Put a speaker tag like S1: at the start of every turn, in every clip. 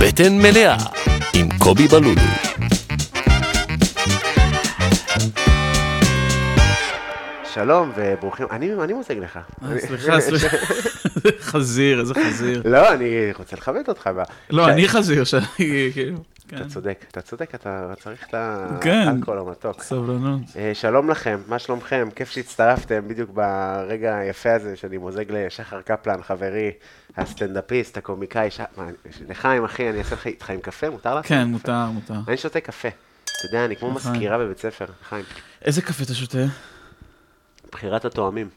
S1: בטן מלאה עם קובי בלולו.
S2: שלום וברוכים, אני, אני מוזג לך.
S3: אה, סליחה, סליחה. זה חזיר, איזה חזיר.
S2: לא, אני רוצה לכבד אותך. ב-
S3: לא,
S2: ש-
S3: אני חזיר שאני, כאילו, כן,
S2: אתה צודק, אתה צודק, אתה צריך את
S3: כן.
S2: האלכוהול המתוק.
S3: סבלנות.
S2: אה, שלום לכם, מה שלומכם? כיף שהצטרפתם בדיוק ברגע היפה הזה שאני מוזג לשחר קפלן, חברי, הסטנדאפיסט, הקומיקאי, ש... מה, לחיים, אחי, אני אעשה לך איתך עם קפה, מותר לך?
S3: כן, מותר, מותר.
S2: אני שותה קפה. אתה יודע, אני כמו
S3: נכון.
S2: מזכירה בבית ספר, חיים.
S3: איזה קפה אתה שותה?
S2: בחירת הטועמים.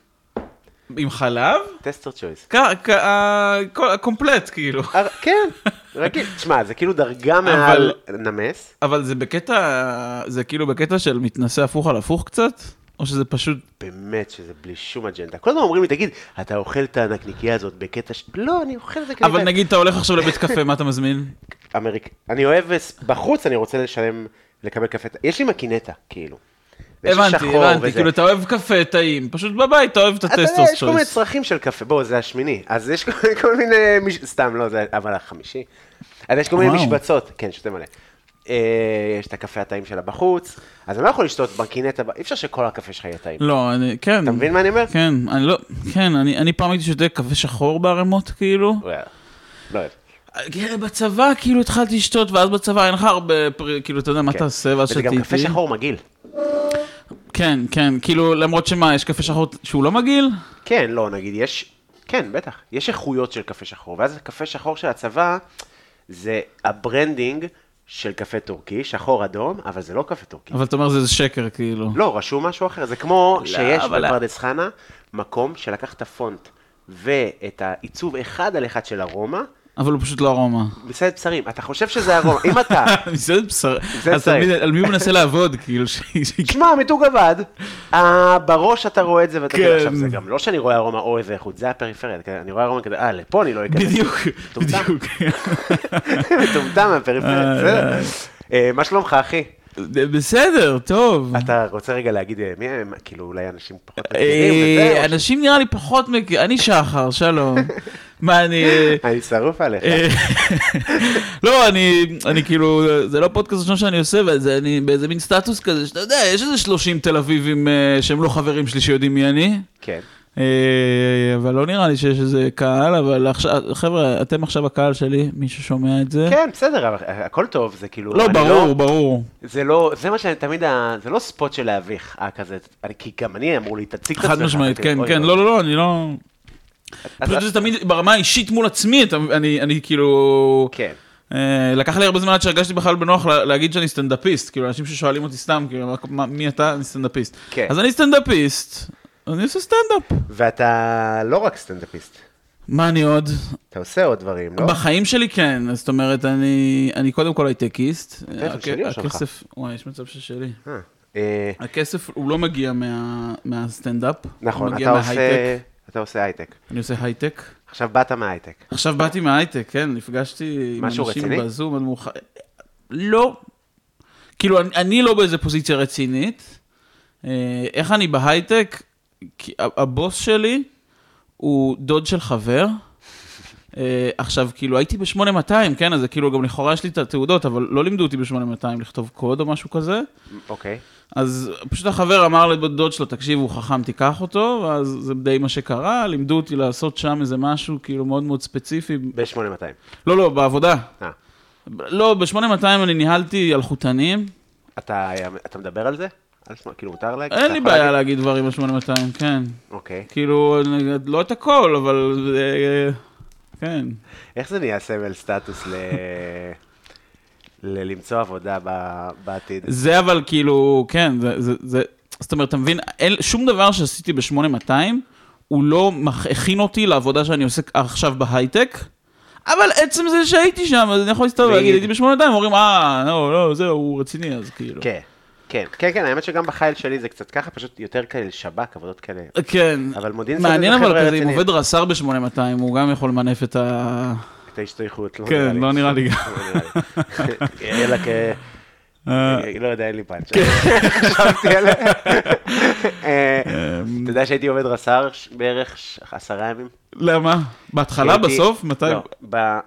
S3: עם חלב?
S2: טסטר צ'וייס.
S3: ק- ק- ה- כל- הקומפלט, כאילו.
S2: אה, כן, רגיל. תשמע, זה כאילו דרגה מעל נמס.
S3: אבל זה בקטע, זה כאילו בקטע של מתנשא הפוך על הפוך קצת? או שזה פשוט...
S2: באמת שזה בלי שום אג'נדה. כל הזמן אומרים לי, תגיד, אתה אוכל את הנקניקייה הזאת בקטע ש... לא, אני אוכל את זה כנראה.
S3: אבל נגיד אתה הולך עכשיו לבית קפה, מה אתה מזמין?
S2: אמריק... אני אוהב, בחוץ אני רוצה לשלם, לקבל קפה. יש לי מקינטה, כאילו. ויש לי
S3: הבנתי,
S2: שחור
S3: הבנתי,
S2: וזה.
S3: כאילו אתה אוהב קפה טעים, פשוט בבית אתה אוהב את
S2: אתה יודע,
S3: הטסטוס
S2: יש כל מיני
S3: צ'וייס.
S2: צרכים של קפה, בוא, זה השמיני, אז יש כל- כל מיני, מש- סתם, לא, זה, אבל החמישי. אז יש כל מיני
S3: וואו.
S2: משבצות, כן, שותה מלא. אה, יש את הקפה הטעים שלה בחוץ, אז אני לא יכול לשתות בקינטה, ב- אי אפשר שכל הקפה שלך יהיה טעים.
S3: לא, אני, כן.
S2: אתה מבין מה אני אומר?
S3: כן, אני לא, כן, אני, אני פעם הייתי שותה קפה שחור בערימות, כאילו.
S2: לא אוהב.
S3: כן, בצבא, כאילו התחלתי לשתות, ואז בצבא אין לך הרבה, פרי- כאילו, אתה יודע, מה
S2: כן.
S3: תעשה, ואז
S2: וזה
S3: שתיתי.
S2: גם קפה שחור מגעיל.
S3: כן, כן, כאילו, למרות שמה, יש קפה שחור שהוא לא מגעיל?
S2: כן, לא, נגיד יש, כן, בטח, יש איכויות של קפה שחור, ואז הקפה שחור של הצבא, זה הברנדינג של קפה טורקי, שחור אדום, אבל זה לא קפה טורקי.
S3: אבל אתה אומר זה זה שקר, כאילו.
S2: לא, רשום משהו אחר, זה כמו שיש
S3: לא, אבל-
S2: בפרדס חנה מקום שלקח את הפונט ואת העיצוב אחד על אחד של ארומה,
S3: אבל הוא פשוט לא ארומה.
S2: מסעדת בשרים, אתה חושב שזה ארומה, אם אתה,
S3: מסעדת בשר,
S2: מסעדת
S3: אז אתה מבין
S2: בשר.
S3: על מי הוא מנסה לעבוד, כאילו, ש... ש-
S2: שמע, מיתוג עבד, אה, בראש אתה רואה את זה ואתה
S3: כן.
S2: כאילו, עכשיו זה גם לא שאני רואה ארומה או איזה איכות, זה הפריפריה, אני רואה ארומה כזה, אה, לפה אני לא אכנס.
S3: בדיוק,
S2: מטומטם.
S3: בדיוק.
S2: מטומטם מהפריפריה, בסדר. אה, מה שלומך, אחי?
S3: בסדר, טוב.
S2: אתה רוצה רגע להגיד אה, מי הם? כאילו, אולי אנשים פחות מכירים וזה,
S3: אה,
S2: או ש-
S3: אנשים נראה לי פחות מכיר, אני שחר, שלום. מה, אני...
S2: אני שרוף עליך.
S3: אה, לא, אני, אני כאילו, זה לא פודקאסט ראשון שאני עושה, וזה אני באיזה מין סטטוס כזה, שאתה יודע, יש איזה 30 תל אביבים אה, שהם לא חברים שלי שיודעים מי אני,
S2: כן.
S3: אה, אבל לא נראה לי שיש איזה קהל, אבל עכשיו, חבר'ה, אתם עכשיו הקהל שלי, מי ששומע את זה.
S2: כן, בסדר, אבל הכל טוב, זה כאילו...
S3: לא,
S2: אני
S3: ברור, ברור.
S2: זה לא, זה מה שאני תמיד, ה- זה לא ספוט של להביך, אה, כזה, אני- כי גם אני אמור לי, תציג את עצמך.
S3: חד משמעית,
S2: כאילו,
S3: כן,
S2: אוי,
S3: כן,
S2: אוי.
S3: לא, לא, לא, אני לא...
S2: אז-
S3: פשוט
S2: אז-
S3: זה תמיד ברמה האישית מול עצמי, אתה- אני אני כאילו...
S2: כן.
S3: אה, לקח לי הרבה זמן עד שהרגשתי בכלל בנוח לה- להגיד שאני סטנדאפיסט, כאילו אנשים ששואלים אותי סתם, כאילו, "מה- מה- מי אתה? אני סטנדאפיסט.
S2: כן.
S3: אז אני סטנדאפיסט, אני עושה סטנדאפ.
S2: ואתה לא רק סטנדאפיסט,
S3: מה אני עוד?
S2: אתה עושה עוד דברים, לא?
S3: בחיים שלי כן, זאת אומרת, אני אני קודם כל הייטקיסט.
S2: הטלפון
S3: הכ-
S2: שלי או שלך?
S3: הכסף- וואי, יש מצב ששלי.
S2: אה, אה,
S3: הכסף הוא לא מגיע מה- מהסטנדאפ, הוא
S2: נכון,
S3: מגיע
S2: אתה עושה,
S3: מההייטק.
S2: אתה עושה הייטק.
S3: אני עושה הייטק.
S2: עכשיו באת מההייטק.
S3: עכשיו באתי מההייטק, כן, נפגשתי עם
S2: משהו
S3: אנשים
S2: רציני?
S3: בזום עד מאוחר. לא. כאילו, אני, אני לא באיזה פוזיציה רצינית. אה, איך אני בהייטק? כי ה- הבוס שלי הוא דוד של חבר. אה, עכשיו, כאילו, הייתי ב-8200, כן? אז זה כאילו, גם לכאורה יש לי את התעודות, אבל לא לימדו אותי ב-8200 לכתוב קוד או משהו כזה.
S2: אוקיי.
S3: אז פשוט החבר אמר לבן דוד שלו, תקשיב, הוא חכם, תיקח אותו, ואז זה די מה שקרה, לימדו אותי לעשות שם איזה משהו, כאילו, מאוד מאוד ספציפי,
S2: ב-8200.
S3: לא, לא, בעבודה.
S2: אה,
S3: לא, ב-8200 אני ניהלתי אלחוטנים.
S2: אתה אתה מדבר על זה? על שמאל, כאילו מותר להגיד?
S3: אין
S2: אתה
S3: לי
S2: יכול
S3: בעיה
S2: להגיד?
S3: להגיד דברים על 8200, כן.
S2: אוקיי.
S3: כאילו, אני- לא את הכל, אבל... אה, כן.
S2: איך זה נהיה סמל סטטוס ל... ללמצוא עבודה ב- בעתיד?
S3: זה אבל כאילו, כן, זה... זה, זה זאת אומרת, אתה מבין, אין, שום דבר שעשיתי ב-8200, הוא לא מכ- הכין אותי לעבודה שאני עושה עכשיו בהייטק. אבל עצם זה שהייתי שם, אז אני יכול להסתובב
S2: בדיוק.
S3: ולהגיד, הייתי ב-8200, אומרים, אה, לא, לא, זהו, הוא רציני, אז כאילו.
S2: כן, כן, כן, כן, האמת שגם בחייל שלי זה קצת ככה, פשוט יותר כאלה שב"כ, עבודות כאלה.
S3: כן.
S2: אבל מודיעין סוד
S3: מעניין
S2: זה חבר'ה
S3: אבל כזה, אם
S2: רציניים.
S3: עובד רס"ר ב-8200, הוא גם יכול למנף את ה...
S2: את ההשתייכות, לא נראה
S3: כן,
S2: לי.
S3: לא נראה לי גם.
S2: לא נראה לי. אלא כ...
S3: אה,
S2: לא יודע, אין לי פאנץ'. חשבתי על... אה, אתה יודע שהייתי עובד רס"ר ש- בערך ש- עשרה ימים?
S3: למה? בהתחלה,
S2: הייתי-
S3: בסוף? מתי?
S2: לא, ב-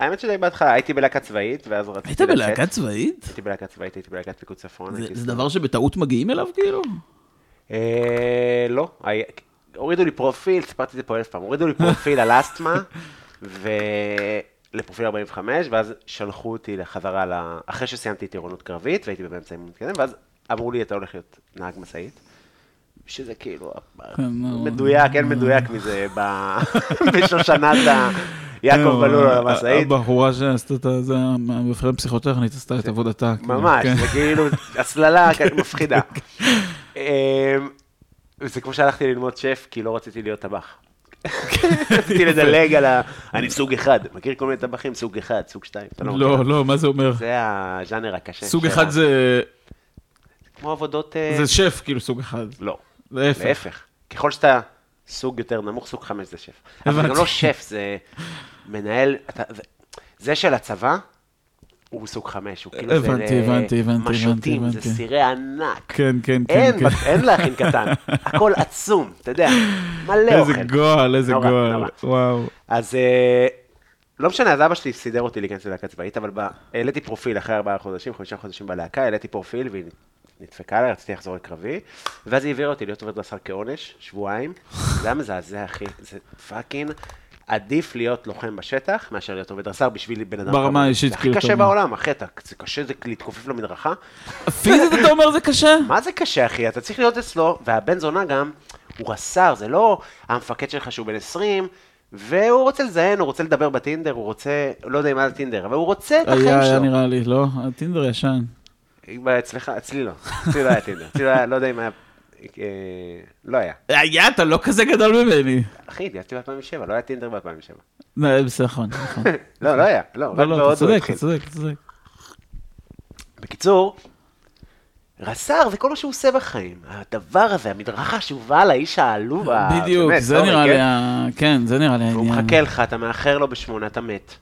S2: האמת שדי בהתחלה, הייתי בלהקה צבאית, ואז רציתי
S3: היית
S2: לצאת.
S3: בלהקה צבאית?
S2: הייתי בלהקה צבאית, הייתי בלהקת פיקוד צפון.
S3: זה-
S2: הייתי
S3: זה
S2: סטאר.
S3: דבר שבטעות מגיעים אליו כאילו?
S2: אה, לא, היה- הורידו לי פרופיל, סיפרתי את זה פה אלף פעם, הורידו לי פרופיל על אסתמה, ולפרופיל 45, ואז שלחו אותי לחזרה, ל... אחרי שסיימתי טירונות קרבית, והייתי באמצע אימון מתקדם, ואז אמרו לי, אתה הולך להיות נהג משאית. שזה כאילו,
S3: נו.
S2: מדויק, אין מדויק מזה ב- בשושנת ה-
S3: כן,
S2: יעקב בלול על המשאית.
S3: אה, הבחורה שעשתה את זה, המפרם פסיכוטכנית עשתה את עבודתה. כאילו,
S2: ממש,
S3: כן.
S2: זה כאילו הסללה כ- מפחידה. אמ, זה כמו שהלכתי ללמוד שף, כי לא רציתי להיות טבח. רציתי לדלג על ה... אני סוג אחד, מכיר כל מיני טבחים? סוג אחד, סוג שתיים. אתה מכיר.
S3: לא, לא, מה זה אומר?
S2: זה הז'אנר הקשה.
S3: סוג
S2: של
S3: אחד
S2: ה-
S3: זה
S2: כמו עבודות... אה,
S3: זה שף, כאילו סוג אחד.
S2: לא,
S3: להפך.
S2: להפך. ככל שאתה סוג יותר נמוך, סוג חמש זה שף. אבל זה גם
S3: הבנתי.
S2: לא שף, זה מנהל... אתה- זה- זה של הצבא. הוא סוג חמש, הוא כאילו זה
S3: הבנתי, הבנתי, הבנתי,
S2: משוטים, זה
S3: הבנתי.
S2: סירי ענק.
S3: כן, כן, כן.
S2: אין,
S3: כן.
S2: בת- אין להכין קטן, הכל עצום, אתה יודע, מלא לא אוכל.
S3: איזה גועל, איזה
S2: נורא,
S3: גועל.
S2: נורא.
S3: וואו.
S2: אז אה, לא משנה, אז אבא שלי סידר אותי להיכנס ללהקה צבאית, אבל ב- העליתי פרופיל אחרי ארבעה חודשים, חמישה חודשים בלהקה, העליתי פרופיל והיא נדפקה עליי, רציתי לחזור לקרבי, ואז היא העבירה אותי להיות עובד בשר כעונש, שבועיים. זה היה מזעזע, אחי, זה פאקינג. עדיף להיות לוחם בשטח מאשר להיות עובד רס"ר בשביל בן אדם.
S3: ברמה
S2: כמוני.
S3: האישית,
S2: זה הכי
S3: כאילו, אתה
S2: קשה
S3: אומר.
S2: בעולם, אחי, אתה- זה קשה זה להתכופף למדרכה,
S3: פיזית אתה אומר זה קשה?
S2: מה זה קשה, אחי? אתה צריך להיות אצלו, והבן זונה גם, הוא רס"ר, זה לא המפקד שלך שהוא בן 20, והוא רוצה לזיין, הוא רוצה לדבר בטינדר, הוא רוצה, לא יודע אם היה טינדר, אבל הוא רוצה את החיים
S3: היה, היה
S2: שלו.
S3: נראה לי, לא? הטינדר ישן.
S2: נראה... אצלך, אצלי לא, אצלי לא היה טינדר, אצלי לא היה, לא יודע אם היה, אה, לא היה.
S3: היה, אתה לא כזה גדול ממני.
S2: אחי, התגייסתי ב-2007, לא היה טינדר ב-2007.
S3: לא, בסדר, נכון, נכון.
S2: לא, לא היה, לא, רק
S3: לא, לא, אתה
S2: בהודו
S3: צודק,
S2: התחיל.
S3: אתה צודק, אתה צודק.
S2: בקיצור, רס"ר זה כל מה שהוא עושה בחיים. הדבר הזה, המדרכה שהובאה לאיש העלוב, ה-
S3: בדיוק,
S2: באמת,
S3: זה
S2: לא,
S3: נראה
S2: כן?
S3: לי, ה- כן, זה נראה לי
S2: והוא
S3: העניין.
S2: מחכה לך, אתה מאחר לו בשמונה, אתה מת.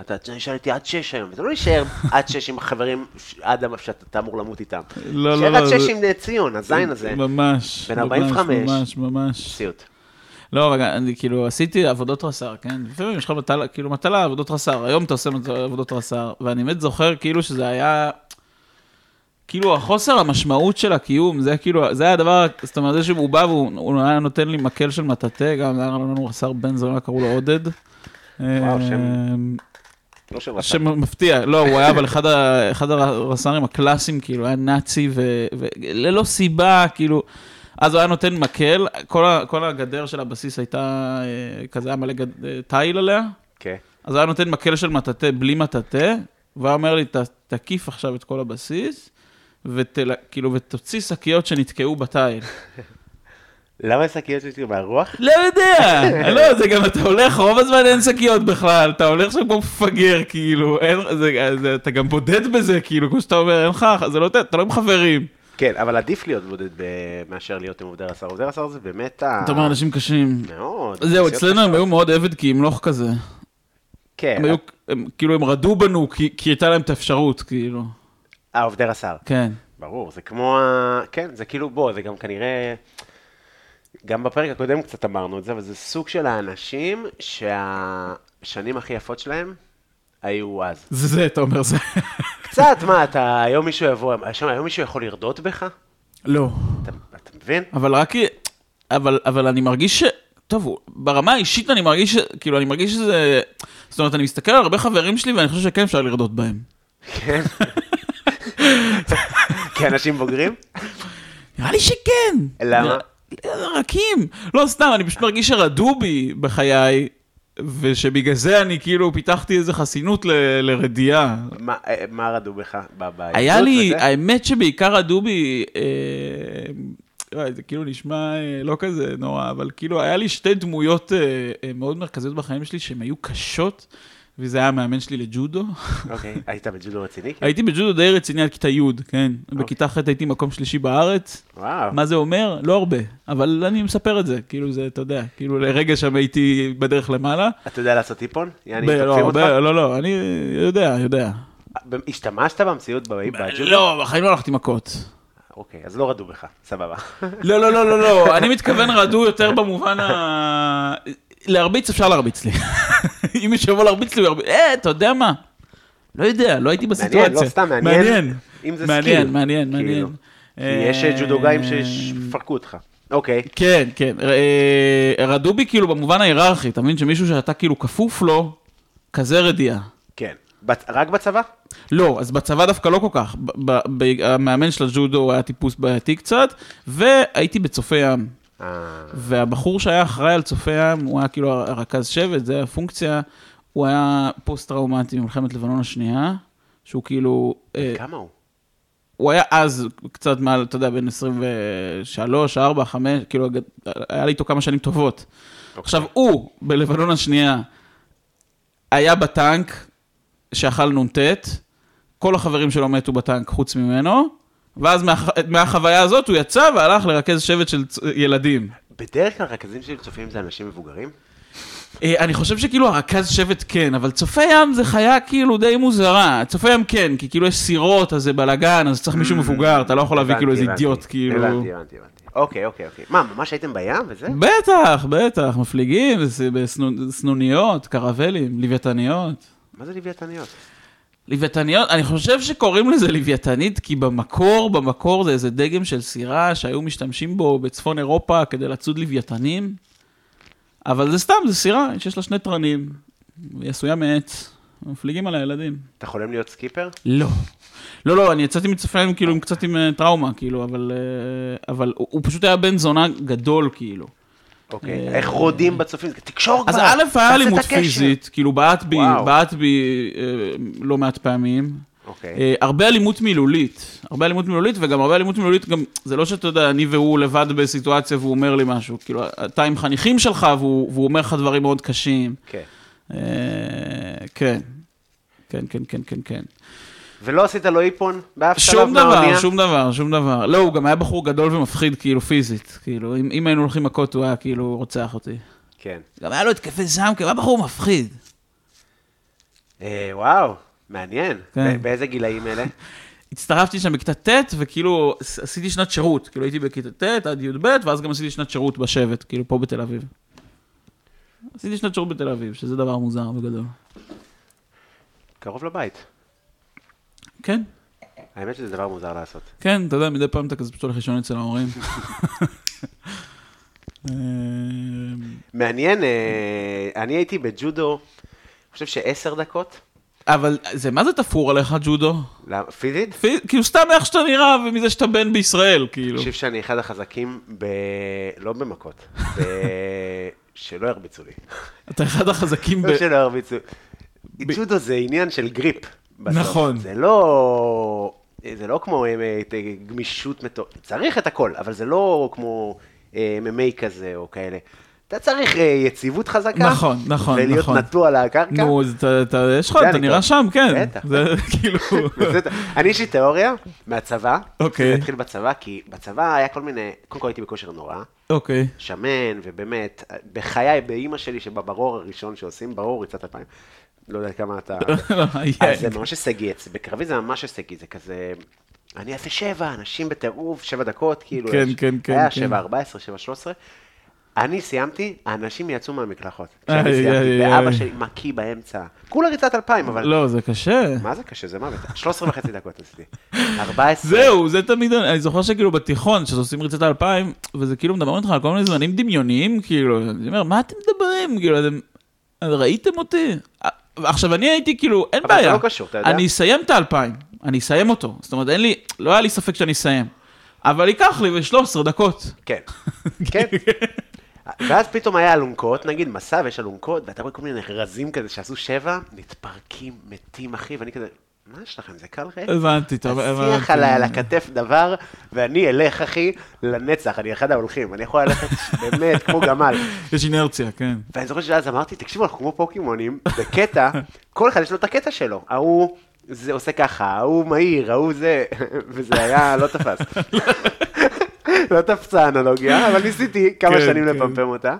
S2: אתה אתה נשאר איתי עד שש היום, ואתה לא נשאר עד שש עם חברים ש- עד המ- שאתה אתה אמור למות איתם.
S3: לא, לא,
S2: נשאר
S3: לא,
S2: עד
S3: זה- לא.
S2: שש עם בני ציון, הזין הזה.
S3: ממש.
S2: בן
S3: ממש,
S2: 45.
S3: ממש, ממש.
S2: סיוט.
S3: לא, רגע, אני כאילו עשיתי עבודות רס"ר, כן? לפעמים יש לך מטלה, כאילו מטלה עבודות רס"ר, היום אתה עושה מת- עבודות רס"ר, ואני באמת זוכר כאילו שזה היה... כאילו החוסר המשמעות של הקיום, זה היה כאילו, זה היה הדבר, זאת אומרת, זה שהוא בא והוא הוא היה נותן לי מקל של מטאטא, גם היה לנו רס"ר בן זונה, קראו לו עודד. אמ, וואו,
S2: שם- לא של רס"ר.
S3: שם מפתיע, לא, הוא היה אבל אחד, ה- אחד הרס"רים הקלאסיים, כאילו, היה נאצי וללא סיבה, כאילו, אז הוא היה נותן מקל, כל, ה- כל הגדר של הבסיס הייתה, אה, כזה היה מלא גד- אה, תיל עליה,
S2: כן.
S3: אז הוא היה נותן מקל של מטאטא בלי מטאטא, והוא היה אומר לי, "ת- תקיף עכשיו את כל הבסיס, ותל, כאילו, ותוציא שקיות שנתקעו בתיל.
S2: למה השקיות שלי מהרוח?
S3: לא יודע, לא, זה גם אתה הולך, רוב הזמן אין שקיות בכלל, אתה הולך שם כמו מפגר, כאילו, אין, זה, זה, אתה גם בודד בזה, כאילו, כמו שאתה אומר, אין לך, זה לא, אתה לא עם חברים.
S2: כן, אבל עדיף להיות בודד ב- מאשר להיות עם עובדי רס"ר. עובדי רס"ר זה באמת ה...
S3: אתה אומר, אנשים קשים.
S2: מאוד.
S3: זהו,
S2: אוכלוסיות
S3: אצלנו הם
S2: קשות.
S3: היו מאוד עבד כי ימלוך כזה.
S2: כן,
S3: הם היו, הם, כאילו, הם רדו בנו כי כי הייתה להם את האפשרות, כאילו.
S2: אה, עובדי רס"ר.
S3: כן.
S2: ברור, זה כמו ה... כן, זה כאילו, בוא, זה גם כנראה... גם בפרק הקודם קצת אמרנו את זה, אבל זה סוג של האנשים שהשנים הכי יפות שלהם היו אז.
S3: זה זה, אתה אומר, זה.
S2: קצת, מה, אתה, היום מישהו יבוא, שם, היום מישהו יכול לרדות בך?
S3: לא.
S2: אתה, אתה מבין?
S3: אבל רק, אבל, אבל אני מרגיש ש... טוב, ברמה האישית אני מרגיש, ש- כאילו, אני מרגיש שזה... זאת אומרת, אני מסתכל על הרבה חברים שלי ואני חושב שכן אפשר לרדות בהם.
S2: כן. כאנשים בוגרים?
S3: נראה לי שכן.
S2: למה?
S3: נראה- רכים. לא, סתם, אני פשוט מרגיש שרדו בי בחיי, ושבגלל זה אני כאילו פיתחתי איזה חסינות ל- לרדיעה.
S2: מה, אה, מה רדו בך? ב- בילדות
S3: היה לי,
S2: וזה?
S3: האמת שבעיקר רדו בי, אה, וואי, זה כאילו נשמע אה, לא כזה נורא, אבל כאילו היה לי שתי דמויות אה, אה, מאוד מרכזיות בחיים שלי שהן היו קשות, וזה היה המאמן שלי לג'ודו.
S2: אוקיי, היית בג'ודו רציני?
S3: הייתי בג'ודו די רציני עד כיתה י', כן.
S2: אוקיי.
S3: בכיתה ח' הייתי מקום שלישי בארץ.
S2: וואו.
S3: מה זה אומר? לא הרבה, אבל אני מספר את זה, כאילו זה, אתה יודע, כאילו לרגע שם הייתי בדרך למעלה.
S2: אתה יודע לעשות טיפון? יעני,
S3: ב-
S2: תוקפים
S3: לא,
S2: אותך?
S3: ב- לא, לא, אני יודע, יודע.
S2: השתמשת במציאות ב- בג'ודו?
S3: לא, בחיים לא הלכתי מכות.
S2: אוקיי, אז לא רדו בך, סבבה.
S3: לא, לא, לא, לא, לא, אני מתכוון רעדו יותר במובן ה... להרביץ אפשר להרביץ לי. אם מישהו יבוא להרביץ לי, הוא ירביץ, אה, אתה יודע מה? לא יודע, לא הייתי בסיטואציה.
S2: מעניין, לא סתם, מעניין. אם זה סקיל.
S3: מעניין, מעניין, מעניין.
S2: כאילו. כי יש אה, ג'ודוגאים
S3: אה,
S2: שיפרקו אותך. אוקיי,
S3: כן, כן. אה, רדובי כאילו במובן ההיררכי, אתה מבין שמישהו שאתה כאילו כפוף לו, כזה רדיעה.
S2: כן. בת- רק בצבא?
S3: לא, אז בצבא דווקא לא כל כך. ב- ב- ב- המאמן של הג'ודו היה טיפוס בעייתי קצת, והייתי בצופי ים.
S2: אה,
S3: והבחור שהיה אחראי על צופי ים, הוא היה כאילו הרכז שבט, זה היה פונקציה, הוא היה פוסט-טראומטי ממלחמת לבנון השנייה, שהוא כאילו... אה,
S2: כמה הוא?
S3: הוא היה אז קצת מעל, אתה יודע, בין 23, 4, 5, כאילו, היה לי איתו כמה שנים טובות.
S2: אוקיי.
S3: Okay. עכשיו, הוא, בלבנון השנייה, היה בטנק שאכל נ"ט, כל החברים שלו מתו בטנק חוץ ממנו, ואז מה, מהחוויה הזאת הוא יצא והלך לרכז שבט של צ- ילדים.
S2: בדרך כלל רכזים שלי צופים זה אנשים מבוגרים?
S3: אה, אני חושב שכאילו הרכז שבט כן, אבל צופי ים זה חיה כאילו די מוזרה. צופי ים כן, כי כאילו יש סירות, אז זה בלאגן, אז צריך מישהו מבוגר, אתה לא יכול להביא
S2: הבנתי,
S3: כאילו איזה
S2: Mm, הבנתי.
S3: אידיוט, כאילו.
S2: הבנתי, הבנתי, הבנתי. אוקיי, אוקיי, אוקיי. מה, ממש הייתם בים וזה?
S3: בטח, בטח, מפליגים, בס- בסנוניות, קרבלים, לוויתניות.
S2: מה זה לוויתניות?
S3: לוויתניות, אני חושב שקוראים לזה לוויתנית, כי במקור, במקור זה איזה דגם של סירה שהיו משתמשים בו בצפון אירופה כדי לצוד לוויתנים, אבל זה סתם, זה סירה שיש לה שני תרנים, והיא עשויה מעץ, מפליגים על הילדים.
S2: אתה חולם להיות סקיפר?
S3: לא. לא, לא, אני יצאתי מצפון כאילו עם קצת עם אה, טראומה, כאילו, אבל, אה, אבל הוא, הוא פשוט היה בן זונה גדול, כאילו.
S2: אוקיי. איך רודים בצופים? תקשור כבר!
S3: אז א', היה
S2: תעשה את
S3: אלימות
S2: הקשר.
S3: פיזית, כאילו בעט בי,
S2: וואו.
S3: בעט בי אה, לא מעט פעמים.
S2: אוקיי.
S3: אה, הרבה אלימות מילולית, הרבה אלימות מילולית, וגם הרבה אלימות מילולית, גם, זה לא שאתה יודע, אני והוא לבד בסיטואציה והוא אומר לי משהו, כאילו, אתה עם חניכים שלך והוא, והוא אומר לך דברים מאוד קשים.
S2: כן.
S3: אה, כן, כן, כן, כן, כן, כן.
S2: ולא עשית לו איפון באף שלב
S3: שום
S2: לא מהאונייה?
S3: דבר, שום דבר, שום דבר. לא, הוא גם היה בחור גדול ומפחיד, כאילו, פיזית. כאילו, אם, אם היינו הולכים מכות, הוא היה כאילו רוצח אותי.
S2: כן.
S3: גם היה לו התקפי זעם, כי הוא היה בחור מפחיד.
S2: אה, וואו, מעניין.
S3: כן.
S2: ב- באיזה גילאים אלה?
S3: הצטרפתי שם בכיתה ט', וכאילו עש- עשיתי שנת שירות. כאילו הייתי בכיתה ט' עד י"ב, ואז גם עשיתי שנת שירות בשבט, כאילו פה בתל אביב. עשיתי שנת שירות בתל אביב, שזה דבר מוזר וגדול.
S2: קרוב לבית.
S3: כן,
S2: האמת שזה דבר מוזר לעשות.
S3: כן, אתה יודע, מדי פעם אתה כזה פשוט הולך לישון אצל ההורים. אמ,
S2: מעניין, אה, אני הייתי בג'ודו, אני חושב שעשר דקות,
S3: אבל זה, מה זה תפור עליך, ג'ודו?
S2: למ- פיזית, אני
S3: פי- כאילו סתם איך שאתה נראה ומזה שאתה בן בישראל, כאילו.
S2: חושב שאני אחד החזקים ב... לא במכות, ב... שלא ירביצו לי.
S3: אתה אחד החזקים ב...
S2: לא שלא ירביצו. ג'ודו זה עניין של גריפ. בסוף.
S3: נכון.
S2: זה לא... זה לא כמו אה, אה, גמישות מטור... צריך את הכל, אבל זה לא כמו אה, MMA כזה או כאלה. אתה צריך אה, יציבות חזקה.
S3: נכון, נכון,
S2: ולהיות
S3: נכון.
S2: נטוע על הקרקע.
S3: נו, אז אתה- אתה, יש לך,
S2: זה
S3: אתה
S2: אני
S3: נראה
S2: טוב.
S3: שם, כן.
S2: בטח.
S3: זה כאילו...
S2: בסדר. אני יש לי תיאוריה מהצבא.
S3: אוקיי.
S2: נתחיל בצבא, כי בצבא היה כל מיני, קודם כל הייתי בכושר נורא,
S3: אוקיי.
S2: שמן, ובאמת, בחיי, באימא שלי, שבברור הראשון שעושים, ברור, ריצת אלפיים. לא יודע כמה אתה...
S3: לא,
S2: אז זה
S3: היה-
S2: ממש הישגי, אצ- בקרבי זה ממש הישגי, זה כזה... אני אעשה שבע, אנשים בטירוף, שבע דקות, כאילו...
S3: כן,
S2: יש-
S3: כן, כן,
S2: היה
S3: כן.
S2: שבע, ארבע עשרה, שבע, שלוש עשרה. אני סיימתי, האנשים יצאו מהמקלחות.
S3: איי,
S2: כשאני
S3: איי,
S2: סיימתי,
S3: איי.
S2: ואבא שלי מקיא באמצע. כולה ריצת אלפיים, אבל...
S3: לא, זה קשה.
S2: מה זה קשה? זה מוות. 13 וחצי דקות עשיתי. 14.
S3: זהו, זה תמיד, אני זוכר שכאילו בתיכון, שעושים ריצת אלפיים, וזה כאילו מדברים איתך על כל מיני זמנים דמיוניים, כאילו, אני אומר, מה אתם מדברים? כאילו, אתם אז ראיתם אותי? ע- עכשיו, אני הייתי כאילו, אין
S2: אבל זה
S3: בעיה.
S2: לא קשור, אתה יודע.
S3: אני אסיים את האלפיים, אני אסיים אותו. זאת אומרת, אין לי, לא היה לי ספק שאני אסיים. אבל ייקח לי 13 דקות.
S2: כן. כן. ואז פתאום היה אלונקות, נגיד מסע ויש אלונקות, ואתה רואה כל מיני רזים כזה שעשו שבע, מתפרקים, מתים, אחי, ואני כזה, מה יש לכם, זה קל ראה?
S3: הבנתי, טוב, הבנתי.
S2: תשיח עליי על
S3: כאילו-
S2: הכתף דבר, ואני אלך, אחי, לנצח, אני אחד ההולכים, אני יכול ללכת באמת כמו גמל.
S3: יש אינרציה, כן.
S2: ואני זוכר שאז אמרתי, תקשיבו, אנחנו כמו פוקימונים, בקטע, כל אחד יש לו את הקטע שלו. ההוא זה עושה ככה, ההוא מהיר, ההוא זה, וזה היה, לא תפס. לא תפסה האנלוגיה, אבל ניסיתי כמה
S3: כן,
S2: שנים
S3: כן.
S2: לפמפם אותה.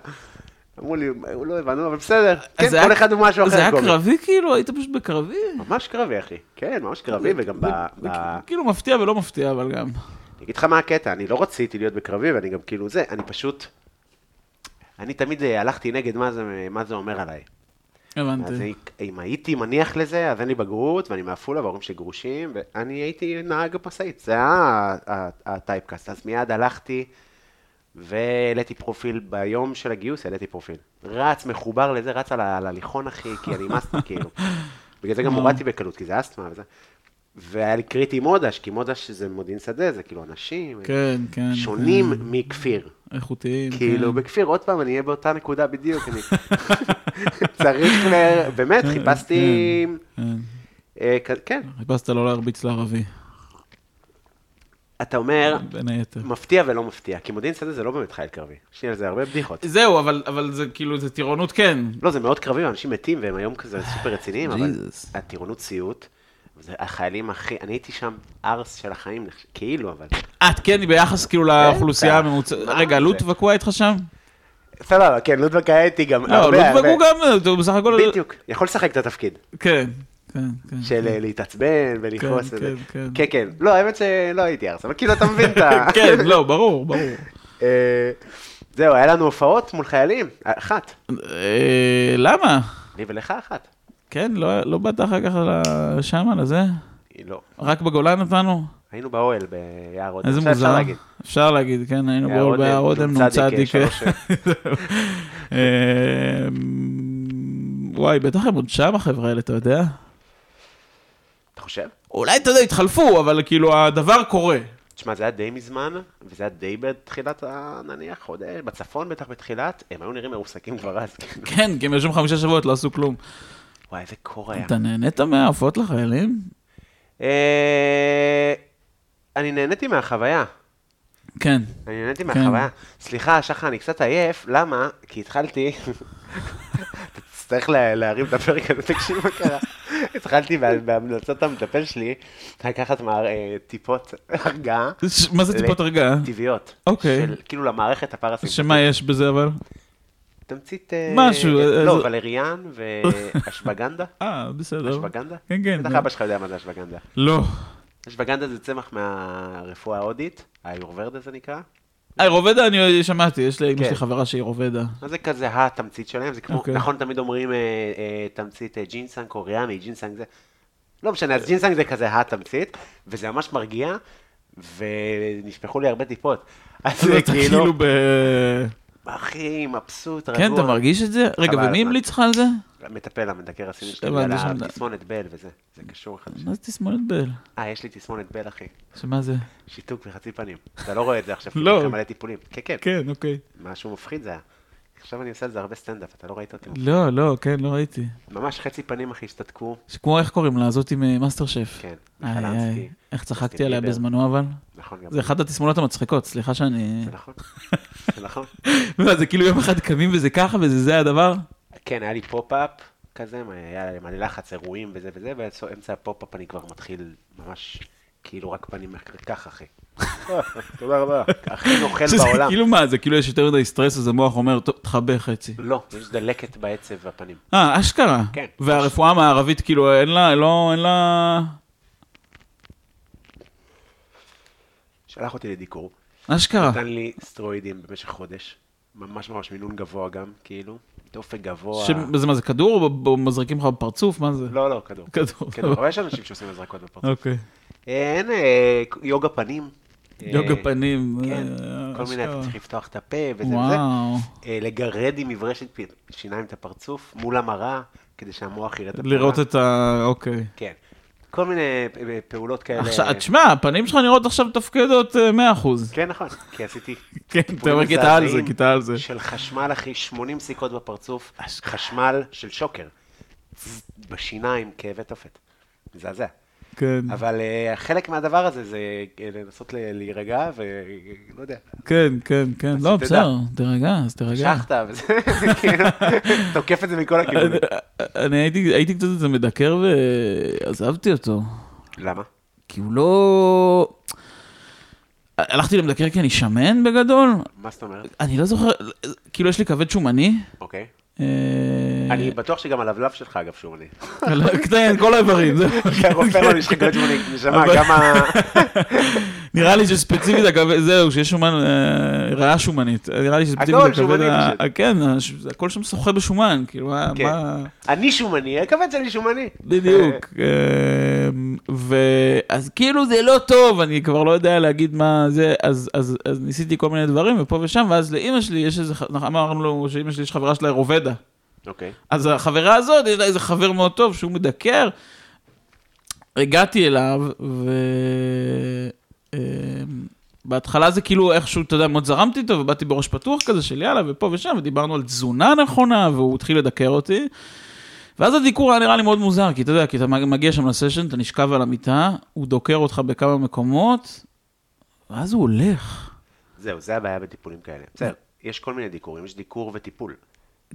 S2: אמרו לי, לא הבנו, אבל בסדר.
S3: אז זה
S2: כן, כל
S3: היה-
S2: אחד הוא משהו
S3: זה
S2: אחר.
S3: היה
S2: קובי.
S3: קרבי כאילו? היית פשוט בקרבי?
S2: ממש קרבי, אחי. כן, ממש קרבי, וגם ב...
S3: זה
S2: ב-
S3: כאילו מפתיע ולא מפתיע, אבל גם.
S2: אני אגיד לך מה הקטע, אני לא רציתי להיות בקרבי, ואני גם כאילו זה, אני פשוט... אני תמיד אה, הלכתי נגד מה זה, מה זה אומר עליי. אז
S3: הבנתי.
S2: אם הייתי מניח לזה, אז אין לי בגרות, ואני מעפולה, וההורים שלי גרושים, ואני הייתי נהג משאית, זה היה ה- ה- הטייפקאסט. אז מיד הלכתי והעליתי פרופיל, ביום של הגיוס העליתי פרופיל. רץ, מחובר לזה, רץ על ה- על ההליכון, אחי, כי אני אסתמה, כאילו. בגלל זה גם הורדתי בקלות, כי זה אסתמה וזה. והיה לי קריטי עם מודש, כי מודש זה מודיעין שדה, זה כאילו אנשים
S3: כן, כן.
S2: שונים
S3: כן.
S2: מכפיר.
S3: איכותיים.
S2: כאילו,
S3: כן.
S2: בכפיר, עוד פעם, אני אהיה באותה נקודה בדיוק. אני צריך, ל- באמת,
S3: כן,
S2: חיפשתי...
S3: כן.
S2: אה, כ- כן,
S3: חיפשת לא להרביץ לערבי,
S2: אתה אומר,
S3: בין היתר.
S2: מפתיע ולא מפתיע, כי מודיעין שדה זה לא באמת חייל קרבי. יש לי על זה הרבה בדיחות.
S3: זהו, אבל, אבל זה כאילו, זה טירונות כן.
S2: לא, זה מאוד קרבי, אנשים מתים, והם היום כזה סופר רציניים, אבל
S3: Jesus.
S2: הטירונות סיוט, זה החיילים הכי, אני הייתי שם ארס של החיים, נחש- כאילו, אבל...
S3: את כן, ביחס כאילו לאוכלוסייה הממוצעת.
S2: מה
S3: רגע,
S2: זה?
S3: לוט תבקעו איתך שם?
S2: סבבה, כן, לודבק היה איתי גם
S3: לא, לוט
S2: הרבה, הרבה.
S3: תבקעו גם, הוא בסך הכל...
S2: בדיוק, יכול לשחק את התפקיד.
S3: כן, כן, כן.
S2: של אה, להתעצבן ולכעוס
S3: כן,
S2: וזה.
S3: כן, כן.
S2: כן, כן. לא, האמת שלא הייתי ארס, אבל כאילו, אתה מבין את ה...
S3: כן, לא, ברור, ברור.
S2: אה, זהו, היה לנו הופעות מול חיילים, אחת.
S3: אה, למה?
S2: לי ולך אחת.
S3: כן, לא, לא באת אחר כך ל- שמה, לזה?
S2: היא לא.
S3: רק בגולן נתנו?
S2: היינו באוהל ביער עוד.
S3: איזה
S2: עכשיו אפשר
S3: מוזר.
S2: להגיד.
S3: אפשר להגיד, כן, היינו
S2: יער
S3: באור
S2: אודם,
S3: ביער אודם, כן.
S2: נ"צ,
S3: נ"צ.
S2: שלוש-
S3: אה, אמ, וואי, בטח הם עוד שם החבר'ה האלה, אתה יודע?
S2: אתה חושב?
S3: אולי, אתה יודע, התחלפו, אבל כאילו, הדבר קורה.
S2: תשמע, זה היה די מזמן, וזה היה די בתחילת ה... נניח, חודש, בצפון בטח בתחילת, הם היו נראים מרוסקים כבר אז. כאילו.
S3: כן, כי הם יושבים חמישה שבועות, לא עשו
S2: כן.
S3: כלום.
S2: וואי, איזה קור היה.
S3: אתה נהנית מהעופות לחיילים?
S2: אה, אני נהניתי מהחוויה.
S3: כן.
S2: אני נהניתי
S3: כן.
S2: מהחוויה. סליחה, שחר, אני קצת עייף, למה? כי התחלתי... אתה תצטרך לה- להרים את הפרק הזה, תקשיב מה קרה. התחלתי בה- בהמלצות המטפל שלי לקחת מה- אה, טיפות הרגעה
S3: ש- מה זה טיפות
S2: ל-
S3: הרגעה?
S2: טבעיות.
S3: אוקיי.
S2: של- כאילו למערכת הפרסימפטית.
S3: שמה יש בזה אבל?
S2: תמצית... אה,
S3: משהו, אה,
S2: לא,
S3: זה-
S2: ולריאן ואשווגנדה.
S3: אה, בסדר.
S2: אשווגנדה?
S3: כן, כן.
S2: בטח אבא שלך יודע מה זה אשווגנדה.
S3: לא.
S2: אשווגנדה זה צמח מהרפואה ההודית, האיורברדה זה נקרא.
S3: היי, רובדה, אני שמעתי, יש לי אמא
S2: כן.
S3: שלי חברה שהיא רובדה.
S2: אז זה כזה התמצית שלהם, זה כמו,
S3: אוקיי.
S2: נכון תמיד אומרים אה, אה, תמצית אה, ג'ינסנג קוריאני, ג'ינסנג זה, לא משנה,
S3: אה.
S2: אז ג'ינסנג זה כזה התמצית, וזה ממש מרגיע, ונשפכו לי הרבה טיפות. אז זה
S3: אתה כאילו
S2: כאילו,
S3: ב...
S2: אחי, מבסוט, רגוע.
S3: כן, אתה מרגיש את זה? רגע,
S2: חבל
S3: ומי
S2: הזמן.
S3: המליץ לך על זה?
S2: מטפל המדקר הסיני שלי,
S3: הבנתי,
S2: בגלל
S3: שם-
S2: התסמונת בל וזה, זה קשור אחד לשני.
S3: מה זה תסמונת בל?
S2: אה, יש לי תסמונת בל, אחי.
S3: שמה זה?
S2: שיתוק וחצי פנים. אתה לא רואה את זה עכשיו,
S3: לא.
S2: כי יש לך מלא טיפולים. כן, כן.
S3: כן, אוקיי.
S2: משהו מפחיד זה היה. עכשיו אני עושה על זה הרבה סטנדאפ, אתה לא ראית אותי.
S3: לא, לא, כן, לא ראיתי.
S2: ממש חצי פנים, אחי, השתתקו.
S3: שכמו איך קוראים לה, זאתי ממאסטר שף.
S2: כן,
S3: איי,
S2: מחלנסקי.
S3: איי, איך צחקתי
S2: יוסטין
S3: עליה
S2: ביבר.
S3: בזמנו אבל?
S2: נכון, גם
S3: זה אחת התסמונות המצחיקות, סליחה שאני...
S2: זה נכון, זה נכון.
S3: מה, זה כאילו יום אחד קמים וזה ככה וזה זה הדבר?
S2: כן, היה לי פופ-אפ כזה, מה- היה לי מלא לחץ, אירועים וזה וזה, ובאמצע הפופ-אפ אני כבר מתחיל ממש, כאילו רק פנים ככה, אחי. תודה רבה. הכי נוכל
S3: שזה
S2: כן, בעולם.
S3: כאילו מה, זה כאילו יש יותר מדי סטרס, אז המוח אומר, טוב, תכבה חצי.
S2: לא, יש דלקת בעצב בפנים.
S3: אה, אשכרה.
S2: כן.
S3: והרפואה המערבית, כאילו, אין לה, לא, אין לה...
S2: שלח אותי לדיקור,
S3: אשכרה.
S2: נתן לי סטרואידים במשך חודש, ממש ממש מינון גבוה גם, כאילו, דופק גבוה.
S3: ש... זה מה, זה כדור או ב- או מזריקים לך בפרצוף? מה זה?
S2: לא, לא, כדור.
S3: כדור.
S2: כדור, אבל יש אנשים שעושים הזרקות בפרצוף.
S3: אוקיי.
S2: אה, אין אה, יוגה פנים. אה,
S3: יוגה פנים.
S2: כן,
S3: אה,
S2: כל מיני, אתה
S3: אשכרה.
S2: צריך לפתוח את הפה וזה וזה.
S3: וואו.
S2: אה, לגרד עם מברשת פ- שיניים את הפרצוף מול המראה, כדי שהמוח יראה את הפרצוף.
S3: לראות את ה... אוקיי.
S2: כן. כל מיני אה, פעולות כאלה.
S3: עכשיו, תשמע, הפנים שלך נראות עכשיו מתפקדות אה, 100%.
S2: כן, נכון, כי עשיתי...
S3: כן, אתה
S2: טיפולים
S3: אומר, כיתה על זה,
S2: מזעזעים
S3: כיתה על זה.
S2: של חשמל, אחי, 80 סיכות בפרצוף, חשמל של שוקר. בשיניים, כאבי תופת. מזעזע.
S3: כן,
S2: אבל אה, חלק מהדבר הזה זה אה, לנסות ל- להירגע, ולא יודע,
S3: כן, כן, כן.
S2: אז
S3: לא,
S2: שתדע.
S3: בסדר, תירגע, אז תירגע.
S2: שחטה, וזה, כאילו, תוקף את זה מכל הכיוונים.
S3: אני הייתי הייתי קצת איזה מדקר ועזבתי אותו.
S2: למה?
S3: כי הוא לא... הלכתי למדקר כי אני שמן בגדול?
S2: מה זאת אומרת?
S3: אני לא זוכר, כאילו יש לי כבד שומני.
S2: אוקיי.
S3: אה, לא,
S2: אני בטוח שגם הלבלב שלך, אגב, שומני.
S3: כן, כל האיברים. זהו.
S2: לא כי הרופא לא נשחק את שמוני, נשמה, גם ה...
S3: נראה לי שספציפית, הכבד- זהו, שיש שומן, אה, רעה שומנית. נראה לי שספציפית,
S2: הכל
S3: הכבד
S2: שומנים
S3: ה-
S2: פשוט.
S3: ה- כן, הש- הכל שם שוחה בשומן, כאילו, מה...
S2: כן.
S3: מה-
S2: אני שומני, הכבד שלי שומני.
S3: כן, בדיוק. אה, ו... אז כאילו זה לא טוב, אני כבר לא יודע להגיד מה זה, אז, אז, אז ניסיתי כל מיני דברים, ופה ושם, ואז לאימא שלי יש איזה, ח- אמרנו שאימא שלי יש חברה שלה רובדה.
S2: אוקיי.
S3: אז החברה הזאת, יש לה איזה חבר מאוד טוב שהוא מדקר. הגעתי אליו, ו... אה, בהתחלה זה כאילו איכשהו, אתה יודע, מאוד זרמתי איתו, ובאתי בראש פתוח כזה של יאללה, ופה ושם, ודיברנו על תזונה נכונה, והוא התחיל לדקר אותי. ואז הדיקור היה נראה לי מאוד מוזר, כי אתה יודע, כי אתה מגיע שם לסשן, אתה נשכב על המיטה, הוא דוקר אותך בכמה מקומות, ואז הוא הולך.
S2: זהו, זה הבעיה בטיפולים כאלה. בסדר, יש כל מיני דיקורים, יש דיקור וטיפול.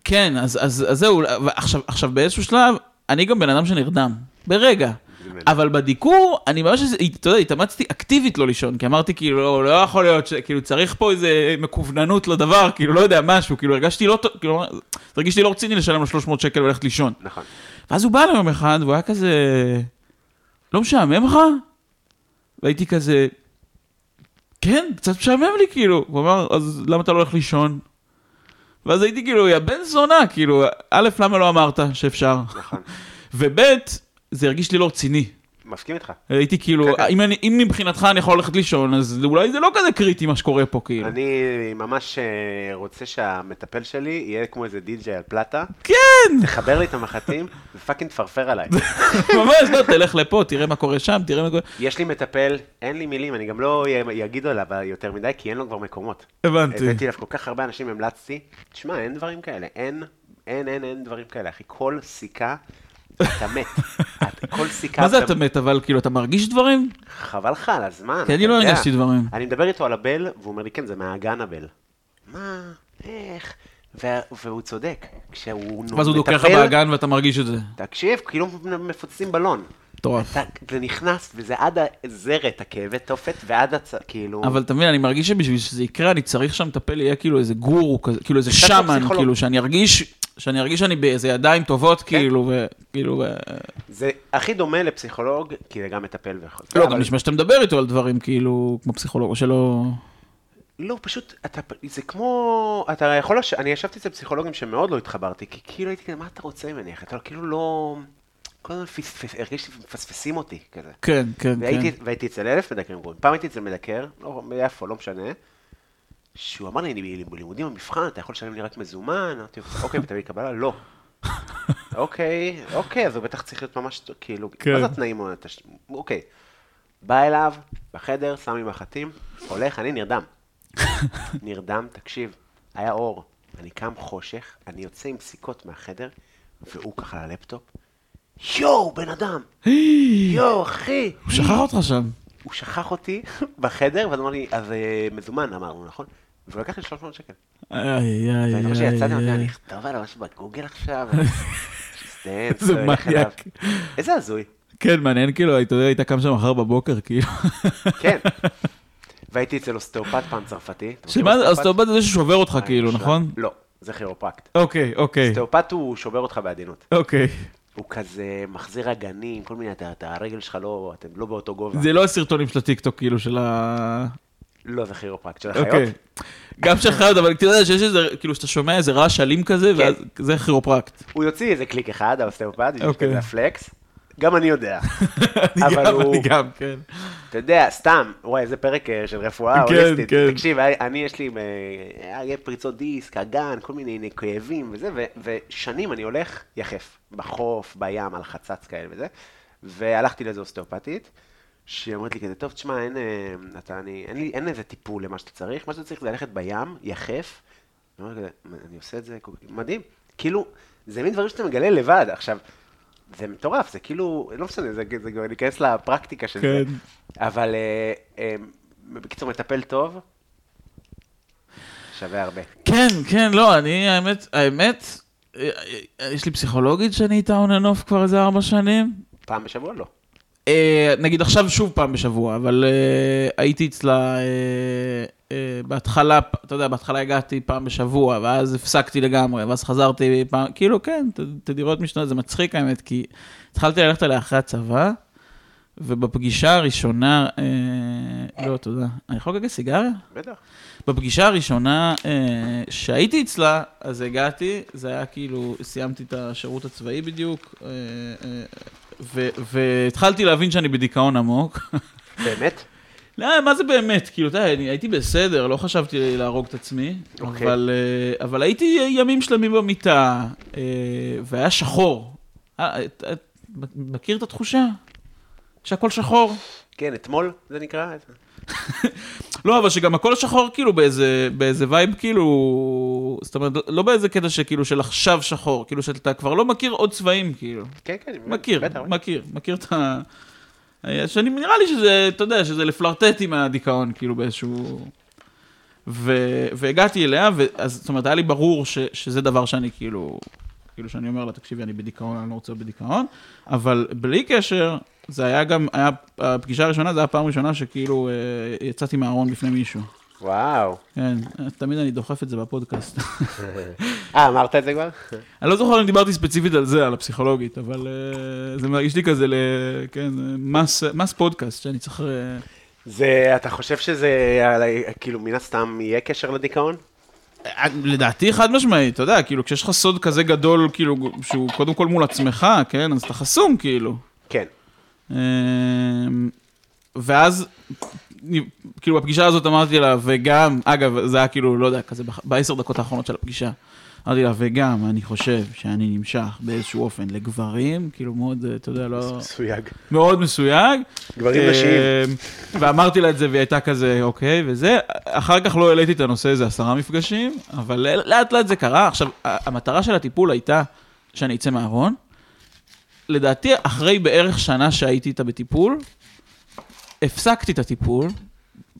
S3: כן, אז, אז, אז זהו, עכשיו, עכשיו באיזשהו שלב, אני גם בן אדם שנרדם, ברגע.
S2: באמת.
S3: אבל בדיקור, אני ממש, אתה יודע, התאמצתי אקטיבית לא לישון, כי אמרתי, כאילו, לא, לא יכול להיות, ש, כאילו, צריך פה איזה מקווננות לדבר, כאילו, לא יודע, משהו, כאילו, הרגשתי לא טוב, כאילו, הרגישתי לא רציני לשלם לו 300 שקל וללכת לישון.
S2: נכון.
S3: ואז הוא בא אליי יום אחד, והוא היה כזה, לא משעמם לך? והייתי כזה, כן, קצת משעמם לי, כאילו. הוא אמר, אז למה אתה לא הולך לישון? ואז הייתי כאילו, יא בן זונה, כאילו, א', למה לא אמרת שאפשר?
S2: נכון.
S3: וב', זה הרגיש לי לא רציני.
S2: מסכים איתך.
S3: הייתי כאילו,
S2: כן, כן.
S3: אם, אני, אם מבחינתך אני יכול ללכת לישון, אז אולי זה לא כזה קריטי מה שקורה פה, כאילו.
S2: אני ממש אה, רוצה שהמטפל שלי יהיה כמו איזה די.ג'יי על פלטה,
S3: כן!
S2: תחבר לי את המחטים ופאקינג תפרפר עליי.
S3: ממש, לא, תלך לפה, תראה מה קורה שם, תראה מה קורה...
S2: יש לי מטפל, אין לי מילים, אני גם לא י- אגיד עליו יותר מדי, כי אין לו כבר מקומות.
S3: הבנתי.
S2: הבאתי אליו כל כך הרבה אנשים, המלצתי. תשמע, אין דברים כאלה, אין, אין, אין, אין דברים כאלה, אחי. כל סיכה, אתה מת. את- כל סיכה...
S3: מה זה אתה מת, אבל כאילו, אתה מרגיש דברים?
S2: חבל לך על הזמן.
S3: כי אני
S2: אתה
S3: לא
S2: יודע.
S3: הרגשתי דברים.
S2: אני מדבר איתו על הבל, והוא אומר לי, כן, זה מהאגן הבל. מה? איך? וה- והוא צודק. כשהוא נו-
S3: ואז הוא דוקר לך
S2: מטפל,
S3: באגן ואתה מרגיש את זה.
S2: תקשיב, כאילו מפוצצים בלון.
S3: מטורף.
S2: אתה, זה נכנס, וזה עד הזרת, הכאבי תופת, ועד הצ... כאילו...
S3: אבל אתה מבין, אני מרגיש שבשביל שזה יקרה, אני צריך שהמטפל יהיה כאילו איזה גורו, כזה, כאילו איזה
S2: קצת כמו
S3: שמן,
S2: פסיכולוג. כן.
S3: כאילו, שאני ארגיש, שאני ארגיש שאני באיזה ידיים טובות, כאילו, וכאילו, ו...
S2: זה הכי דומה לפסיכולוג, כי זה גם מטפל ויכול.
S3: לא,
S2: אבל-
S3: גם נשמע שאתה מדבר איתו על דברים, כאילו, כמו פסיכולוג, או שלא...
S2: לא, פשוט, אתה, זה כמו, אתה יכול, לש... אני ישבתי אצל פסיכולוגים שמאוד לא התחברתי, כי כאילו הייתי כזה, מה אתה רוצה ממני? אחי?" אתה כאילו לא, כל הזמן פס... פס... הרגישתי שמפספסים אותי, כזה.
S3: כן, כן, כן.
S2: והייתי, והייתי אצל אלף מדקרים גרועים. פעם הייתי אצל מדקר, לא, ביפו, לא משנה, שהוא אמר לי, אני ב- בלימודים במבחן, אתה יכול לשלם לי רק מזומן? אמרתי, לו, אוקיי, ותביא קבלה? לא. אוקיי, אוקיי, אז הוא בטח צריך להיות ממש, טוב, כאילו,
S3: כן.
S2: מה זה התנאים? או התש- אוקיי. בא אליו, בחדר, שם לי מחטים, הולך, אני נרדם. נרדם, תקשיב, היה אור. אני קם חושך, אני יוצא עם סיכות מהחדר, והוא ככה על הלפטופ. יואו, בן אדם! יואו, אחי!
S3: הוא שכח אותך שם.
S2: הוא שכח אותי בחדר, ואז אמר לי, אז אה, מזומן אמרנו, נכון? והוא לקח לי 300 שקל.
S3: איי, איי, איי,
S2: ואני חושב לא שיצאתי, אמרתי, אני
S3: איי.
S2: אכתוב עליו משהו בגוגל עכשיו. שסטיין,
S3: איזה
S2: צועק אליו.
S3: מניאק.
S2: איזה הזוי.
S3: כן, מעניין, כאילו, אתה יודע, היית קם שם מחר בבוקר, כאילו.
S2: כן. והייתי אצל אוסטאופט פעם צרפתי. אתה מכיר
S3: שמה זה, אז אתה
S2: אוסטאופט?
S3: עובד על זה ששובר אותך,
S2: לא, אה,
S3: כאילו,
S2: שלב.
S3: נכון?
S2: לא, זה כירופרקט.
S3: אוקיי, אוקיי,
S2: אוסטאופט הוא שובר אותך בעדינות.
S3: אוקיי.
S2: הוא כזה מחזיר אגנים, כל מיני, אתה, אתה- הרגל שלך לא, אתם לא באותו גובה.
S3: זה לא הסרטונים של הטיקטוק, כאילו, של ה...
S2: לא, זה כירופרקט של החיות.
S3: אוקיי. גם של חיות, אבל אתה יודע שיש איזה, כאילו שאתה שומע איזה רעש אלים כזה,
S2: כן.
S3: ואז זה כירופרקט.
S2: הוא יוציא איזה קליק אחד, האוסטאופט, יש
S3: אוקיי.
S2: כזה הפלקס. גם אני יודע.
S3: אני
S2: אבל
S3: גם,
S2: הוא-
S3: אני גם, כן.
S2: אתה יודע, סתם, וואי, איזה פרק אה, של רפואה
S3: כן,
S2: הוליסטית.
S3: כן.
S2: תקשיב, היה- אני יש לי אה, היה פריצות דיסק, אגן, כל מיני הנה, כאבים וזה, ו- ושנים אני הולך יחף, בחוף, בים, על חצץ כאלה וזה, והלכתי לאיזו אוסטאופטית, שהיא אומרת לי כזה, טוב, תשמע, אין, אה, אתה, אני, אין, לי, אין איזה טיפול למה שאתה צריך, מה שאתה צריך זה ללכת בים, יחף, אני אומר כזה, "מה, אני עושה את זה, כל- מדהים, כאילו, זה מין דברים שאתה מגלה לבד, עכשיו, זה מטורף, זה כאילו, לא משנה, זה, זה, זה ניכנס לפרקטיקה של זה.
S3: כן.
S2: אבל אה, אה, בקיצור, מטפל טוב, שווה הרבה.
S3: כן, כן, לא, אני, האמת, האמת, אה, אה, יש לי פסיכולוגית שאני איתה און אנוף כבר איזה ארבע שנים.
S2: פעם בשבוע לא.
S3: אה, נגיד עכשיו שוב פעם בשבוע, אבל אה, הייתי אצלה, אה, אה, בהתחלה, אתה יודע, בהתחלה הגעתי פעם בשבוע, ואז הפסקתי לגמרי, ואז חזרתי פעם, כאילו, כן, ת- תדירות משנות, זה מצחיק האמת, כי התחלתי ללכת אליה אחרי הצבא, ובפגישה הראשונה, אה, לא, תודה. אני יכול לגגל סיגריה?
S2: בטח.
S3: בפגישה הראשונה אה, שהייתי אצלה, אז הגעתי, זה היה כאילו, סיימתי את השירות הצבאי בדיוק, אה, אה, ו- והתחלתי להבין שאני בדיכאון עמוק.
S2: באמת?
S3: לא, מה זה באמת? כאילו, אתה יודע, אני הייתי בסדר, לא חשבתי להרוג את עצמי,
S2: אוקיי.
S3: אבל, אה, אבל הייתי ימים שלמים במיטה, אה, והיה שחור. אה, את- את מכיר את התחושה? שהכל שחור?
S2: כן, אתמול זה נקרא?
S3: לא, אבל שגם הכל שחור כאילו באיזה, באיזה וייב כאילו, זאת אומרת, לא באיזה קטע שכאילו של עכשיו שחור, כאילו שאתה כבר לא מכיר עוד צבעים כאילו.
S2: כן, כן. אני מבין.
S3: מכיר,
S2: בטח,
S3: מכיר, מכיר את ה... אה, שאני, נראה לי שזה, אתה יודע, שזה לפלרטט עם הדיכאון, כאילו באיזשהו... ו, והגעתי אליה, ואז, זאת אומרת, היה לי ברור ש, שזה דבר שאני כאילו, כאילו שאני אומר לה, תקשיבי, אני בדיכאון, אני לא רוצה להיות בדיכאון, אבל בלי קשר, זה היה גם, היה, הפגישה הראשונה, זו הייתה הפעם הראשונה שכאילו אה, יצאתי מהארון בפני מישהו.
S2: וואו.
S3: כן, אה, תמיד אני דוחף את זה בפודקאסט.
S2: אה, אמרת את זה כבר?
S3: אני לא זוכר אם דיברתי ספציפית על זה, על הפסיכולוגית, אבל אה, זה מרגיש לי כזה ל... כן, אה, מס- מס פודקאסט שאני צריך... אה,
S2: זה, אתה חושב שזה, על- כאילו, מן הסתם יהיה קשר לדיכאון?
S3: אה, לדעתי חד משמעית, אתה יודע, כאילו, כשיש לך סוד כזה גדול, כאילו, שהוא קודם כל מול עצמך, כן, אז אתה חסום, כאילו.
S2: כן.
S3: אה, ואז, כאילו, בפגישה הזאת אמרתי לה, וגם, אגב, זה היה כאילו, לא יודע, כזה בח- בעשר דקות האחרונות של הפגישה. אמרתי לה, וגם, אני חושב שאני נמשך באיזשהו אופן לגברים, כאילו, מאוד, אה, אתה יודע, לא...
S2: סויג.
S3: מאוד מסויג.
S2: גברים
S3: אה,
S2: נשיים.
S3: ואמרתי לה את זה, והיא הייתה כזה, אוקיי, וזה. אחר כך לא העליתי את הנושא איזה עשרה מפגשים, אבל לאט לאט זה קרה. עכשיו, ה- המטרה של הטיפול הייתה שאני אצא מהארון. לדעתי, אחרי בערך שנה שהייתי איתה בטיפול, הפסקתי את הטיפול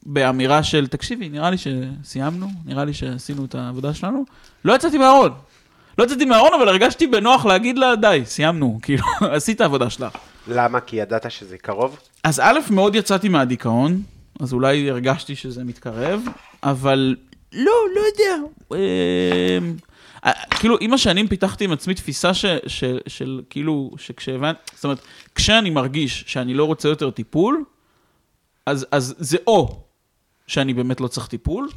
S3: באמירה של, תקשיבי, נראה לי שסיימנו, נראה לי שעשינו את העבודה שלנו. לא יצאתי מהארון. לא יצאתי מהארון, אבל הרגשתי בנוח להגיד לה, די, סיימנו, כאילו, עשית עבודה שלך.
S2: למה? כי ידעת שזה קרוב?
S3: אז א', מאוד יצאתי מהדיכאון, אז אולי הרגשתי שזה מתקרב, אבל לא, לא יודע. אמ, אה, כאילו, עם השנים פיתחתי עם עצמי תפיסה ש, ש, של כאילו, שכשהבנ... זאת אומרת, כשאני מרגיש שאני לא רוצה יותר טיפול, אז, אז זה או שאני באמת לא צריך טיפול,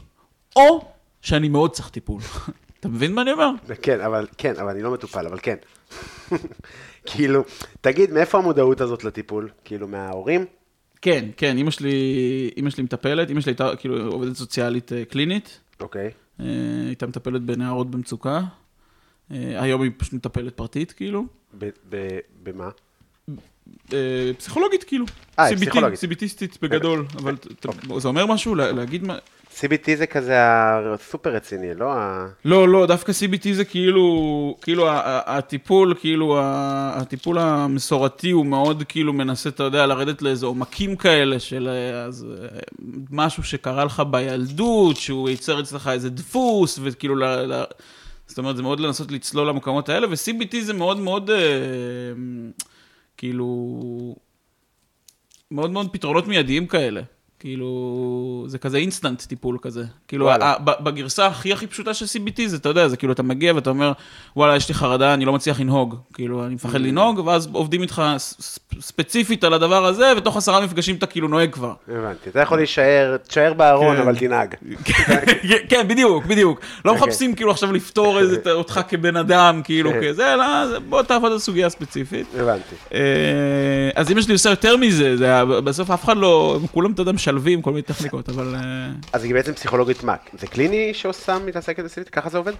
S3: או שאני מאוד צריך טיפול. אתה מבין מה אני אומר?
S2: כן, אבל, כן, אבל אני לא מטופל, אבל כן. כאילו, תגיד, מאיפה המודעות הזאת לטיפול? כאילו, מההורים?
S3: כן, כן, אימא שלי, אימא שלי מטפלת, אימא שלי הייתה כאילו עובדת סוציאלית אה, קלינית.
S2: אוקיי.
S3: אה, הייתה מטפלת בנערות במצוקה. אה, היום היא פשוט מטפלת פרטית, כאילו.
S2: ב- ב- במה?
S3: אה, פסיכולוגית, כאילו.
S2: אה, היא
S3: CBT,
S2: פסיכולוגית. אה, אוקיי.
S3: CBTיסטית בגדול, אבל ת- ת- זה אומר משהו? לה- להגיד מה...
S2: CBT זה כזה הסופר רציני, לא ה...
S3: לא, לא, דווקא CBT זה כאילו, כאילו ה- ה- הטיפול, כאילו ה- הטיפול המסורתי הוא מאוד כאילו מנסה, אתה יודע, לרדת לאיזה עומקים כאלה של אה, אז, אה, משהו שקרה לך בילדות, שהוא ייצר אצלך איזה דפוס, וכאילו, ל, ל, זאת אומרת, זה מאוד לנסות לצלול למקומות האלה, ו-CBT זה מאוד מאוד, אה, כאילו, מאוד מאוד פתרונות מיידיים כאלה. כאילו, זה כזה אינסטנט טיפול כזה. כאילו,
S2: וואלה.
S3: ה- ב- בגרסה הכי הכי פשוטה של CBT זה, אתה יודע, זה כאילו, אתה מגיע ואתה אומר, וואלה, יש לי חרדה, אני לא מצליח לנהוג. כאילו, אני
S2: Mm.
S3: מפחד לנהוג, ואז עובדים איתך ס- ס- ספציפית על הדבר הזה, ותוך עשרה מפגשים אתה כאילו נוהג כבר.
S2: הבנתי. אתה יכול להישאר, תישאר בארון,
S3: כן.
S2: אבל תנהג.
S3: כן, בדיוק, בדיוק. לא
S2: אוקיי.
S3: מחפשים כאילו עכשיו לפתור איזה- אותך כבן אדם, כאילו,
S2: כן.
S3: כזה, אלא זה- בוא תעבוד על סוגיה ספציפית.
S2: הבנתי.
S3: אה, אז אמא שלי עושה יותר מזה, זה היה- בסוף אף אחד לא, הם כולם, אתה יודע, משלבים כל מיני טכניקות, אבל... אה,
S2: אז היא בעצם פסיכולוגית מה? זה קליני שעושה, מתעסקת בסילית? ככה זה עובד?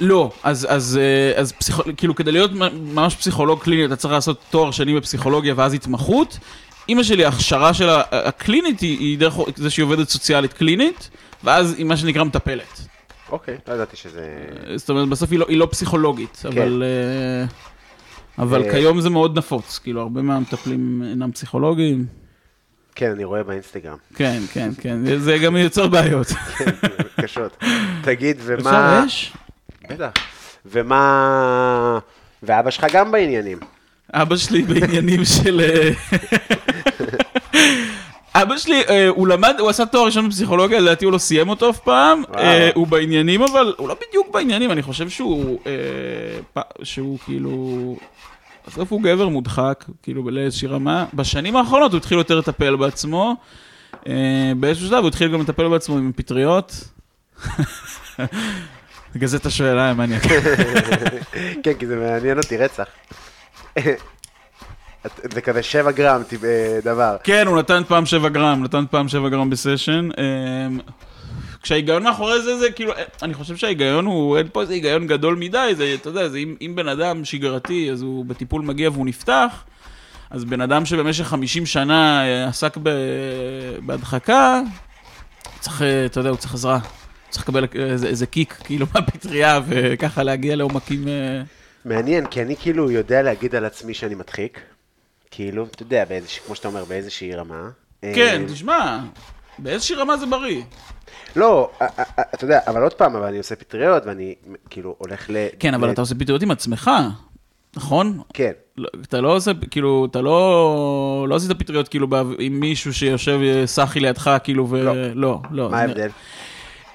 S3: לא, אז, אז, אה, אז פסיכו, כאילו, כדי להיות מ- ממש פסיכולוג קליני, אתה צריך לעשות תואר שני בפסיכולוגיה ואז התמחות. אימא שלי, ההכשרה שלה, ה- הקלינית היא, היא דרך זה שהיא עובדת סוציאלית קלינית, ואז היא מה שנקרא מטפלת.
S2: אוקיי, לא ידעתי שזה...
S3: זאת אומרת, בסוף היא לא, היא לא פסיכולוגית,
S2: כן.
S3: אבל, אה, אבל
S2: אה.
S3: כיום זה מאוד נפוץ, כאילו, הרבה מהמטפלים אינם פסיכולוגים.
S2: כן, אני רואה באינסטגרם.
S3: כן, כן, כן, זה גם יוצר בעיות.
S2: קשות. תגיד, ומה...
S3: כן. אפשר אש?
S2: בטח. ומה... ואבא שלך גם בעניינים.
S3: אבא שלי בעניינים של... אה, אבא שלי, אה, הוא למד, הוא עשה תואר ראשון בפסיכולוגיה, לדעתי הוא לא סיים אותו אף פעם.
S2: וואו.
S3: אה, הוא בעניינים, אבל הוא לא בדיוק בעניינים, אני חושב שהוא... אה, פ- שהוא כאילו... בסוף הוא גבר מודחק, כאילו לאיזושהי רמה. בשנים האחרונות הוא התחיל יותר לטפל בעצמו. אה, באיזשהו שלב הוא התחיל גם לטפל בעצמו עם פטריות. בגלל זה אתה שואל, אה, מניאק.
S2: כן, כי זה מעניין אותי רצח. את- זה כזה 7 גרם טיב- אה, דבר.
S3: כן, הוא נתן פעם 7 גרם, נתן פעם 7 גרם בסשן. אמ, כשההיגיון מאחורי זה, זה כאילו, אה, אני חושב שההיגיון הוא, אין פה איזה היגיון גדול מדי, זה, אתה יודע, זה אם, אם בן אדם שגרתי, אז הוא בטיפול מגיע והוא נפתח, אז בן אדם שבמשך 50 שנה אה, עסק ב, בהדחקה, צריך, אה, אתה יודע, הוא צריך עזרה. צריך לקבל איזה, איזה קיק, כאילו, מהפטריה, וככה להגיע לעומקים... אה,
S2: מעניין, כי אני כאילו יודע להגיד על עצמי שאני מדחיק. כאילו, אתה יודע, באיזוש- כמו שאתה אומר, באיזושהי רמה. אה,
S3: כן, תשמע, באיזושהי רמה זה בריא.
S2: לא, א- א- א- אתה יודע, אבל עוד פעם, אבל אני עושה פטריות, ואני כאילו הולך ל...
S3: כן, אבל
S2: ל-
S3: אתה עושה פטריות עם עצמך, נכון?
S2: כן.
S3: לא, אתה לא עושה, כאילו, אתה לא, לא עשית פטריות כאילו באו- עם מישהו שיושב אה, סחי לידך, כאילו, ו...
S2: לא.
S3: לא, לא.
S2: מה ההבדל?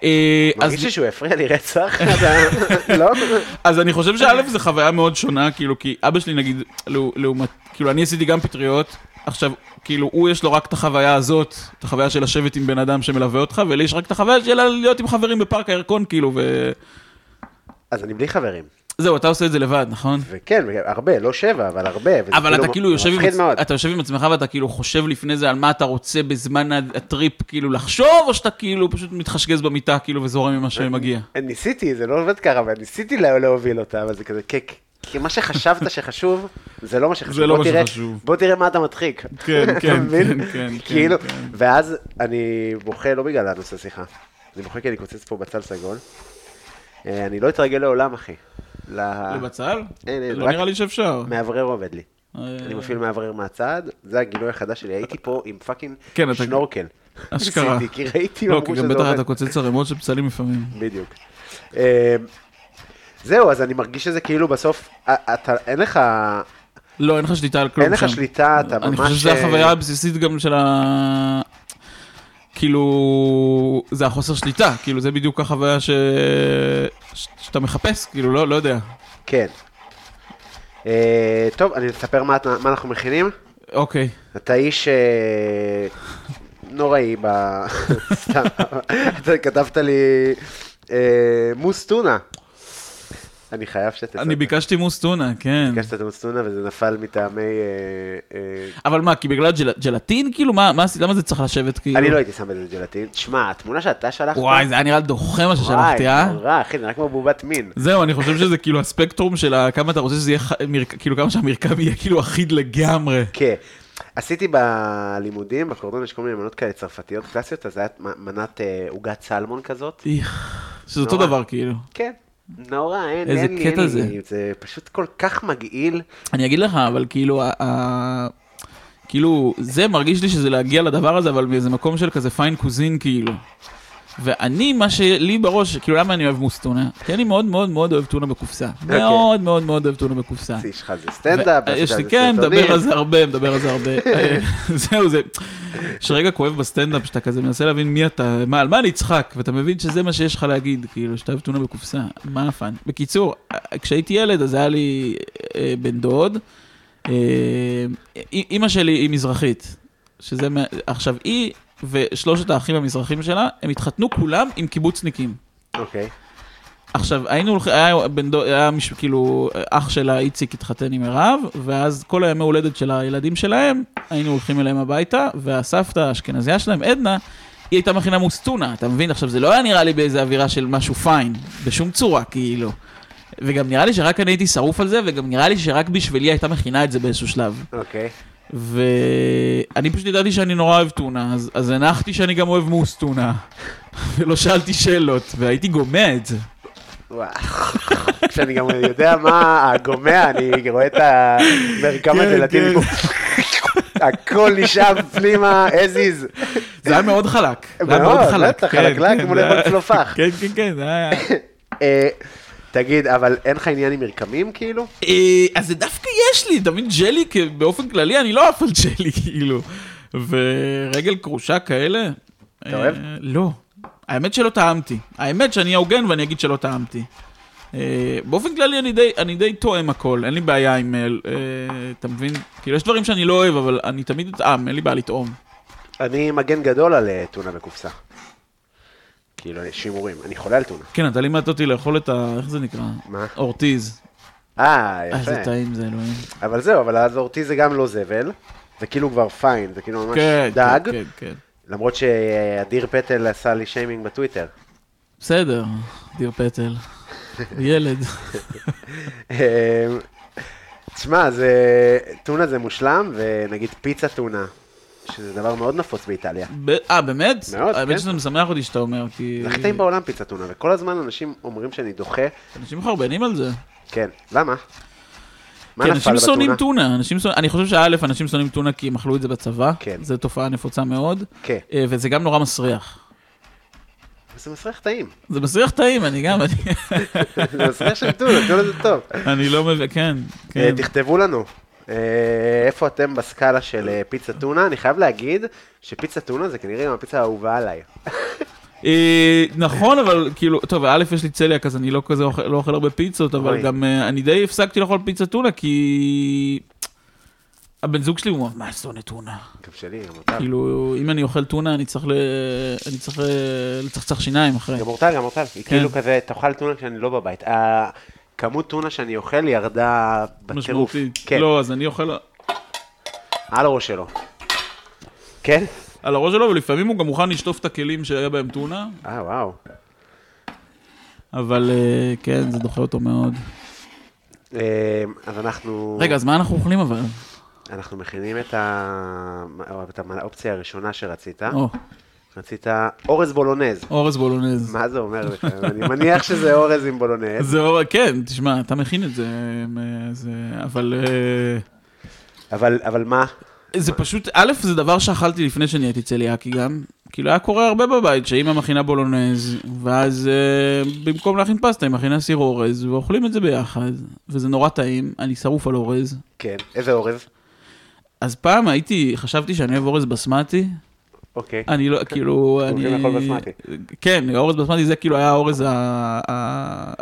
S3: אה, אז,
S2: מרגיש לי שהוא הפריע לי רצח? אתה- לא?
S3: אז אני חושב שא' זה חוויה מאוד שונה, כאילו, כי אבא שלי נגיד, לא- לעומת, כאילו, אני עשיתי גם פטריות, עכשיו, כאילו, הוא יש לו רק את החוויה הזאת, את החוויה של לשבת עם בן אדם שמלווה אותך, ולי יש רק את החוויה של להיות עם חברים בפארק הירקון, כאילו, ו...
S2: אז אני בלי חברים.
S3: זהו, אתה עושה את זה לבד, נכון?
S2: וכן, הרבה, לא שבע, אבל הרבה. וזה
S3: אבל אתה כאילו יושב עם,
S2: מפחיד מאוד.
S3: עצ- אתה יושב עם עצמך ואתה כאילו חושב לפני זה על מה אתה רוצה בזמן הד- הטריפ כאילו לחשוב, או שאתה כאילו פשוט מתחשגז במיטה כאילו וזורם עם מה שמגיע.
S2: ניסיתי, זה לא עובד ככה, אבל ניסיתי לה- להוביל אותה, אבל זה כזה קק. כי מה שחשבת שחשוב, זה לא מה שחשוב.
S3: זה לא
S2: בוא
S3: מה
S2: תראה-
S3: שחשוב.
S2: בוא תראה מה אתה מדחיק.
S3: כן,
S2: אתה
S3: כן,
S2: מבין?
S3: כן, כן,
S2: כאילו,
S3: כן.
S2: ואז אני בוכה לא בגלל הנושא שיחה. אני בוכה כי אני קוצץ פה בצל סגול. אה, אני לא אתרגל לעולם, אחי. ל-
S3: לבצל?
S2: אין, אין,
S3: לא
S2: אה, רק-
S3: נראה לי שאפשר.
S2: מאוורר עובד לי.
S3: אה,
S2: אני מפעיל מאוורר מהצד, זה הגילוי החדש שלי, הייתי פה עם פאקינג
S3: כן, אתה-
S2: שנורקל.
S3: אשכרה.
S2: ניסיתי, כי ראיתי,
S3: לא,
S2: אמרו
S3: כי
S2: שזה
S3: גם בטח
S2: עובד.
S3: אתה קוצץ ערימות של פצלים לפעמים.
S2: בדיוק. אה, זהו, אז אני מרגיש שזה כאילו בסוף, אה, אתה, אין לך,
S3: לא, אין לך שליטה על כלום
S2: אין לך
S3: שם.
S2: שליטה, אתה ממש...
S3: אני חושב שזו
S2: אה,
S3: החוויה הבסיסית גם של ה... כאילו, זה החוסר שליטה, כאילו, זה בדיוק החוויה ש... ש- שאתה מחפש, כאילו, לא, לא יודע.
S2: כן. אה, טוב, אני אספר מה את- מה אנחנו מכינים.
S3: אוקיי.
S2: אתה איש אה, נוראי ב... סתם, אתה כתבת לי אה, מוס טונה. אני חייב שתספר.
S3: אני ביקשתי מוס טונה, כן.
S2: ביקשת את מוס טונה וזה נפל מטעמי... אה, אה,
S3: אבל מה, כי בגלל ג'ל- ג'לטין? כאילו, מה, מה, עשית? למה זה צריך לשבת כאילו?
S2: אני לא הייתי שם את זה ג'לטין. תשמע, התמונה שאתה שלחת...
S3: וואי, זה היה נראה דוחה מה ששלחתי, אה?
S2: וואי, נורא, אחי, נראה כמו בובת מין.
S3: זהו, אני חושב שזה כאילו הספקטרום של ה- כמה אתה רוצה שזה יהיה, ח- מרק- כאילו כמה שהמרקם יהיה כאילו אחיד לגמרי.
S2: כן. עשיתי בלימודים, בקורדון יש כל מיני מנות כאלה צרפתיות קלאסיות, אז זה היה מ- מנת אה, עוגת סלמון כזאת.
S3: איך, שזה אותו
S2: נורא.
S3: דבר כאילו.
S2: כן. נורא, אין,
S3: איזה
S2: אין לי,
S3: קטע
S2: אין
S3: זה.
S2: לי, זה פשוט כל כך מגעיל.
S3: אני אגיד לך, אבל כאילו, ה- ה- כאילו, זה מרגיש לי שזה להגיע לדבר הזה, אבל מאיזה מקום של כזה פיין קוזין, כאילו. ואני, מה שלי בראש, כאילו, למה אני אוהב מוס טונה? כי אני מאוד מאוד מאוד אוהב טונה בקופסה. מאוד מאוד מאוד אוהב טונה בקופסה.
S2: זה איש אחד זה סטנדאפ,
S3: אה. ו-
S2: ועשית
S3: יש
S2: על
S3: לי,
S2: זה
S3: כן,
S2: סרטונים.
S3: מדבר על זה הרבה, מדבר על זה הרבה. אה, זהו, זה... יש רגע כואב בסטנדאפ, שאתה כזה מנסה להבין מי אתה, מה, על מה אני אצחק, ואתה מבין שזה מה שיש לך להגיד, כאילו, שאתה אוהב טונה בקופסה, מה הפאן? בקיצור, אה, כשהייתי ילד, אז היה לי אה, בן דוד, אה, אי- אימא שלי היא מזרחית, שזה... מה- עכשיו, היא ושלושת האחים המזרחים שלה, הם התחתנו כולם עם קיבוצניקים.
S2: אוקיי.
S3: עכשיו, היינו הולכים, היה בן דוד, היה מישהו, כאילו, אח שלה, איציק, התחתן עם מירב, ואז כל הימי הולדת של הילדים שלהם, היינו הולכים אליהם הביתה, והסבתא האשכנזייה שלהם, עדנה, היא הייתה מכינה מוסטונה, אתה מבין? עכשיו, זה לא היה נראה לי באיזה אווירה של משהו פיין, בשום צורה, כאילו. וגם נראה לי שרק אני הייתי שרוף על זה, וגם נראה לי שרק בשבילי הייתה מכינה את זה באיזשהו שלב.
S2: אוקיי.
S3: ואני פשוט ידעתי שאני נורא אוהב טונה, אז, אז הנחתי שאני גם אוהב מוס טונה, ולא שאלתי שאלות, והייתי גומע את זה.
S2: וואו. כשאני גם יודע מה הגומע, אני רואה את המרקם
S3: כן,
S2: הג'לטין. הכל נשאב פנימה, as is.
S3: זה היה מאוד חלק. זה היה
S2: מאוד,
S3: מאוד חלק.
S2: בטח,
S3: כן,
S2: חלקלק
S3: כן,
S2: מול
S3: זה היה-
S2: לבל צלופח.
S3: כן, כן, כן, זה היה...
S2: אה, תגיד, אבל אין לך עניין עם מרקמים כאילו?
S3: אה, אז זה דווקא יש לי, אתה מבין, ג'לי, כ- באופן כללי, אני לא עף על ג'לי, כאילו. ורגל כרושה כאלה.
S2: אתה אוהב?
S3: אה, לא. האמת שלא טעמתי. האמת שאני אהיה הוגן ואני אגיד שלא טעמתי. אה, באופן כללי אני די, אני די תואם הכל, אין לי בעיה עם... אה, אה, אתה מבין? כאילו, יש דברים שאני לא אוהב, אבל אני תמיד אטעם, אין לי בעיה לטעום.
S2: אני מגן גדול על אה, טונה בקופסה. כאילו, אני- שימורים. אני חולה על טונה.
S3: כן, אתה לימדת אותי לאכול את ה... איך זה נקרא?
S2: מה?
S3: אורטיז.
S2: אה,
S3: איזה
S2: יפה.
S3: טעים זה, אלוהים.
S2: אבל זהו, אבל אז אורטיז זה גם לא זבל. זה כאילו כבר פיין, זה כאילו ממש
S3: כן,
S2: דג.
S3: כן, כן, כן.
S2: למרות שאדיר פטל עשה לי שיימינג בטוויטר.
S3: בסדר, דיר פטל. ילד.
S2: אה, תשמע, זה... טונה זה מושלם, ונגיד פיצה טונה, שזה דבר מאוד נפוץ באיטליה.
S3: ב- אה, באמת?
S2: מאוד, כן.
S3: האמת שזה משמח אותי שאתה אומר, כי...
S2: זה הכי טעים בעולם פיצה טונה, וכל הזמן אנשים אומרים שאני דוחה.
S3: אנשים מחרבנים על זה.
S2: כן, למה? מה
S3: כי
S2: נפל
S3: כן, אנשים
S2: בטונה?
S3: שונאים טונה, אנשים שונא- אני חושב שא', אנשים שונאים טונה כי הם אכלו את זה בצבא,
S2: כן.
S3: זו תופעה נפוצה מאוד,
S2: כן.
S3: אה, וזה גם נורא מסריח.
S2: זה מסריח טעים.
S3: זה מסריח טעים, אני גם, אני,
S2: זה מסריח של טונה, טונה זה טוב.
S3: אני לא מבין, כן,
S2: אה,
S3: כן.
S2: תכתבו לנו. אה, איפה אתם בסקאלה של אה, פיצה טונה? אני חייב להגיד שפיצה טונה זה כנראה גם הפיצה האהובה עליי.
S3: אה, נכון, אבל כאילו, טוב, א', יש לי צליאק, אז אני לא כזה אוכל, לא אוכל הרבה פיצות, אבל
S2: אוי.
S3: גם אה, אני די הפסקתי לאכול פיצה טונה, כי הבן זוג שלי הוא ממש שונא טונה.
S2: גם שלי, גם מורטל.
S3: כאילו, אם אני אוכל טונה, אני צריך ל... אני צריך ל- לצחצח שיניים אחרי.
S2: גם מורטל, גם מורטל. היא
S3: כן.
S2: כאילו כזה, תאכל טונה כשאני לא בבית. הכמות טונה שאני אוכל ירדה בטירוף.
S3: משמעותית.
S2: כן,
S3: לא, אז אני אוכל
S2: על הראש שלו. כן?
S3: על הראש שלו, ולפעמים הוא גם מוכן לשטוף את הכלים שהיה בהם טונה,
S2: אה, וואו.
S3: אבל אה, כן, זה דוחה אותו מאוד.
S2: אה, אז אנחנו...
S3: רגע, אז מה אנחנו אוכלים אבל?
S2: אנחנו מכינים את ה- את האופציה הראשונה שרצית.
S3: או,
S2: רצית אורז בולונז.
S3: אורז בולונז.
S2: מה זה אומר לך? אני מניח שזה אורז עם בולונז.
S3: זה אור... כן, תשמע, אתה מכין את זה, אה, זה... אבל... אה,
S2: אבל, אבל מה?
S3: זה פשוט, א', זה דבר שאכלתי לפני שאני הייתי צליאקי גם. כאילו היה קורה הרבה בבית, שאימא מכינה בולונז, ואז אה, במקום להכין פסטה, היא מכינה סיר אורז, ואוכלים את זה ביחד, וזה נורא טעים, אני שרוף על אורז.
S2: כן, איזה אורז?
S3: אז פעם הייתי, חשבתי שאני אוהב אורז בסמטי,
S2: אוקיי.
S3: אני לא, כאילו, אני...
S2: הולכים לאכול בסמטי.
S3: כן, אורז בסמטי זה כאילו היה האורז ה- ה-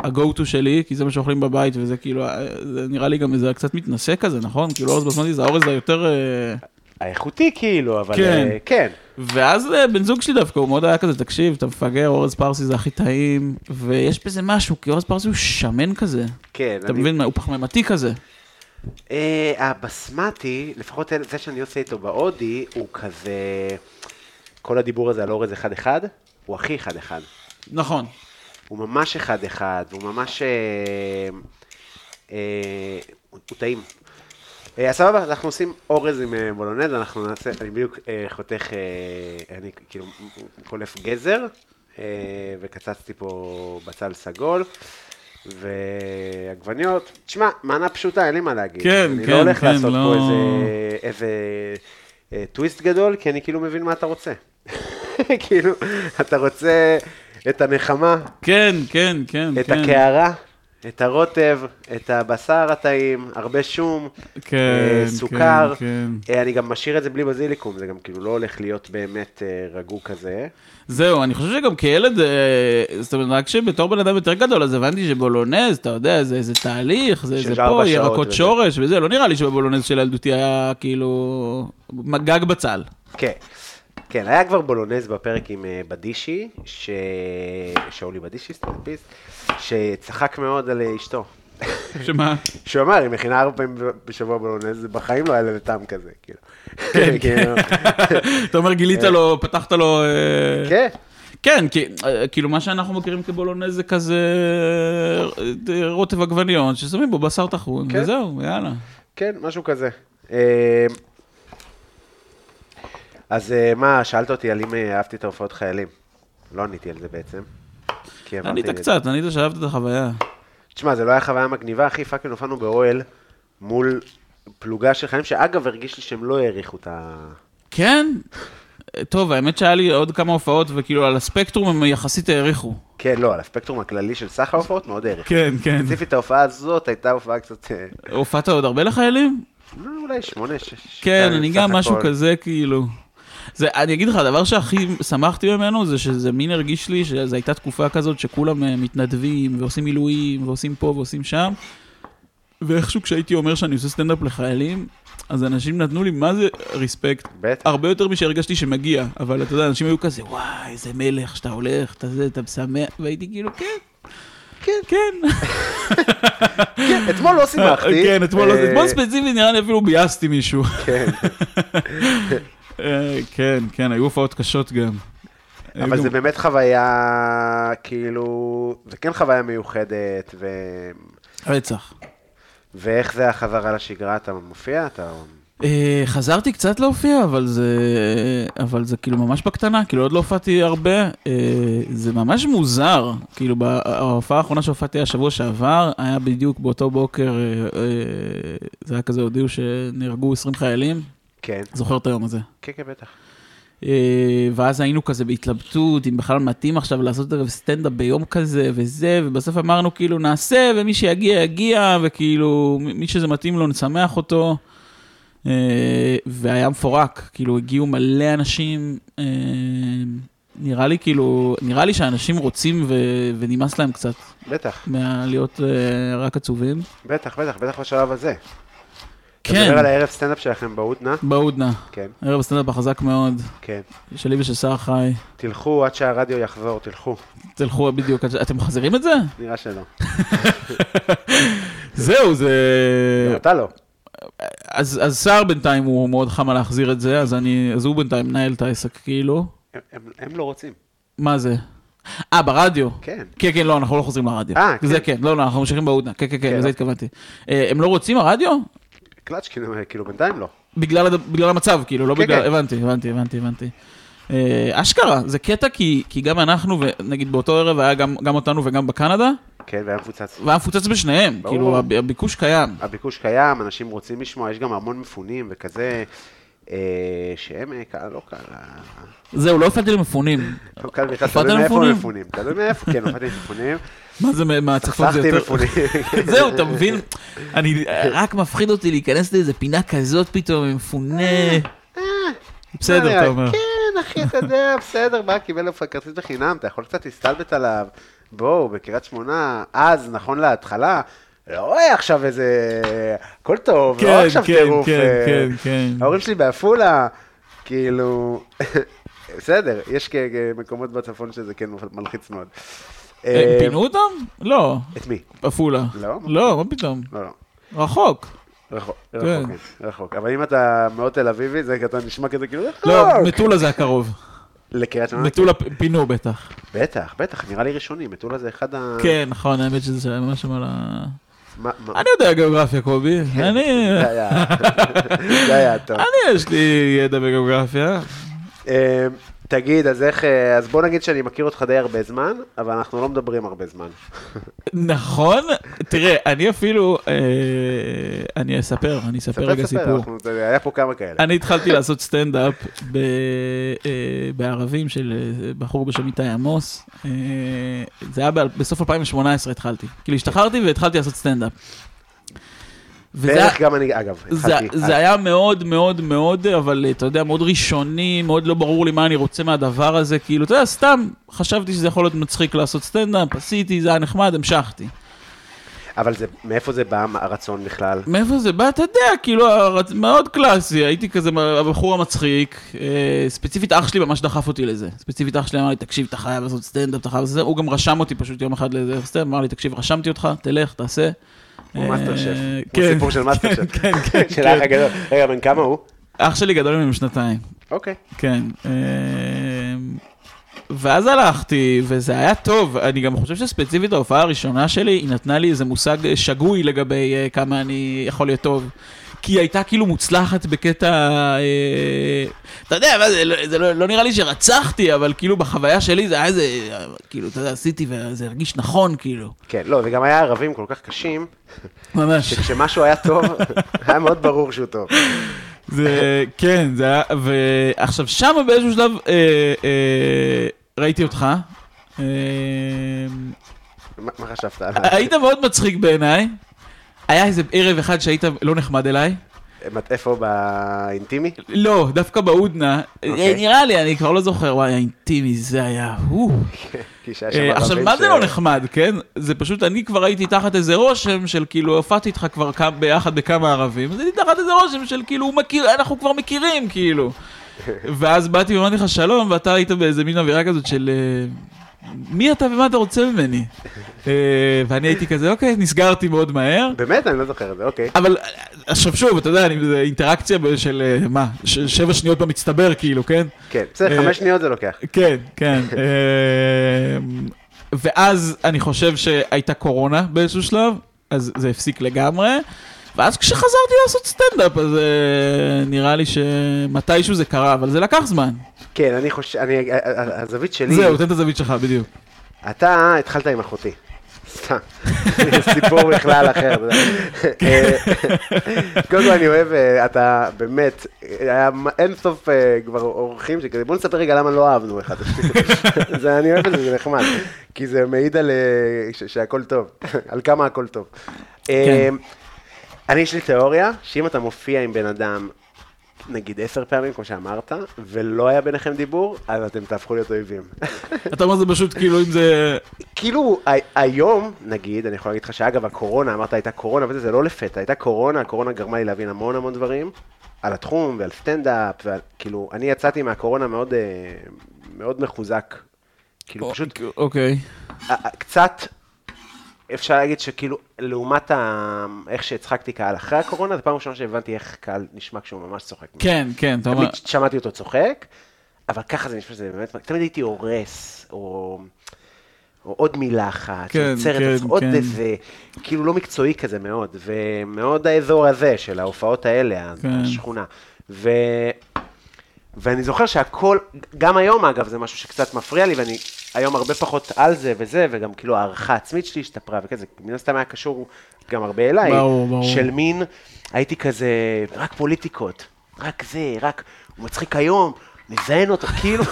S3: ה-go-to שלי, כי זה מה שאוכלים בבית, וזה כאילו, אה, זה נראה לי גם איזה קצת מתנשא כזה, נכון? כאילו אורז בסמטי זה האורז היותר... אה,
S2: האיכותי כאילו, אבל
S3: כן.
S2: אה, כן.
S3: ואז אה, בן זוג שלי דווקא, הוא מאוד היה כזה, תקשיב, אתה מפגר, אורז פרסי זה הכי טעים, ויש בזה משהו, כי אורז פרסי הוא שמן כזה.
S2: כן,
S3: אתה
S2: אני-
S3: מבין מה, הוא פחמימתי כזה.
S2: אה, הבסמטי, לפחות אל- זה שאני עושה איתו בהודי, הוא כזה... כל הדיבור הזה על אורז אחד-אחד, הוא הכי אחד-אחד.
S3: נכון.
S2: הוא ממש אחד-אחד, הוא ממש... אה, אה, הוא הוא טעים. אה, אז סבבה, אנחנו עושים אורז עם אה, בולונז, אנחנו נעשה, אני בדיוק אה, חותך, אה, אני כאילו קולף גזר, אה, וקצצתי פה בצל סגול, ועגבניות. תשמע, מנה פשוטה, אין לי מה להגיד.
S3: כן,
S2: אני
S3: כן,
S2: לא הולך
S3: כן,
S2: לעשות
S3: לא-
S2: פה איזה, איזה אה, טוויסט גדול, כי אני כאילו מבין מה אתה רוצה. כאילו, אתה רוצה את הנחמה,
S3: כן, כן, כן,
S2: את
S3: כן.
S2: הקערה, את הרוטב, את הבשר הטעים, הרבה שום,
S3: כן,
S2: אה,
S3: כן,
S2: סוכר.
S3: כן.
S2: אה, אני גם משאיר את זה בלי בזיליקום, זה גם כאילו לא הולך להיות באמת אה, רגו כזה.
S3: זהו, אני חושב שגם כילד, אה, זאת אומרת, רק שבתור בן אדם יותר גדול, אז הבנתי שבולונז, אתה יודע, זה איזה תהליך, זה
S2: של
S3: איזה
S2: ארבע
S3: פה,
S2: שעות
S3: ירקות
S2: וזה.
S3: שורש וזה, לא נראה לי שבבולונז של ילדותי היה כאילו גג בצל.
S2: כן. כן, היה כבר בולונז בפרק עם אה, בדישי, ש... שאולי בדישי, סטנדאפיסט, שצחק מאוד על אה, אשתו.
S3: שמה?
S2: שהוא אמר, היא מכינה ארבע פעמים בשבוע בולונז, זה בחיים לא היה לזה טעם כזה, כאילו. כן,
S3: אתה אומר, גילית לו, פתחת לו... אה,
S2: אה. כן.
S3: כן, כי, אה, כאילו מה שאנחנו מכירים כבולונז זה כזה אה, רוטב עגבניון, ששמים בו בשר טחון,
S2: כן.
S3: וזהו, יאללה.
S2: כן, משהו כזה. אה, אז אה, מה, שאלת אותי על אם אה, אהבתי את ההופעות חיילים. לא עניתי על זה בעצם. כי אמרתי-
S3: ענית קצת, ענית שאהבת את החוויה.
S2: תשמע, זה לא היה חוויה מגניבה, אחי, פאקינג הופענו באוהל מול פלוגה של חיילים, שאגב, הרגיש לי שהם לא העריכו את ה...
S3: כן? טוב, האמת שהיה לי עוד כמה הופעות, וכאילו על הספקטרום הם יחסית העריכו.
S2: כן, לא, על הספקטרום הכללי של סך ההופעות מאוד העריכו.
S3: כן, כן.
S2: ספציפית ההופעה הזאת הייתה הופעה קצת, אה,
S3: הופעת עוד הרבה לחיילים?
S2: לא, אולי שמונה, שש...
S3: כן,
S2: שתיים
S3: אני
S2: בסך
S3: גם משהו
S2: הכל.
S3: כזה, כאילו. זה, אני אגיד לך, הדבר שהכי שמחתי ממנו זה שזה מין הרגיש לי שזו הייתה תקופה כזאת שכולם אה, מתנדבים ועושים מילואים ועושים פה ועושים שם. ואיכשהו כשהייתי אומר שאני עושה סטנדאפ לחיילים, אז אנשים נתנו לי מה זה רספקט.
S2: בטח.
S3: הרבה יותר משהרגשתי שמגיע, אבל אתה יודע, אנשים היו כזה, וואי, איזה מלך שאתה הולך, אתה זה, אתה משמח, והייתי כאילו, כן, כן, כן.
S2: אתמול לא שימחתי.
S3: כן, אתמול לא-
S2: אה,
S3: אתמול ספציפית נראה לי אפילו ביאסתי מישהו.
S2: כן,
S3: אה, כן, כן, היו הופעות קשות גם. היו
S2: אבל
S3: גם-
S2: זה באמת חוויה, כאילו, זה כן חוויה מיוחדת, ו...
S3: רצח.
S2: ואיך זה החזרה לשגרה? אתה מופיע? אתה...
S3: אה, חזרתי קצת להופיע, אבל זה, אבל זה כאילו ממש בקטנה, כאילו עוד לא הופעתי הרבה. אה, זה ממש מוזר, כאילו בה- ההופעה האחרונה שהופעתי השבוע שעבר, היה בדיוק באותו בוקר, אה, אה, זה היה כזה, הודיעו שנהרגו 20 חיילים,
S2: כן,
S3: זוכר את היום הזה.
S2: כן, כן, בטח.
S3: אה, ואז היינו כזה בהתלבטות, אם בכלל מתאים עכשיו לעשות ערב סטנדאפ ביום כזה וזה, ובסוף אמרנו כאילו נעשה, ומי שיגיע יגיע, וכאילו מ- מי שזה מתאים לו נשמח אותו. אה, והיה מפורק, כאילו הגיעו מלא אנשים, אה, נראה לי כאילו, נראה לי שאנשים רוצים ו, ונמאס להם קצת
S2: בטח,
S3: מהלהיות אה, רק עצובים.
S2: בטח, בטח, בטח בשלב הזה. אתה מדבר על
S3: כן,
S2: הערב סטנדאפ שלכם בהודנה?
S3: בהודנה,
S2: כן,
S3: ערב הסטנדאפ החזק מאוד,
S2: כן.
S3: שלי ושל שר חי.
S2: תלכו עד שהרדיו יחזור, תלכו.
S3: תלכו בדיוק, אתם מחזירים את זה?
S2: נראה שלא.
S3: זהו, זה...
S2: גם אתה לא.
S3: אז, אז סער בינתיים הוא מאוד חם על להחזיר את זה, אז, אני, אז הוא בינתיים מנהל את העסק, כאילו.
S2: הם- הם- הם לא רוצים.
S3: מה זה? אה, ברדיו.
S2: כן.
S3: כן, כן, לא, אנחנו לא חוזרים לרדיו.
S2: אה, כן.
S3: זה כן, לא, לא, אנחנו ממשיכים בהודנה. כן, כן, כן,
S2: כן.
S3: לזה התכוונתי. אה, הם לא רוצים הרדיו?
S2: קלאץ', כאילו, כאילו, בינתיים לא.
S3: בגלל, הד- בגלל המצב, כאילו, לא
S2: כן,
S3: בגלל...
S2: כן.
S3: הבנתי, הבנתי, הבנתי, הבנתי. אה, אשכרה, זה קטע כי, כי גם אנחנו, ונגיד באותו ערב היה גם, גם אותנו וגם בקנדה,
S2: כן, והיה מפוצץ.
S3: והיה מפוצץ בשניהם,
S2: ברור.
S3: כאילו הב- הביקוש קיים.
S2: הביקוש קיים, אנשים רוצים לשמוע, יש גם המון מפונים וכזה, אה, שהם אה, קהל, לא קהל, אה,
S3: זהו, לא הפעלתי למפונים.
S2: לא קהל בכלל,
S3: הופעת
S2: תלוי מאיפה
S3: למפונים?
S2: הם מפונים, תלוי מאיפה, כן, הופעתי מפונים,
S3: מה זה, מהצפון זה
S2: סחטתי
S3: יותר...
S2: מפונים.
S3: זהו, אתה מבין? אני רק מפחיד אותי להיכנס לאיזה פינה כזאת פתאום, עם מפונה. בסדר, אתה אומר.
S2: אה, כן, אחי, אתה יודע, בסדר, מה, קיבל לך כרטיס בחינם, אתה יכול קצת להסתלבט עליו. בואו, בקריית שמונה, אז, נכון להתחלה, לא היה עכשיו איזה... הכל טוב, לא
S3: כן,
S2: עכשיו
S3: כן,
S2: טירוף.
S3: כן,
S2: אה,
S3: כן, כן.
S2: ההורים שלי בעפולה, כאילו... בסדר, יש כ- כ- מקומות בצפון שזה כן מלחיץ מאוד.
S3: אה,
S2: אה,
S3: פינו אותם? לא,
S2: את מי?
S3: עפולה.
S2: לא?
S3: לא, מה פתאום?
S2: לא, לא.
S3: רחוק.
S2: רחוק, רחוק, כן, רחוק. אבל אם אתה מאוד תל אביבי, זה אתה נשמע כזה כאילו,
S3: לא,
S2: רחוק.
S3: מטולה זה הקרוב.
S2: לקריית שמונה?
S3: מטולה פ- פינו בטח.
S2: בטח, בטח, נראה לי ראשוני, מטולה זה אחד ה...
S3: כן, נכון, האמת שזה ממש שם על ה...
S2: מה- מה-
S3: אני יודע גיאוגרפיה, קובי. אני...
S2: זה היה, זה היה טוב.
S3: אני, יש לי ידע בגיאוגרפיה.
S2: אה, תגיד, אז איך, אה, אז בוא נגיד שאני מכיר אותך די הרבה זמן, אבל אנחנו לא מדברים הרבה זמן.
S3: נכון? תראה, אני אפילו... אה, אני אספר, אני אספר
S2: ספר,
S3: רגע
S2: ספר,
S3: סיפור.
S2: אנחנו- זה- היה פה כמה כאלה.
S3: אני התחלתי לעשות סטנדאפ ב, אה, בערבים של אה, בחור בשם איתי עמוס. אה, זה היה ב- בסוף 2018 התחלתי. כאילו השתחררתי והתחלתי לעשות סטנדאפ. וזה היה-
S2: בערך גם אני, אגב,
S3: זה,
S2: התחלתי. אה,
S3: זה היה מאוד מאוד מאוד, אבל אה, אתה יודע, מאוד ראשוני, מאוד לא ברור לי מה אני רוצה מהדבר הזה, כאילו, אתה יודע, סתם חשבתי שזה יכול להיות מצחיק לעשות סטנדאפ, עשיתי, זה היה נחמד, המשכתי.
S2: אבל זה- מאיפה זה בא, מה הרצון בכלל?
S3: מאיפה זה בא? אתה יודע, כאילו, הרצ- מאוד קלאסי, הייתי כזה הבחור המצחיק. אה, ספציפית אח שלי ממש דחף אותי לזה. ספציפית אח שלי אמר לי, תקשיב, אתה חייב לעשות סטנדאפ, אתה חייב לעשות סטנדאפ. הוא גם רשם אותי פשוט יום אחד לאיזה סטנדאפ, אמר לי, תקשיב, רשמתי אותך, תלך, תעשה.
S2: כמו
S3: אה,
S2: מאסטר שף. כמו
S3: כן,
S2: סיפור של מאסטר שף.
S3: כן, כן,
S2: של
S3: כן.
S2: האח הגדול. רגע, בן כמה הוא?
S3: אח שלי גדול ממנו שנתיים.
S2: אוקיי.
S3: כן. אמ, ואז הלכתי, וזה היה טוב. אני גם חושב שספציפית ההופעה הראשונה שלי, היא נתנה לי איזה מושג שגוי לגבי אה, כמה אני יכול להיות טוב. כי היא הייתה כאילו מוצלחת בקטע... אה, אתה יודע, מה זה, לא- זה לא, לא נראה לי שרצחתי, אבל כאילו בחוויה שלי זה היה איזה... אה, כאילו, אתה יודע, עשיתי וזה הרגיש נכון, כאילו.
S2: כן, לא, זה גם היה ערבים כל כך קשים,
S3: ממש.
S2: שכשמשהו היה טוב, היה מאוד ברור שהוא טוב.
S3: זה, כן, זה היה, ועכשיו שם באיזשהו שלב אה, אה, ראיתי אותך. אה,
S2: מה מה חשבת עליו?
S3: היית מאוד מצחיק בעיניי. היה איזה ערב אחד שהיית לא נחמד אליי,
S2: איפה באינטימי?
S3: לא, דווקא בהודנה.
S2: אוקיי.
S3: אה, נראה לי, אני כבר לא זוכר, וואי, האינטימי זה היה, הוא.
S2: כי שהיה שם
S3: אה, עכשיו,
S2: ערבים
S3: מה זה לא
S2: ש-
S3: נחמד, כן? זה פשוט, אני כבר הייתי תחת איזה רושם של כאילו, הופעתי איתך כבר כמה- ביחד בכמה ערבים, אז הייתי תחת איזה רושם של כאילו, הוא מכיר, אנחנו כבר מכירים, כאילו. ואז באתי ואמרתי לך שלום, ואתה היית באיזה מין אווירה כזאת של... אה, מי אתה ומה אתה רוצה ממני? אה, ואני הייתי כזה, אוקיי, נסגרתי מאוד מהר.
S2: באמת? אני לא זוכר את זה, אוקיי.
S3: אבל אה, עכשיו שוב, אתה יודע, אני- זה אינטראקציה ב- של אה, מה, ש- שבע שניות במצטבר כאילו, כן?
S2: כן, בסדר,
S3: אה,
S2: חמש שניות זה לוקח.
S3: כן, כן. אמ, ואז אני חושב שהייתה קורונה באיזשהו שלב, אז זה הפסיק לגמרי. ואז כשחזרתי לעשות סטנדאפ, אז אה, נראה לי שמתישהו זה קרה, אבל זה לקח זמן.
S2: כן, אני חושב, אני- הזווית שלי...
S3: זהו, תן את הזווית שלך, בדיוק.
S2: אתה התחלת עם אחותי. סתם, סיפור בכלל אחר. אתה יודע. אה, קודם כל אני אוהב, אה, אתה באמת, אה, היה מ- אין סוף אה, כבר אורחים שכזה, בוא נספר רגע למה לא אהבנו אחד. את השני." זה- אני אוהב את זה, זה נחמד. כי זה מעיד על אה, ש- שהכל טוב, על כמה הכל טוב. אה,
S3: כן.
S2: אני, יש לי תיאוריה, שאם אתה מופיע עם בן אדם, נגיד עשר פעמים, כמו שאמרת, ולא היה ביניכם דיבור, אז אתם תהפכו להיות אויבים.
S3: אתה אומר זה פשוט כאילו אם זה...
S2: כאילו, הי- היום, נגיד, אני יכול להגיד לך שאגב, הקורונה, אמרת הייתה קורונה, וזה זה לא לפתע, הייתה קורונה, הקורונה גרמה לי להבין המון המון דברים, על התחום ועל סטנדאפ, ועל, כאילו, אני יצאתי מהקורונה מאוד, אה, מאוד מחוזק. כאילו, פשוט
S3: אוקיי.
S2: אה, אה, קצת, אפשר להגיד שכאילו, לעומת ה... איך שהצחקתי קהל אחרי הקורונה, זו פעם ראשונה שהבנתי איך קהל נשמע כשהוא ממש צוחק.
S3: כן, כן, אתה אומר...
S2: תמיד שמעתי אותו צוחק, אבל ככה זה נשמע שזה באמת, תמיד הייתי הורס, או, או עוד מילה אחת,
S3: כן,
S2: כן, יוצרת
S3: כן,
S2: כן, עוד
S3: כן.
S2: איזה, כאילו לא מקצועי כזה מאוד, ומאוד האזור הזה של ההופעות האלה,
S3: כן.
S2: כן. השכונה. ו... ואני זוכר שהכל, גם היום אגב, זה משהו שקצת מפריע לי, ואני היום הרבה פחות על זה וזה, וגם כאילו הערכה העצמית שלי השתפרה וכזה, מן הסתם היה קשור גם הרבה אליי,
S3: ברור, ברור.
S2: של מין, הייתי כזה, רק פוליטיקות, רק זה, רק, הוא מצחיק היום, נזיין אותו, כאילו,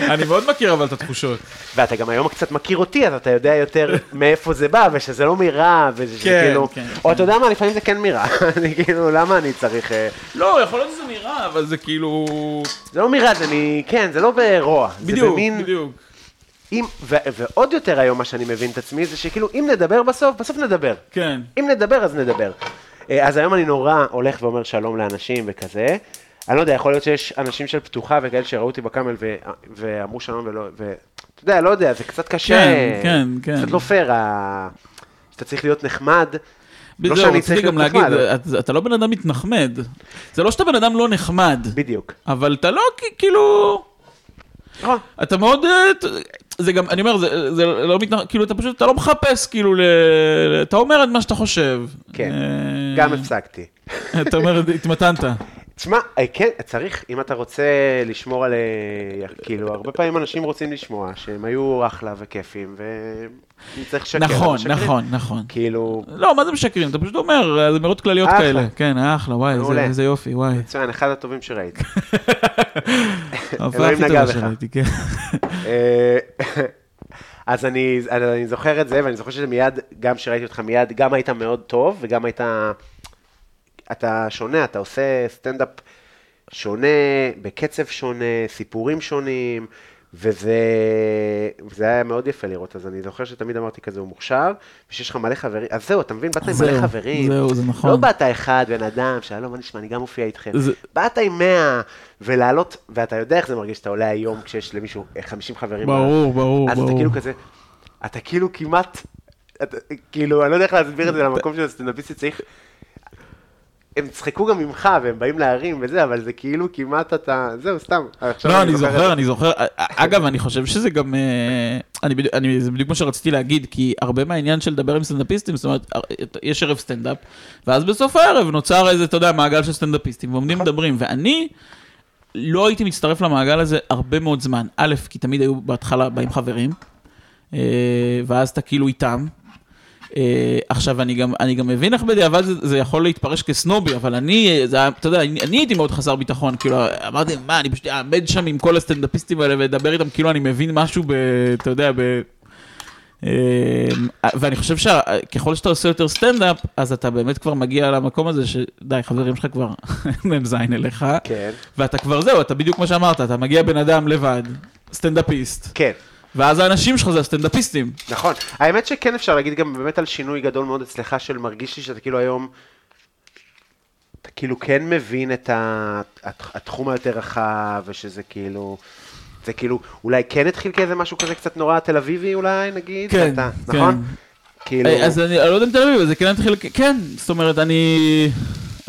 S3: אני מאוד מכיר אבל את התחושות.
S2: ואתה גם היום קצת מכיר אותי, אז אתה יודע יותר מאיפה זה בא, ושזה לא מרע, וזה שזה
S3: כן,
S2: כאילו,
S3: כן,
S2: או אתה יודע מה, לפעמים זה כן מרע, אני כאילו, למה אני צריך, אה,
S3: לא, יכול להיות שזה נראה, אבל זה כאילו...
S2: זה לא מרע, זה מ... כן, זה לא ברוע, זה
S3: בדיוק,
S2: במין,
S3: בדיוק.
S2: אם, ו, ועוד יותר היום מה שאני מבין את עצמי זה שכאילו אם נדבר בסוף, בסוף נדבר.
S3: כן.
S2: אם נדבר אז נדבר. אה, אז היום אני נורא הולך ואומר שלום לאנשים וכזה. אני לא יודע, יכול להיות שיש אנשים של פתוחה וכאלה שראו אותי בקאמל ו, ואמרו שלום ולא, ואתה יודע, לא יודע, זה קצת קשה.
S3: כן, כן, כן.
S2: קצת לא פייר, ה... שאתה צריך להיות נחמד.
S3: לא
S2: שאני
S3: שאני צריך
S2: צריך
S3: גם
S2: להיות
S3: להגיד,
S2: נחמד.
S3: אתה- אתה לא בן אדם מתנחמד. זה לא שאתה בן אדם לא נחמד,
S2: בדיוק.
S3: אבל אתה לא כ- כאילו...
S2: נכון.
S3: אתה מאוד... אה, ת- זה גם, אני אומר, זה, זה לא מתנחמד, כאילו אתה פשוט, אתה לא מחפש, כאילו, ל... ל- אתה אומר את מה שאתה חושב.
S2: כן.
S3: אה,
S2: גם הפסקתי.
S3: אתה אומר, התמתנת.
S2: תשמע, אה, כן, צריך, אם אתה רוצה לשמור על... אה, כאילו, הרבה פעמים אנשים רוצים לשמוע שהם היו אחלה וכיפים, ואם צריך לשקר, אז
S3: נכון,
S2: משקרים.
S3: נכון, נכון.
S2: כאילו,
S3: לא, מה זה משקרים? אתה פשוט אומר, אה, זה אמירות כלליות
S2: אחלה.
S3: כאלה. כן, אה, אחלה, וואי, איזה-
S2: מעולה.
S3: איזה יופי, וואי.
S2: מצוין, אחד הטובים שראיתי.
S3: ההופעה הכי
S2: נגע
S3: טובה
S2: בך.
S3: שראיתי, כן.
S2: אה, אז אני, אז אני זוכר את זה, ואני זוכר שזה מיד, גם שראיתי אותך מיד, גם היית מאוד טוב, וגם היית... אתה שונה, אתה עושה סטנדאפ שונה, בקצב שונה, סיפורים שונים, וזה וזה היה מאוד יפה לראות, אז אני זוכר שתמיד אמרתי כזה, הוא מוכשר, ושיש לך מלא חברים, אז זהו, אתה מבין, באת עם
S3: זהו,
S2: מלא חברים.
S3: זהו, זה נכון.
S2: לא באת אחד, בן אדם, שלום, מה נשמע, אני גם מופיע איתכם.
S3: זה-
S2: באת עם 100, ולעלות, ואתה יודע איך זה מרגיש שאתה עולה היום כשיש למישהו אה, 50 חברים.
S3: ברור, ברור,
S2: אז אתה
S3: ברור.
S2: כאילו כזה, אתה כאילו כמעט, אתה, כאילו, אני לא יודע איך להסביר את זה למקום של הסטנדאפיסט צריך... הם צחקו גם ממך, והם באים להרים וזה, אבל זה כאילו כמעט אתה... זהו, סתם. עכשיו
S3: לא, אני
S2: את
S3: זוכר,
S2: זה.
S3: אני זוכר. א- א- אגב, אני חושב שזה גם... אה, אני בדיוק- אני- זה בדיוק מה שרציתי להגיד, כי הרבה מהעניין של לדבר עם סטנדאפיסטים, זאת אומרת, הר- אה, יש ערב סטנדאפ, ואז בסוף הערב נוצר איזה, אתה יודע, מעגל של סטנדאפיסטים, ועומדים
S2: נכון.
S3: מדברים, ואני... לא הייתי מצטרף למעגל הזה הרבה מאוד זמן. א', כי תמיד היו בהתחלה באים חברים, אה, ואז אתה כאילו איתם. אה, עכשיו, אני גם, אני גם מבין איך בדיעבד זה, זה יכול להתפרש כסנובי, אבל אני, אה, זה, היה- אתה יודע, אני, אני הייתי מאוד חסר ביטחון, כאילו, אמרתי, מה, אני פשוט אעמד שם עם כל הסטנדאפיסטים האלה ואדבר איתם, כאילו אני מבין משהו ב... אתה יודע, ב... אמ, ואני חושב שככל שאתה עושה יותר סטנדאפ, אז אתה באמת כבר מגיע למקום הזה שדי, חברים שלך כבר מ"ז אליך,
S2: כן.
S3: ואתה כבר זהו, אתה בדיוק כמו שאמרת, אתה מגיע בן אדם לבד, סטנדאפיסט,
S2: כן,
S3: ואז האנשים שלך זה הסטנדאפיסטים.
S2: נכון. האמת שכן אפשר להגיד גם באמת על שינוי גדול מאוד אצלך, של מרגיש לי שאתה כאילו היום, אתה כאילו כן מבין את ה- הת- התחום היותר רחב, ושזה כאילו... זה כאילו, אולי כן התחיל כאיזה משהו כזה קצת נורא תל אביבי אולי, נגיד?
S3: כן,
S2: ואתה-
S3: כן.
S2: נכון? כאילו...
S3: אה, אז אני אני לא יודע אם תל אביב, אבל זה כן התחיל, כ- כן, זאת אומרת, אני,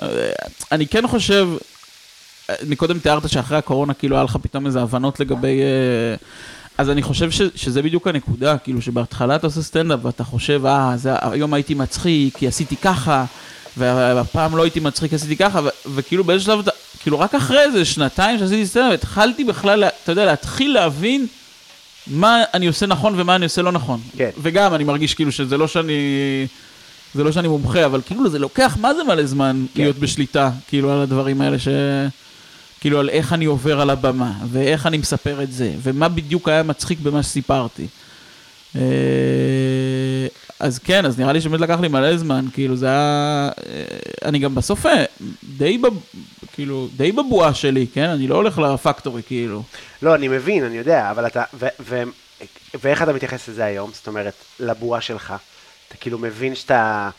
S3: אה, אני כן חושב, אה, מקודם תיארת שאחרי הקורונה כאילו היה לך פתאום איזה הבנות לגבי, אה, אז אני חושב ש, שזה בדיוק הנקודה, כאילו שבהתחלה אתה עושה סטנדאפ ואתה חושב, אה, זה, היום הייתי מצחיק, כי עשיתי ככה, והפעם לא הייתי מצחיק, כי עשיתי ככה, ו, וכאילו באיזה שלב אתה, כאילו רק אחרי איזה שנתיים שעשיתי סטנדאפ, התחלתי בכלל, לה- אתה יודע, להתחיל להבין. מה אני עושה נכון ומה אני עושה לא נכון.
S2: כן.
S3: וגם אני מרגיש כאילו שזה לא שאני, זה לא שאני מומחה, אבל כאילו זה לוקח מה זה מלא זמן כן. להיות בשליטה, כאילו על הדברים האלה ש... כאילו על איך אני עובר על הבמה, ואיך אני מספר את זה, ומה בדיוק היה מצחיק במה שסיפרתי. אה, אז כן, אז נראה לי שבאמת לקח לי מלא זמן, כאילו זה היה... אה, אני גם בסוף אה, די, בב... כאילו, די בבועה שלי, כן? אני לא הולך לפקטורי, כאילו.
S2: לא, אני מבין, אני יודע, אבל אתה... ו- ו- ואיך אתה מתייחס לזה היום? זאת אומרת, לבועה שלך. אתה כאילו מבין שאתה...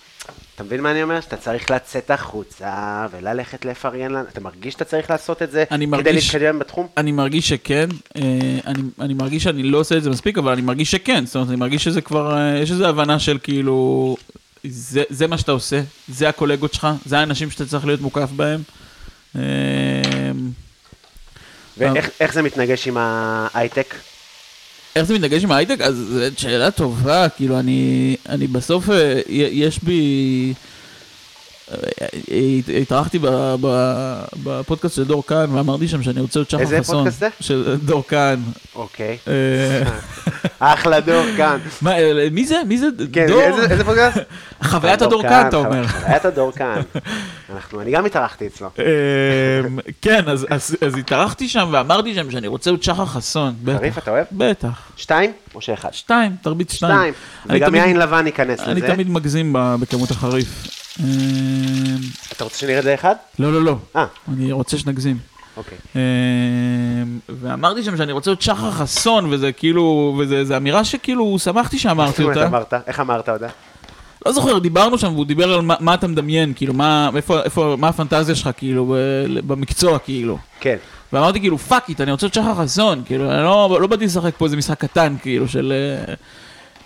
S2: אתה מבין מה אני אומר? שאתה צריך לצאת החוצה וללכת לפרגן לנו. אתה מרגיש שאתה צריך לעשות את זה כדי
S3: אני מרגיש-
S2: להתקדם בתחום?
S3: אני מרגיש שכן, אה, אני, אני מרגיש שאני לא עושה את זה מספיק, אבל אני מרגיש שכן, זאת אומרת, אני מרגיש שזה כבר, אה, יש איזו הבנה של כאילו, זה, זה מה שאתה עושה, זה הקולגות שלך, זה האנשים שאתה צריך להיות מוקף בהם. אה,
S2: ואיך איך זה מתנגש עם ההייטק?
S3: איך זה מתנגש עם ההייטק? אז זאת שאלה טובה, כאילו, אני, אני בסוף, אה, י- יש בי... אה, אה, התארחתי ב- ב- בפודקאסט של דור כהן ואמרתי שם שאני רוצה להיות שחר חסון.
S2: איזה פודקאסט זה?
S3: של דור כהן.
S2: אוקיי.
S3: אה,
S2: אחלה דור כאן.
S3: מה, אה, מי זה? מי זה?
S2: כן,
S3: דור?
S2: איזה איזה פודקאסט?
S3: חוויית הדור כאן, אתה
S2: חו-
S3: אומר.
S2: חוויית הדור כאן. אנחנו, אני גם התארחתי אצלו.
S3: אמ, כן, אז- אז אז התארחתי שם ואמרתי שם שאני רוצה את שחר חסון. בטח.
S2: חריף, אתה אוהב?
S3: בטח.
S2: שתיים או שאחד?
S3: שתיים, תרביץ שתיים.
S2: שתיים.
S3: אני
S2: וגם
S3: תמיד-
S2: יין לבן ייכנס
S3: אני
S2: לזה.
S3: תמיד מגזים ב- בכמות החריף. אמ,
S2: אתה רוצה שנראה את זה אחד?
S3: לא, לא, לא.
S2: אה,
S3: אני רוצה שנגזים.
S2: אוקיי.
S3: אמ, ואמרתי שם שאני רוצה את שחר חסון, וזה כאילו, וזה זה אמירה שכאילו, שמחתי
S2: זאת
S3: שאמרתי
S2: אומרת,
S3: אותה.
S2: אמרת? איך אמרת אותה?
S3: לא זוכר, דיברנו שם והוא דיבר על מה, מה אתה מדמיין, כאילו, מה, איפה, איפה, מה הפנטזיה שלך, כאילו, ב- במקצוע, כאילו.
S2: כן.
S3: ואמרתי, כאילו, פאק איט, אני רוצה את שחר חסון, כאילו, אני לא, לא באתי לשחק פה איזה משחק קטן, כאילו, של... אה,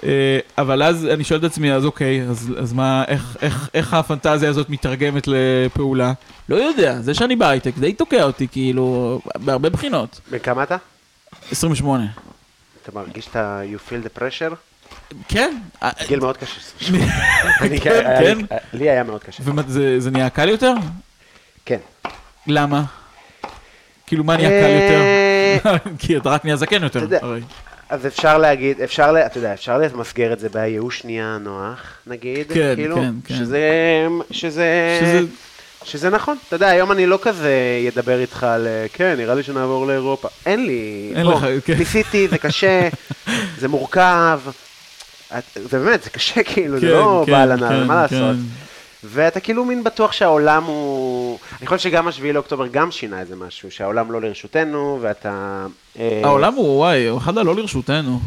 S3: אה, אבל אז אני שואל את עצמי, אז אוקיי, אז, אז מה, איך, איך, איך הפנטזיה הזאת מתרגמת לפעולה? לא יודע, זה שאני בהייטק, די תוקע אותי, כאילו, בהרבה בחינות.
S2: בן כמה אתה?
S3: 28.
S2: אתה מרגיש שאתה you feel the pressure?
S3: כן, אה,
S2: גיל מאוד קשה. אני-
S3: כן,
S2: היה לי-
S3: כן.
S2: לי היה מאוד קשה.
S3: ומה, זה, זה נהיה קל יותר?
S2: כן.
S3: למה? כאילו, מה נהיה קל יותר? כי אתה רק נהיה זקן יותר,
S2: אה. אתה יודע.
S3: הרי.
S2: אז אפשר להגיד, אפשר, ל- אתה יודע, אפשר למסגר את זה בייאוש שנייה נוח, נגיד.
S3: כן,
S2: כאילו,
S3: כן, כן.
S2: שזה, שזה,
S3: שזה-
S2: שזה נכון. אתה יודע, היום אני לא כזה אדבר איתך על, אה, כן, נראה לי שנעבור לאירופה. אין לי,
S3: אין
S2: בוא,
S3: לך, כן.
S2: ניסיתי, זה קשה, זה מורכב. את- זה באמת, זה קשה, כאילו, זה
S3: כן,
S2: לא
S3: כן,
S2: בעל הנעל,
S3: כן,
S2: מה לעשות?
S3: כן.
S2: ואתה כאילו מין בטוח שהעולם הוא... אני חושב שגם השביעי לאוקטובר גם שינה איזה משהו, שהעולם לא לרשותנו, ואתה... אה,
S3: העולם הוא, וואי, הוא אחד הלא לרשותנו.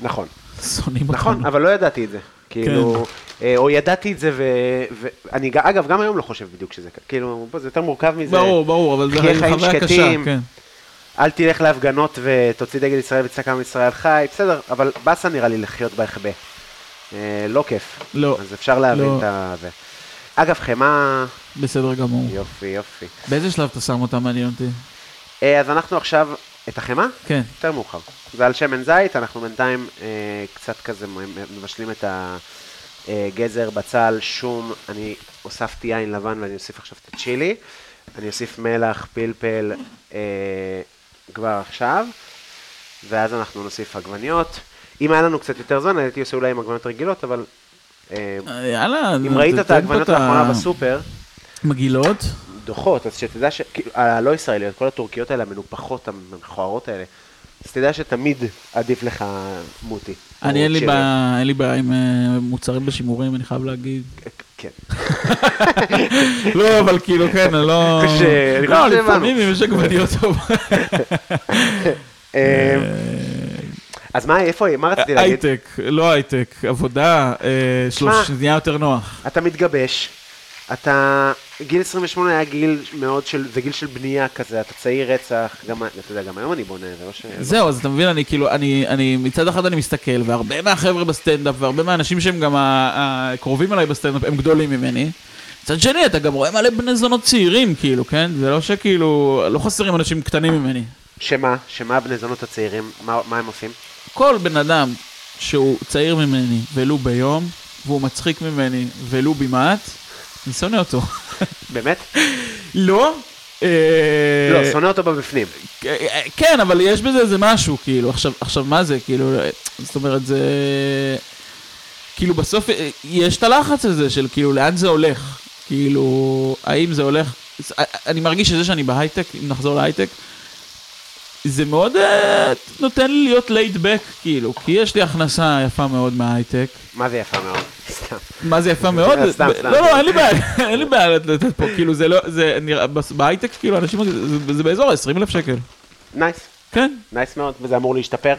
S2: נכון,
S3: שונאים אותנו.
S2: נכון, אבל לא ידעתי את זה. כאילו,
S3: כן.
S2: אה, או ידעתי את זה, ו- ואני, ג- אגב, גם היום לא חושב בדיוק שזה כ- כאילו, בוא, זה יותר מורכב מזה.
S3: ברור, ברור, אבל
S2: תחיה
S3: זה
S2: חיים
S3: חוויה קשה,
S2: שקטים.
S3: כן.
S2: אל תלך להפגנות ותוציא דגל ישראל ותצעק עם ישראל חי, בסדר, אבל באסה נראה לי לחיות בהחבא. אה, לא כיף.
S3: לא.
S2: אז אפשר להבין
S3: לא.
S2: את ה... זה. אגב, חמאה,
S3: בסדר גמור.
S2: יופי, יופי.
S3: באיזה שלב אתה שם אותה מעניין אותי?
S2: אה, אז אנחנו עכשיו, את החמאה?
S3: כן.
S2: יותר מאוחר. זה על שמן זית, אנחנו בינתיים אה, קצת כזה מ- מ- מבשלים את הגזר, בצל, שום, אני הוספתי יין לבן ואני אוסיף עכשיו את הצ'ילי, אני אוסיף מלח, פלפל אה, כבר עכשיו, ואז אנחנו נוסיף עגבניות. אם היה לנו קצת יותר זמן, הייתי עושה אולי עם עגבניות רגילות, אבל אה,
S3: אה, יאללה,
S2: אם ראית את העגבניות האחרונה
S3: ה-
S2: בסופר,
S3: מגעילות?
S2: אה, לא דוחות, אז שתדע ש... כאילו, הלא ישראליות, כל הטורקיות האלה, המנופחות, המכוערות האלה, אז תדע שתמיד עדיף לך מוטי.
S3: אני
S2: או
S3: אין לי
S2: צ'ילי.
S3: בעיה- אין לי בעיה עם אה, מוצרים בשימורים, אני חייב להגיד.
S2: כן.
S3: לא, אבל כאילו, כן, אני לא...
S2: קשה, אני
S3: לא,
S2: חושב
S3: לפעמים אם יש עגבניות טובות.
S2: אמ, אז מה, איפה, מה
S3: אה,
S2: רציתי להגיד?
S3: הייטק, לא הייטק, עבודה, אה, שלוש, שנייה יותר נוח.
S2: אתה מתגבש, אתה, גיל 28 היה גיל מאוד של, זה גיל של בנייה כזה, אתה צעיר רצח, גם, אתה יודע, גם היום אני בונה, זה לא ש...
S3: זהו, אז אתה מבין, אני כאילו, אני, אני מצד אחד אני מסתכל, והרבה מהחבר'ה בסטנדאפ, והרבה מהאנשים שהם גם ה- הקרובים אליי בסטנדאפ, הם גדולים ממני. מצד שני, אתה גם רואה מלא בני זונות צעירים, כאילו, כן? זה לא שכאילו, לא חסרים אנשים קטנים ממני.
S2: שמה, שמה הבני זונות הצעירים, מה, מה הם עושים?
S3: כל בן אדם שהוא צעיר ממני, ולו ביום, והוא מצחיק ממני, ולו במעט, אני שונא אותו.
S2: באמת?
S3: לא? אה,
S2: לא, שונא אותו בבפנים.
S3: אה, כן, אבל יש בזה איזה משהו, כאילו, עכשיו, עכשיו מה זה, כאילו, אה, זאת אומרת, זה... כאילו, בסוף אה, יש את הלחץ הזה של כאילו, לאן זה הולך? כאילו, האם זה הולך... זה- אה, אני מרגיש שזה שאני בהייטק, אם נחזור להייטק, זה מאוד אה, נותן לי להיות laid back, כאילו, כי יש לי הכנסה יפה מאוד מההייטק.
S2: מה זה יפה מאוד? סתם.
S3: מה זה יפה מאוד?
S2: סתם,
S3: ב-
S2: סתם.
S3: לא, לא, אין לי בעיה, אין לי בעיה לתת פה, כאילו, זה לא, זה נראה, בס- בהייטק, כאילו, אנשים, זה- זה באזור ה-20 אלף שקל.
S2: נייס,
S3: כן,
S2: נייס מאוד, וזה אמור להשתפר.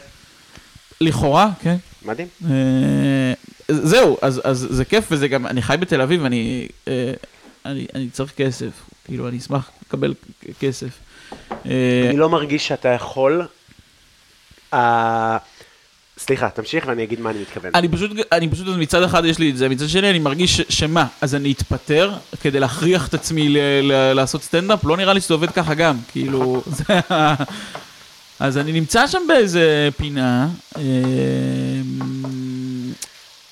S3: לכאורה, כן.
S2: מדהים.
S3: אה, זהו, אז, אז זה כיף, וזה גם, אני חי בתל אביב, אני, אה, אני, אני צריך כסף, כאילו, אני אשמח לקבל כ- כסף. אה,
S2: אני לא מרגיש שאתה יכול... אה, סליחה, תמשיך ואני אגיד מה אני מתכוון.
S3: אני פשוט, אני פשוט, אז מצד אחד יש לי את זה, מצד שני אני מרגיש ש, שמה, אז אני אתפטר כדי להכריח את עצמי ל, ל, לעשות סטנדאפ? לא נראה לי שזה עובד ככה גם, כאילו, זה ה... אז אני נמצא שם באיזה פינה, אה, אמ,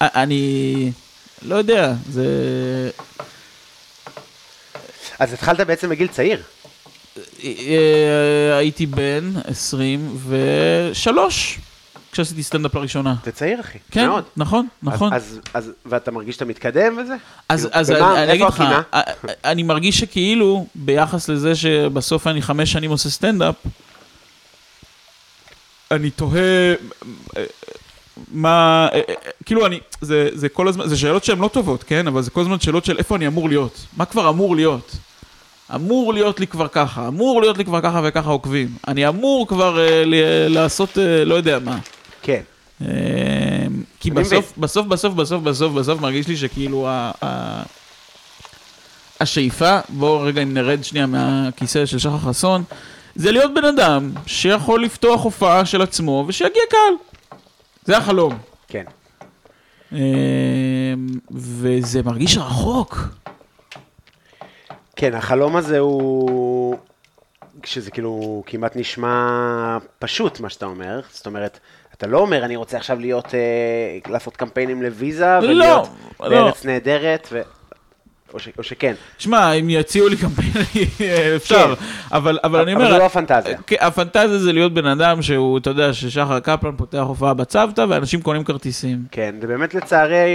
S3: אני לא יודע, זה...
S2: אז התחלת בעצם בגיל צעיר.
S3: אה, הייתי בן 23 כשעשיתי סטנדאפ לראשונה.
S2: אתה צעיר, אחי.
S3: כן,
S2: מאוד.
S3: נכון, נכון.
S2: אז, אז, אז, ואתה מרגיש שאתה מתקדם וזה?
S3: אז,
S2: כאילו,
S3: אז
S2: במה-
S3: אני, אני
S2: איפה
S3: אגיד לך,
S2: הקינה?
S3: אה, אה, אני מרגיש שכאילו, ביחס לזה שבסוף אני חמש שנים עושה סטנדאפ, אני תוהה אה, מה, אה, אה, כאילו אני, זה, זה כל הזמן, זה שאלות שהן לא טובות, כן? אבל זה כל הזמן שאלות של איפה אני אמור להיות, מה כבר אמור להיות. אמור להיות לי כבר ככה, אמור להיות לי כבר ככה וככה עוקבים. אני אמור כבר אה, ל- לעשות אה, לא יודע מה.
S2: כן.
S3: אמ, כי
S2: אני
S3: בסוף, בסוף, בסוף, בסוף, בסוף, בסוף מרגיש לי שכאילו ה- ה- השאיפה, בואו רגע אם נרד שנייה מהכיסא של שחר חסון, זה להיות בן אדם שיכול לפתוח הופעה של עצמו ושיגיע קהל. זה החלום.
S2: כן.
S3: אמ, וזה מרגיש רחוק.
S2: כן, החלום הזה הוא... שזה כאילו כמעט נשמע פשוט, מה שאתה אומר. זאת אומרת, אתה לא אומר, אני רוצה עכשיו להיות... אה, לעשות קמפיינים לוויזה, ולהיות
S3: לא.
S2: בארץ נהדרת, ו... או, ש... או שכן.
S3: שמע, אם יציעו לי קמפיין, אפשר. אבל, אבל אני אומר...
S2: כן. אבל זה לא הפנטזיה.
S3: כן, הפנטזיה זה להיות בן אדם שהוא, אתה יודע, ששחר קפלן פותח הופעה בצוותא ואנשים קונים כרטיסים.
S2: כן, זה באמת לצערי...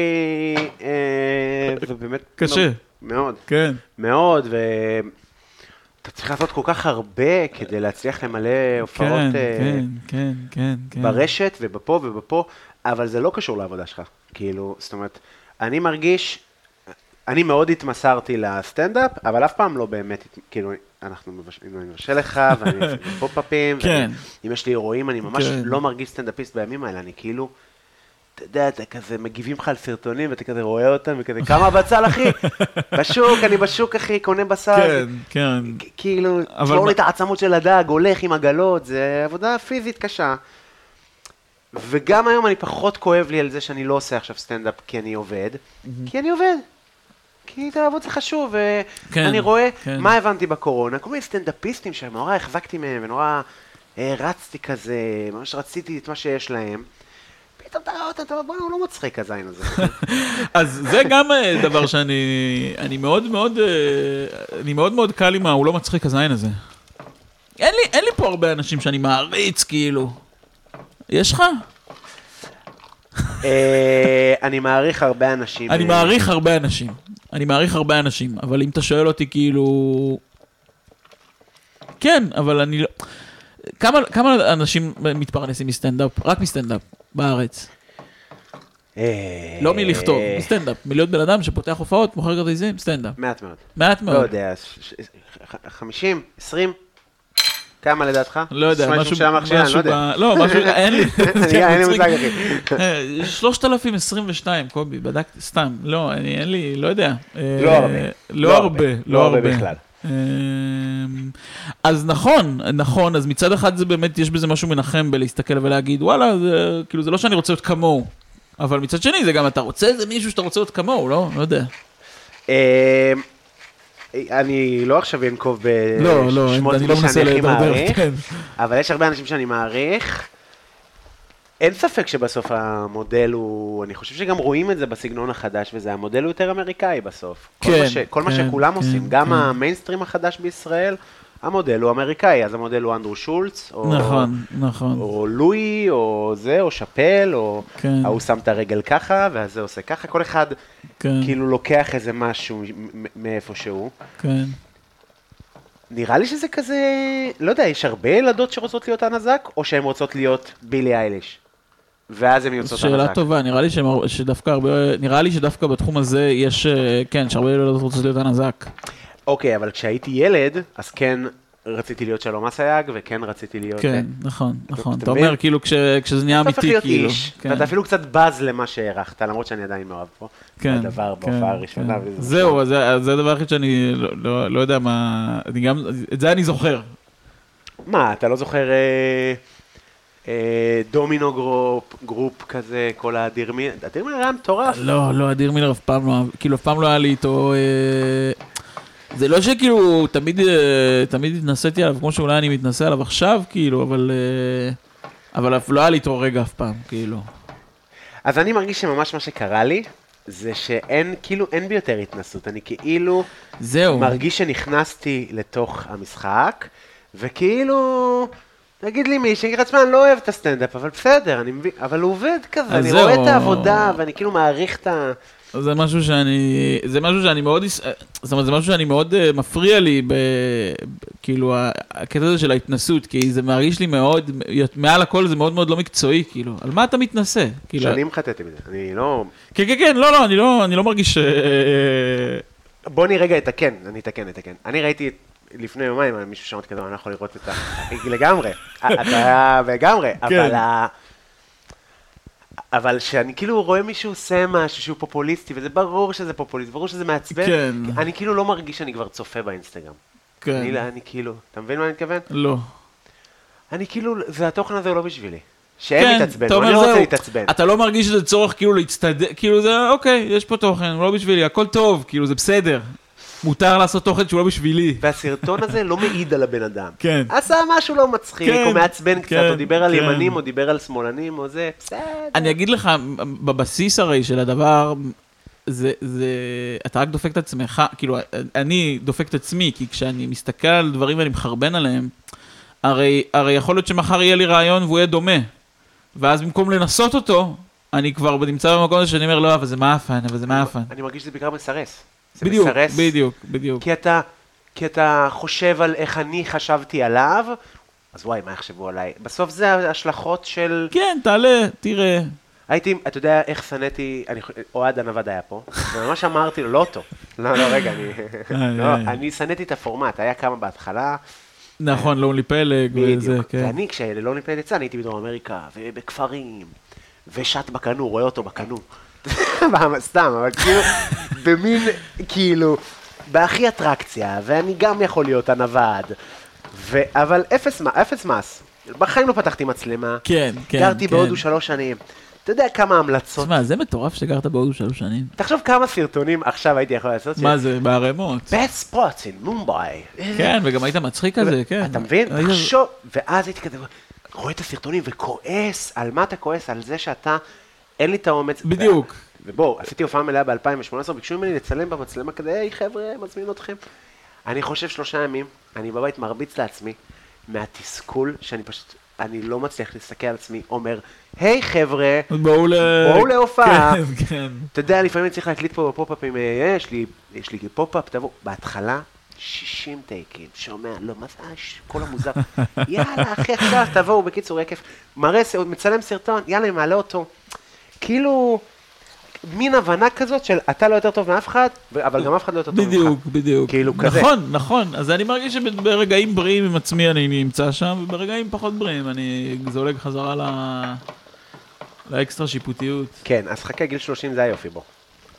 S2: אה, זה באמת...
S3: קשה.
S2: מאוד.
S3: כן.
S2: מאוד, ואתה צריך לעשות כל כך הרבה כדי להצליח למלא הופעות
S3: כן,
S2: אה,
S3: כן, כן, כן, כן.
S2: ברשת ובפה ובפה, אבל זה לא קשור לעבודה שלך. כאילו, זאת אומרת, אני מרגיש, אני מאוד התמסרתי לסטנדאפ, אבל אף פעם לא באמת, הת- כאילו, אנחנו, מבש- אם אני מבשל לך, ואני עושה פופ-אפים,
S3: כן.
S2: ואם יש לי אירועים, אני ממש
S3: כן.
S2: לא מרגיש סטנדאפיסט בימים האלה, אני כאילו... אתה יודע, אתה כזה, מגיבים לך על סרטונים, ואתה כזה רואה אותם, וכזה, כמה בצל, אחי? בשוק, אני בשוק, אחי, קונה בשר.
S3: כן, כן.
S2: כ- כאילו,
S3: אבל
S2: תשמור
S3: מה-
S2: לי את העצמות של הדג, הולך עם עגלות, זה עבודה פיזית קשה. וגם היום אני פחות כואב לי על זה שאני לא עושה עכשיו סטנדאפ כי אני עובד, כי אני עובד. כי תעבוד זה חשוב,
S3: כן,
S2: ואני רואה
S3: כן.
S2: מה הבנתי בקורונה, כל מיני סטנדאפיסטים שנורא החזקתי מהם, ונורא אה, רצתי כזה, ממש רציתי את מה שיש להם. פתאום אתה רואה אותם, אתה אומר, בוא'נה, הוא לא מצחיק הזין הזה.
S3: אז זה גם אה, דבר שאני, אני מאוד מאוד, אה, אני מאוד מאוד קל עם ה"הוא לא מצחיק הזין הזה. אין לי, אין לי פה הרבה אנשים שאני מעריץ, כאילו. יש לך?
S2: אה, אני מעריך הרבה אנשים.
S3: אני
S2: אה,
S3: מעריך הרבה אנשים. אני מעריך הרבה אנשים, אבל אם אתה שואל אותי, כאילו... כן, אבל אני לא... כמה, כמה אנשים מתפרנסים מסטנדאפ? רק מסטנדאפ, בארץ.
S2: אה,
S3: לא מלכתוב,
S2: אה,
S3: מסטנדאפ. מלהיות בן אדם שפותח הופעות, מוכר כרטיסים, סטנדאפ.
S2: מעט מאוד.
S3: מעט
S2: לא
S3: מאוד.
S2: יודע, ש- ש- ח- 50, 20? כמה לדעתך?
S3: לא יודע,
S2: תשמע,
S3: משהו,
S2: שם המכשיר, אני לא
S3: משהו,
S2: יודע.
S3: ב- לא, משהו, אין לי,
S2: אני- אין לי מושג, אחי.
S3: אה, 3,022, קובי, בדקתי, סתם, לא, אני, אין לי, לא יודע. אה,
S2: לא הרבה.
S3: לא הרבה, לא הרבה.
S2: בכלל.
S3: אה, אז נכון, נכון, אז מצד אחד זה באמת, יש בזה משהו מנחם בלהסתכל ולהגיד, וואלה, זה, כאילו, זה לא שאני רוצה להיות כמוהו, אבל מצד שני, זה גם אתה רוצה איזה מישהו שאתה רוצה להיות כמוהו, לא? לא יודע.
S2: אה, אני לא עכשיו אנקוב
S3: לא, לא,
S2: בשמות
S3: אני
S2: מי
S3: לא מנסה
S2: שאני הכי
S3: לדבר,
S2: מעריך,
S3: כן.
S2: אבל יש הרבה אנשים שאני מעריך. אין ספק שבסוף המודל הוא, אני חושב שגם רואים את זה בסגנון החדש וזה, המודל הוא יותר אמריקאי בסוף. כל,
S3: כן,
S2: מה, ש, כל מה
S3: כן,
S2: שכולם
S3: כן,
S2: עושים, גם
S3: כן.
S2: המיינסטרים החדש בישראל, המודל הוא אמריקאי, אז המודל הוא אנדרו שולץ, או,
S3: נכון, נכון.
S2: או לואי, או זה, או שאפל, או
S3: כן.
S2: ההוא שם את הרגל ככה, והזה עושה ככה, כל אחד
S3: כן,
S2: כאילו לוקח איזה משהו מ- מ- מאיפה שהוא.
S3: כן.
S2: נראה לי שזה כזה, לא יודע, יש הרבה ילדות שרוצות להיות אנה זק, או שהן רוצות להיות בילי אייליש. ואז הן יוצאות אנה זק.
S3: שאלה טובה, נראה לי שהם- שדווקא הרבה, נראה לי שדווקא בתחום הזה יש, אה, כן, שהרבה ילדות רוצות להיות הנזק.
S2: אוקיי, אבל כשהייתי ילד, אז כן רציתי להיות שלום אסייג, וכן רציתי להיות...
S3: כן, נכון, נכון. אתה
S2: מבין?
S3: אומר כאילו כש- כשזה נהיה
S2: אוקיי. אתה הופך
S3: אמיתי,
S2: להיות
S3: כאילו.
S2: איש,
S3: כן,
S2: ואתה אפילו קצת בז למה שהערכת, למרות שאני עדיין מאוהב פה.
S3: כן,
S2: הדבר
S3: כן,
S2: בהופעה הראשונה.
S3: כן.
S2: וזה- נכון.
S3: זהו, אז זה אז זה הדבר היחיד שאני לא- לא לא יודע מה, אני גם, את זה אני זוכר.
S2: מה, אתה לא זוכר אה, אה, דומינו גרופ, גרופ כזה, כל האדירמין? האדירמין היה מטורף.
S3: לא, לא, אדיר מילר אף פעם לא, כאילו אף פעם לא היה לי איתו... אה, זה לא שכאילו תמיד, אה, תמיד התנסיתי עליו, כמו שאולי אני מתנסה עליו עכשיו, כאילו, אבל... אה, אבל אף לא היה לי איתו רגע אף פעם, כאילו.
S2: אז אני מרגיש שממש מה שקרה לי, זה שאין, כאילו, אין בי יותר התנסות. אני כאילו
S3: זהו.
S2: מרגיש שנכנסתי לתוך המשחק, וכאילו... תגיד לי מישהו, אני אגיד לך, תשמע, אני לא אוהב את הסטנדאפ, אבל בסדר, אני מבין, אבל הוא עובד כזה,
S3: אז
S2: אני רואה
S3: זהו.
S2: את העבודה, ואני כאילו מעריך את ה...
S3: זה משהו שאני, זה משהו שאני מאוד, הס- אה, זאת אומרת, זה משהו שאני מאוד אה, מפריע לי, ב, כאילו, ה- הקטע הזה של ההתנסות, כי זה מרגיש לי מאוד, מעל הכל זה מאוד מאוד לא מקצועי, כאילו, על מה אתה מתנסה? כאילו,
S2: שנים חטאתי בזה, אני לא...
S3: כן, כן, כן, לא, לא, אני לא, אני לא מרגיש... אה,
S2: בוא אני רגע אתקן, אני אתקן, אתקן. אני ראיתי את- לפני יומיים, מישהו שמע אותי כזה, אני לא יכול לראות את ה... לגמרי. אה, אתה לגמרי,
S3: כן.
S2: אבל ה... אבל שאני כאילו רואה מישהו עושה משהו שהוא פופוליסטי, וזה ברור שזה פופוליסט, ברור שזה מעצבן,
S3: כן.
S2: אני כאילו לא מרגיש שאני כבר צופה באינסטגרם. אני, לא-
S3: כן,
S2: אני כאילו, אתה מבין מה אני מתכוון?
S3: לא.
S2: אני כאילו, זה התוכן הזה הוא לא בשבילי.
S3: כן,
S2: שהם
S3: אתה
S2: יתעצבנו,
S3: אומר,
S2: אני לא רוצה
S3: זהו.
S2: להתעצבן.
S3: אתה לא מרגיש שזה צורך כאילו להצטדק, כאילו זה, אוקיי, יש פה תוכן, הוא לא בשבילי, הכל טוב, כאילו זה בסדר. מותר לעשות תוכן שהוא לא בשבילי.
S2: והסרטון הזה לא מעיד על הבן אדם.
S3: כן.
S2: עשה משהו לא מצחיק,
S3: כן,
S2: או מעצבן קצת,
S3: כן,
S2: או דיבר על
S3: כן.
S2: ימנים, או דיבר על שמאלנים, או זה, בסדר.
S3: אני אגיד לך, בבסיס הרי של הדבר, זה, זה, אתה רק דופק את עצמך, כאילו, אני דופק את עצמי, כי כשאני מסתכל על דברים ואני מחרבן עליהם, הרי, הרי יכול להיות שמחר יהיה לי רעיון והוא יהיה דומה, ואז במקום לנסות אותו, אני כבר נמצא במקום הזה שאני אומר, לא, אבל זה מאפן, אבל זה מאפן.
S2: אני מרגיש שזה בעיקר מסרס. זה
S3: נכון. בדיוק,
S2: מסרס,
S3: בדיוק, בדיוק.
S2: כי אתה, כי אתה חושב על איך אני חשבתי עליו, אז וואי, מה יחשבו עליי? בסוף זה ההשלכות של...
S3: כן, תעלה, תראה.
S2: הייתי, אתה יודע איך שנאתי, אני חו- אוהד הנווד היה פה, וממש אמרתי לו, לא אותו. לא, לא, רגע, אני...
S3: איי,
S2: לא,
S3: איי.
S2: אני שנאתי את הפורמט, היה כמה בהתחלה,
S3: נכון, לונלי פלג וזה,
S2: בדיוק.
S3: כן.
S2: ואני, כשלא נפלט יצא, אני הייתי בדרום אמריקה, ובכפרים, ושט בקנו, רואה אותו בקנו. מה, סתם, אבל כאילו, במין, כאילו, בהכי אטרקציה, ואני גם יכול להיות הנווד. ו... אבל אפס, מ- אפס מס. בחיים לא פתחתי מצלמה.
S3: כן, כן,
S2: גרתי
S3: כן.
S2: בהודו שלוש שנים. אתה יודע כמה המלצות...
S3: תשמע, זה מטורף שגרת בהודו שלוש שנים.
S2: תחשוב כמה סרטונים עכשיו הייתי יכול לעשות.
S3: מה זה, בערימות?
S2: best spots in Mumbai.
S3: כן, וגם היית מצחיק כזה, כן.
S2: אתה מבין?
S3: היית-
S2: תחשוב, ואז הייתי כזה, רואה את הסרטונים וכועס, על מה אתה כועס? על זה שאתה, אין לי את האומץ.
S3: בדיוק.
S2: ו- ובואו, עשיתי הופעה מלאה ב-2018, ביקשו ממני לצלם במצלמה כזה, היי חבר'ה, מזמין אתכם. אני חושב שלושה ימים, אני בבית מרביץ לעצמי, מהתסכול שאני פשוט, אני לא מצליח להסתכל על עצמי, אומר, היי חבר'ה,
S3: אז בואו ל...
S2: אה, בואו להופעה.
S3: כן, כן.
S2: אה, אתה יודע, לפעמים אני צריך להקליט פה בפופ-אפים, אה, יש לי, יש לי פופ-אפ, תבוא. בהתחלה 60 טייקים, שומע, לא, מה זה הש- כל המוזר? יאללה, אחי, עכשיו תבואו, בקיצור, יהיה כיף. מראה, ס- מצלם סרטון, יאללה, מעלה אותו. כאילו, מין הבנה כזאת של אתה לא יותר טוב מאף אחד, ו- אבל גם אף אחד לא יותר טוב ממך.
S3: בדיוק, בדיוק.
S2: כאילו, כזה.
S3: נכון, נכון. אז אני מרגיש שברגעים בריאים עם עצמי אני נמצא שם, וברגעים פחות בריאים אני זולג חזרה ל... לאקסטרה שיפוטיות.
S2: כן, אז חכה, גיל 30 זה היופי בו.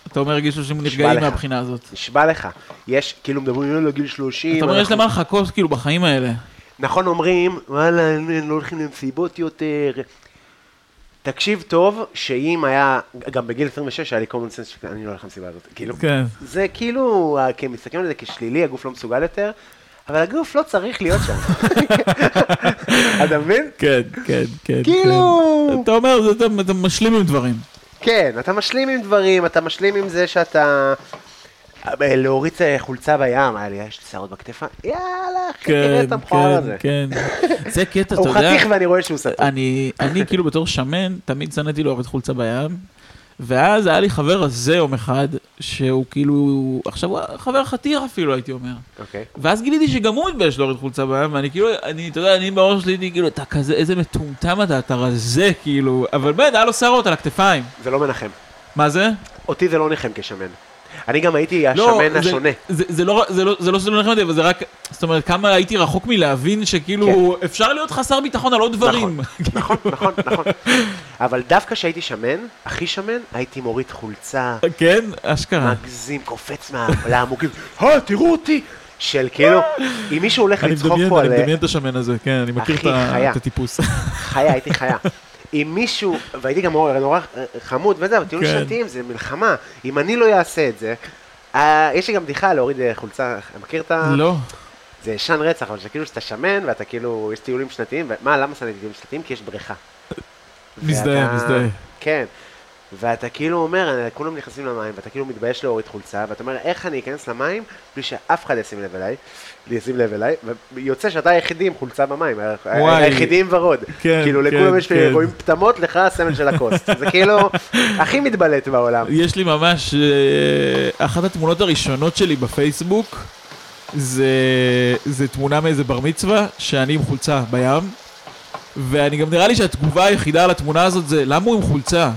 S3: אתה אומר גיל 30
S2: נשבע
S3: נרגעים
S2: לך.
S3: מהבחינה הזאת.
S2: נשבע לך. יש, כאילו מדברים, יאללה, גיל 30.
S3: אתה אומר, יש
S2: אנחנו-
S3: למה לחכות כאילו בחיים האלה.
S2: נכון אומרים, וואלה, הם לא הולכים למסיבות יותר. תקשיב טוב, שאם היה, גם בגיל 26 היה לי common sense שאני לא הולך למסיבה הזאת. כאילו,
S3: כן.
S2: זה כאילו, אה, כי מסתכלים על זה כשלילי, הגוף לא מסוגל יותר, אבל הגוף לא צריך להיות שם. אתה מבין?
S3: כן, כן, כן.
S2: כאילו-
S3: אתה אומר, זה- אתה- אתה משלים עם דברים.
S2: כן, אתה משלים עם דברים, אתה משלים עם זה שאתה... אה, להוריד אה, חולצה בים, היה לי, יש לי שערות בכתפיים, יאללה, אחי, תראה
S3: כן,
S2: את המכוער
S3: כן,
S2: הזה.
S3: כן. זה קטע, אתה
S2: הוא
S3: יודע.
S2: חתיך ואני רואה שהוא סתום.
S3: אני, אני כאילו בתור שמן, תמיד שנאתי להוריד חולצה בים. ואז היה לי חבר רזה יום אחד, שהוא כאילו, עכשיו הוא חבר חתיר אפילו, הייתי אומר.
S2: אוקיי.
S3: ואז גיליתי שגם הוא מתבייש להוריד חולצה בים, ואני כאילו, אני, אתה יודע, אני בראש שלי, הייתי כאילו, אתה כזה, איזה מטומטם אתה, אתה רזה, כאילו. אבל באמת, היה לו שערות על הכתפיים.
S2: זה לא מנחם.
S3: מה זה?
S2: אותי זה לא ניחם כשמן. אני גם הייתי
S3: לא,
S2: השמן
S3: זה-
S2: השונה.
S3: זה- זה לא זה לא- זה לא שזה לא נחמד, אבל זה רק, זאת אומרת, כמה הייתי רחוק מלהבין שכאילו, אפשר להיות חסר ביטחון על עוד דברים.
S2: כן. נכון, נכון, נכון. אבל דווקא כשהייתי שמן, הכי שמן, הייתי מוריד חולצה,
S3: כן,
S2: אה,
S3: אשכרה.
S2: מגזים, קופץ מה- לעמוקים, אה, תראו אותי! של כאילו, אם מישהו הולך
S3: אני
S2: לצחוק
S3: מדמיין,
S2: פה
S3: אני
S2: על... אה,
S3: מדמיין את השמן הזה, כן, אני מכיר
S2: אחי,
S3: את ה-
S2: חיה. אה,
S3: את הטיפוס.
S2: חיה, הייתי חיה. אם מישהו, והייתי גם נורא- נורא אה, חמוד וזה, אבל טיולים
S3: כן.
S2: שנתיים זה מלחמה. אם אני לא אעשה את זה, אה, יש לי גם בדיחה להוריד אה, חולצה, מכיר את ה...
S3: לא.
S2: זה ישן רצח, אבל שכאילו שאתה שמן ואתה כאילו, יש טיולים שנתיים, ומה, למה שנאתי טיולים שנתיים? כי יש בריכה.
S3: מזדהה,
S2: ואתה-
S3: מזדהה.
S2: כן. ואתה כאילו אומר, אה, כולם נכנסים למים, ואתה כאילו מתבייש להוריד חולצה, ואתה אומר, איך אני אכנס למים בלי שאף אחד ישים לב אליי, ישים לב אליי, ויוצא שאתה היחידי עם חולצה במים, ה-
S3: וואי.
S2: היחידי עם ורוד.
S3: כן,
S2: כאילו,
S3: כן,
S2: לכולם יש
S3: כן.
S2: רואים פטמות, לך הסמל של הכוס. זה כאילו הכי מתבלט בעולם.
S3: יש לי ממש, אה, אחת התמונות הראשונות שלי בפייסבוק, זה, זה תמונה מאיזה בר מצווה, שאני עם חולצה בים, ואני גם נראה לי שהתגובה היחידה על התמונה הזאת זה, למה הוא עם חולצה?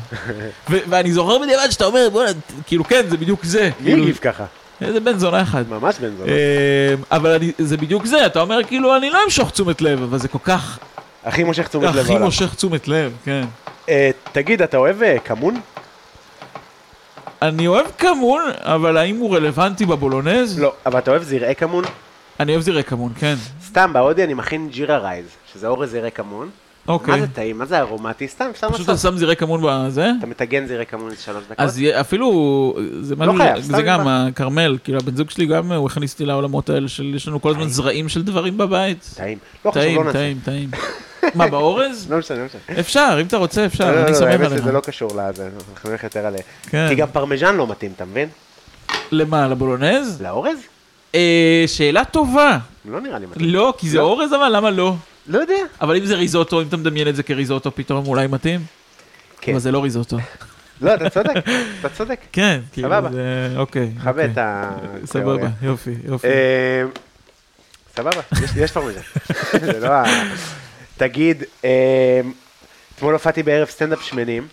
S3: ו- ואני זוכר בדיעבד שאתה אומר, בוא'נה, כאילו כן, זה בדיוק זה.
S2: מי
S3: כאילו,
S2: הגיב ככה?
S3: איזה בן זונה אחד.
S2: ממש בן זונה.
S3: אמ, אבל אני, זה בדיוק זה, אתה אומר כאילו אני לא אמשוך תשומת לב, אבל זה כל כך
S2: הכי מושך תשומת לב
S3: הכי
S2: בעולם.
S3: מושך תשומת לב, כן.
S2: אה, תגיד, אתה אוהב אה, כמון?
S3: אני אוהב כמון, אבל האם הוא רלוונטי בבולונז?
S2: לא. אבל אתה אוהב זרעי כמון?
S3: אני אוהב זירי כמון, כן.
S2: סתם, בהודי אני מכין ג'ירה רייז, שזה אורז זרעי כמון.
S3: אוקיי.
S2: מה זה טעים? מה זה ארומטי? סתם, סתם
S3: פשוט אתה
S2: לעשות.
S3: שם זירי כמון בזה?
S2: אתה מטגן זרעי כמון שלוש דקות?
S3: אז יהיה- אפילו, זה
S2: לא חייב,
S3: משהו,
S2: סתם
S3: זה גם,
S2: מה.
S3: הכרמל, כאילו הבן זוג שלי גם, הוא הכניס אותי לעולמות האלה של, יש לנו כל הזמן זרעים של דברים בבית.
S2: טעים. לא חשוב, לא
S3: טעים,
S2: נעשה.
S3: טעים, טעים. מה, באורז?
S2: לא משנה, לא משנה.
S3: אפשר, אם אתה רוצה, אפשר,
S2: לא, לא,
S3: אני
S2: לא,
S3: סומך
S2: האמת
S3: עליך.
S2: שזה לא קשור לזה, אנחנו נלך יותר על...
S3: כן.
S2: כי גם פרמיז'ן לא מתאים, אתה מבין?
S3: למה, לבולונז?
S2: לאורז?
S3: אה, שאלה טובה.
S2: לא נראה לי מתאים.
S3: לא, כי זה
S2: לא.
S3: אורז אבל, למה לא?
S2: לא יודע.
S3: אבל אם זה ריזוטו, אם אתה מדמיין את זה כריזוטו, פתאום אולי מתאים?
S2: כן.
S3: אבל זה לא ריזוטו.
S2: לא, אתה צודק, אתה צודק.
S3: כן, כאילו,
S2: סבבה.
S3: זה... אוקיי.
S2: חווה
S3: אוקיי.
S2: את ה... אוקיי.
S3: סבבה, יופי, יופי.
S2: אה, סבבה, יש- יש פרמיז'ן. זה לא ה... תגיד, אה, אתמול הופעתי בערב סטנדאפ שמנים,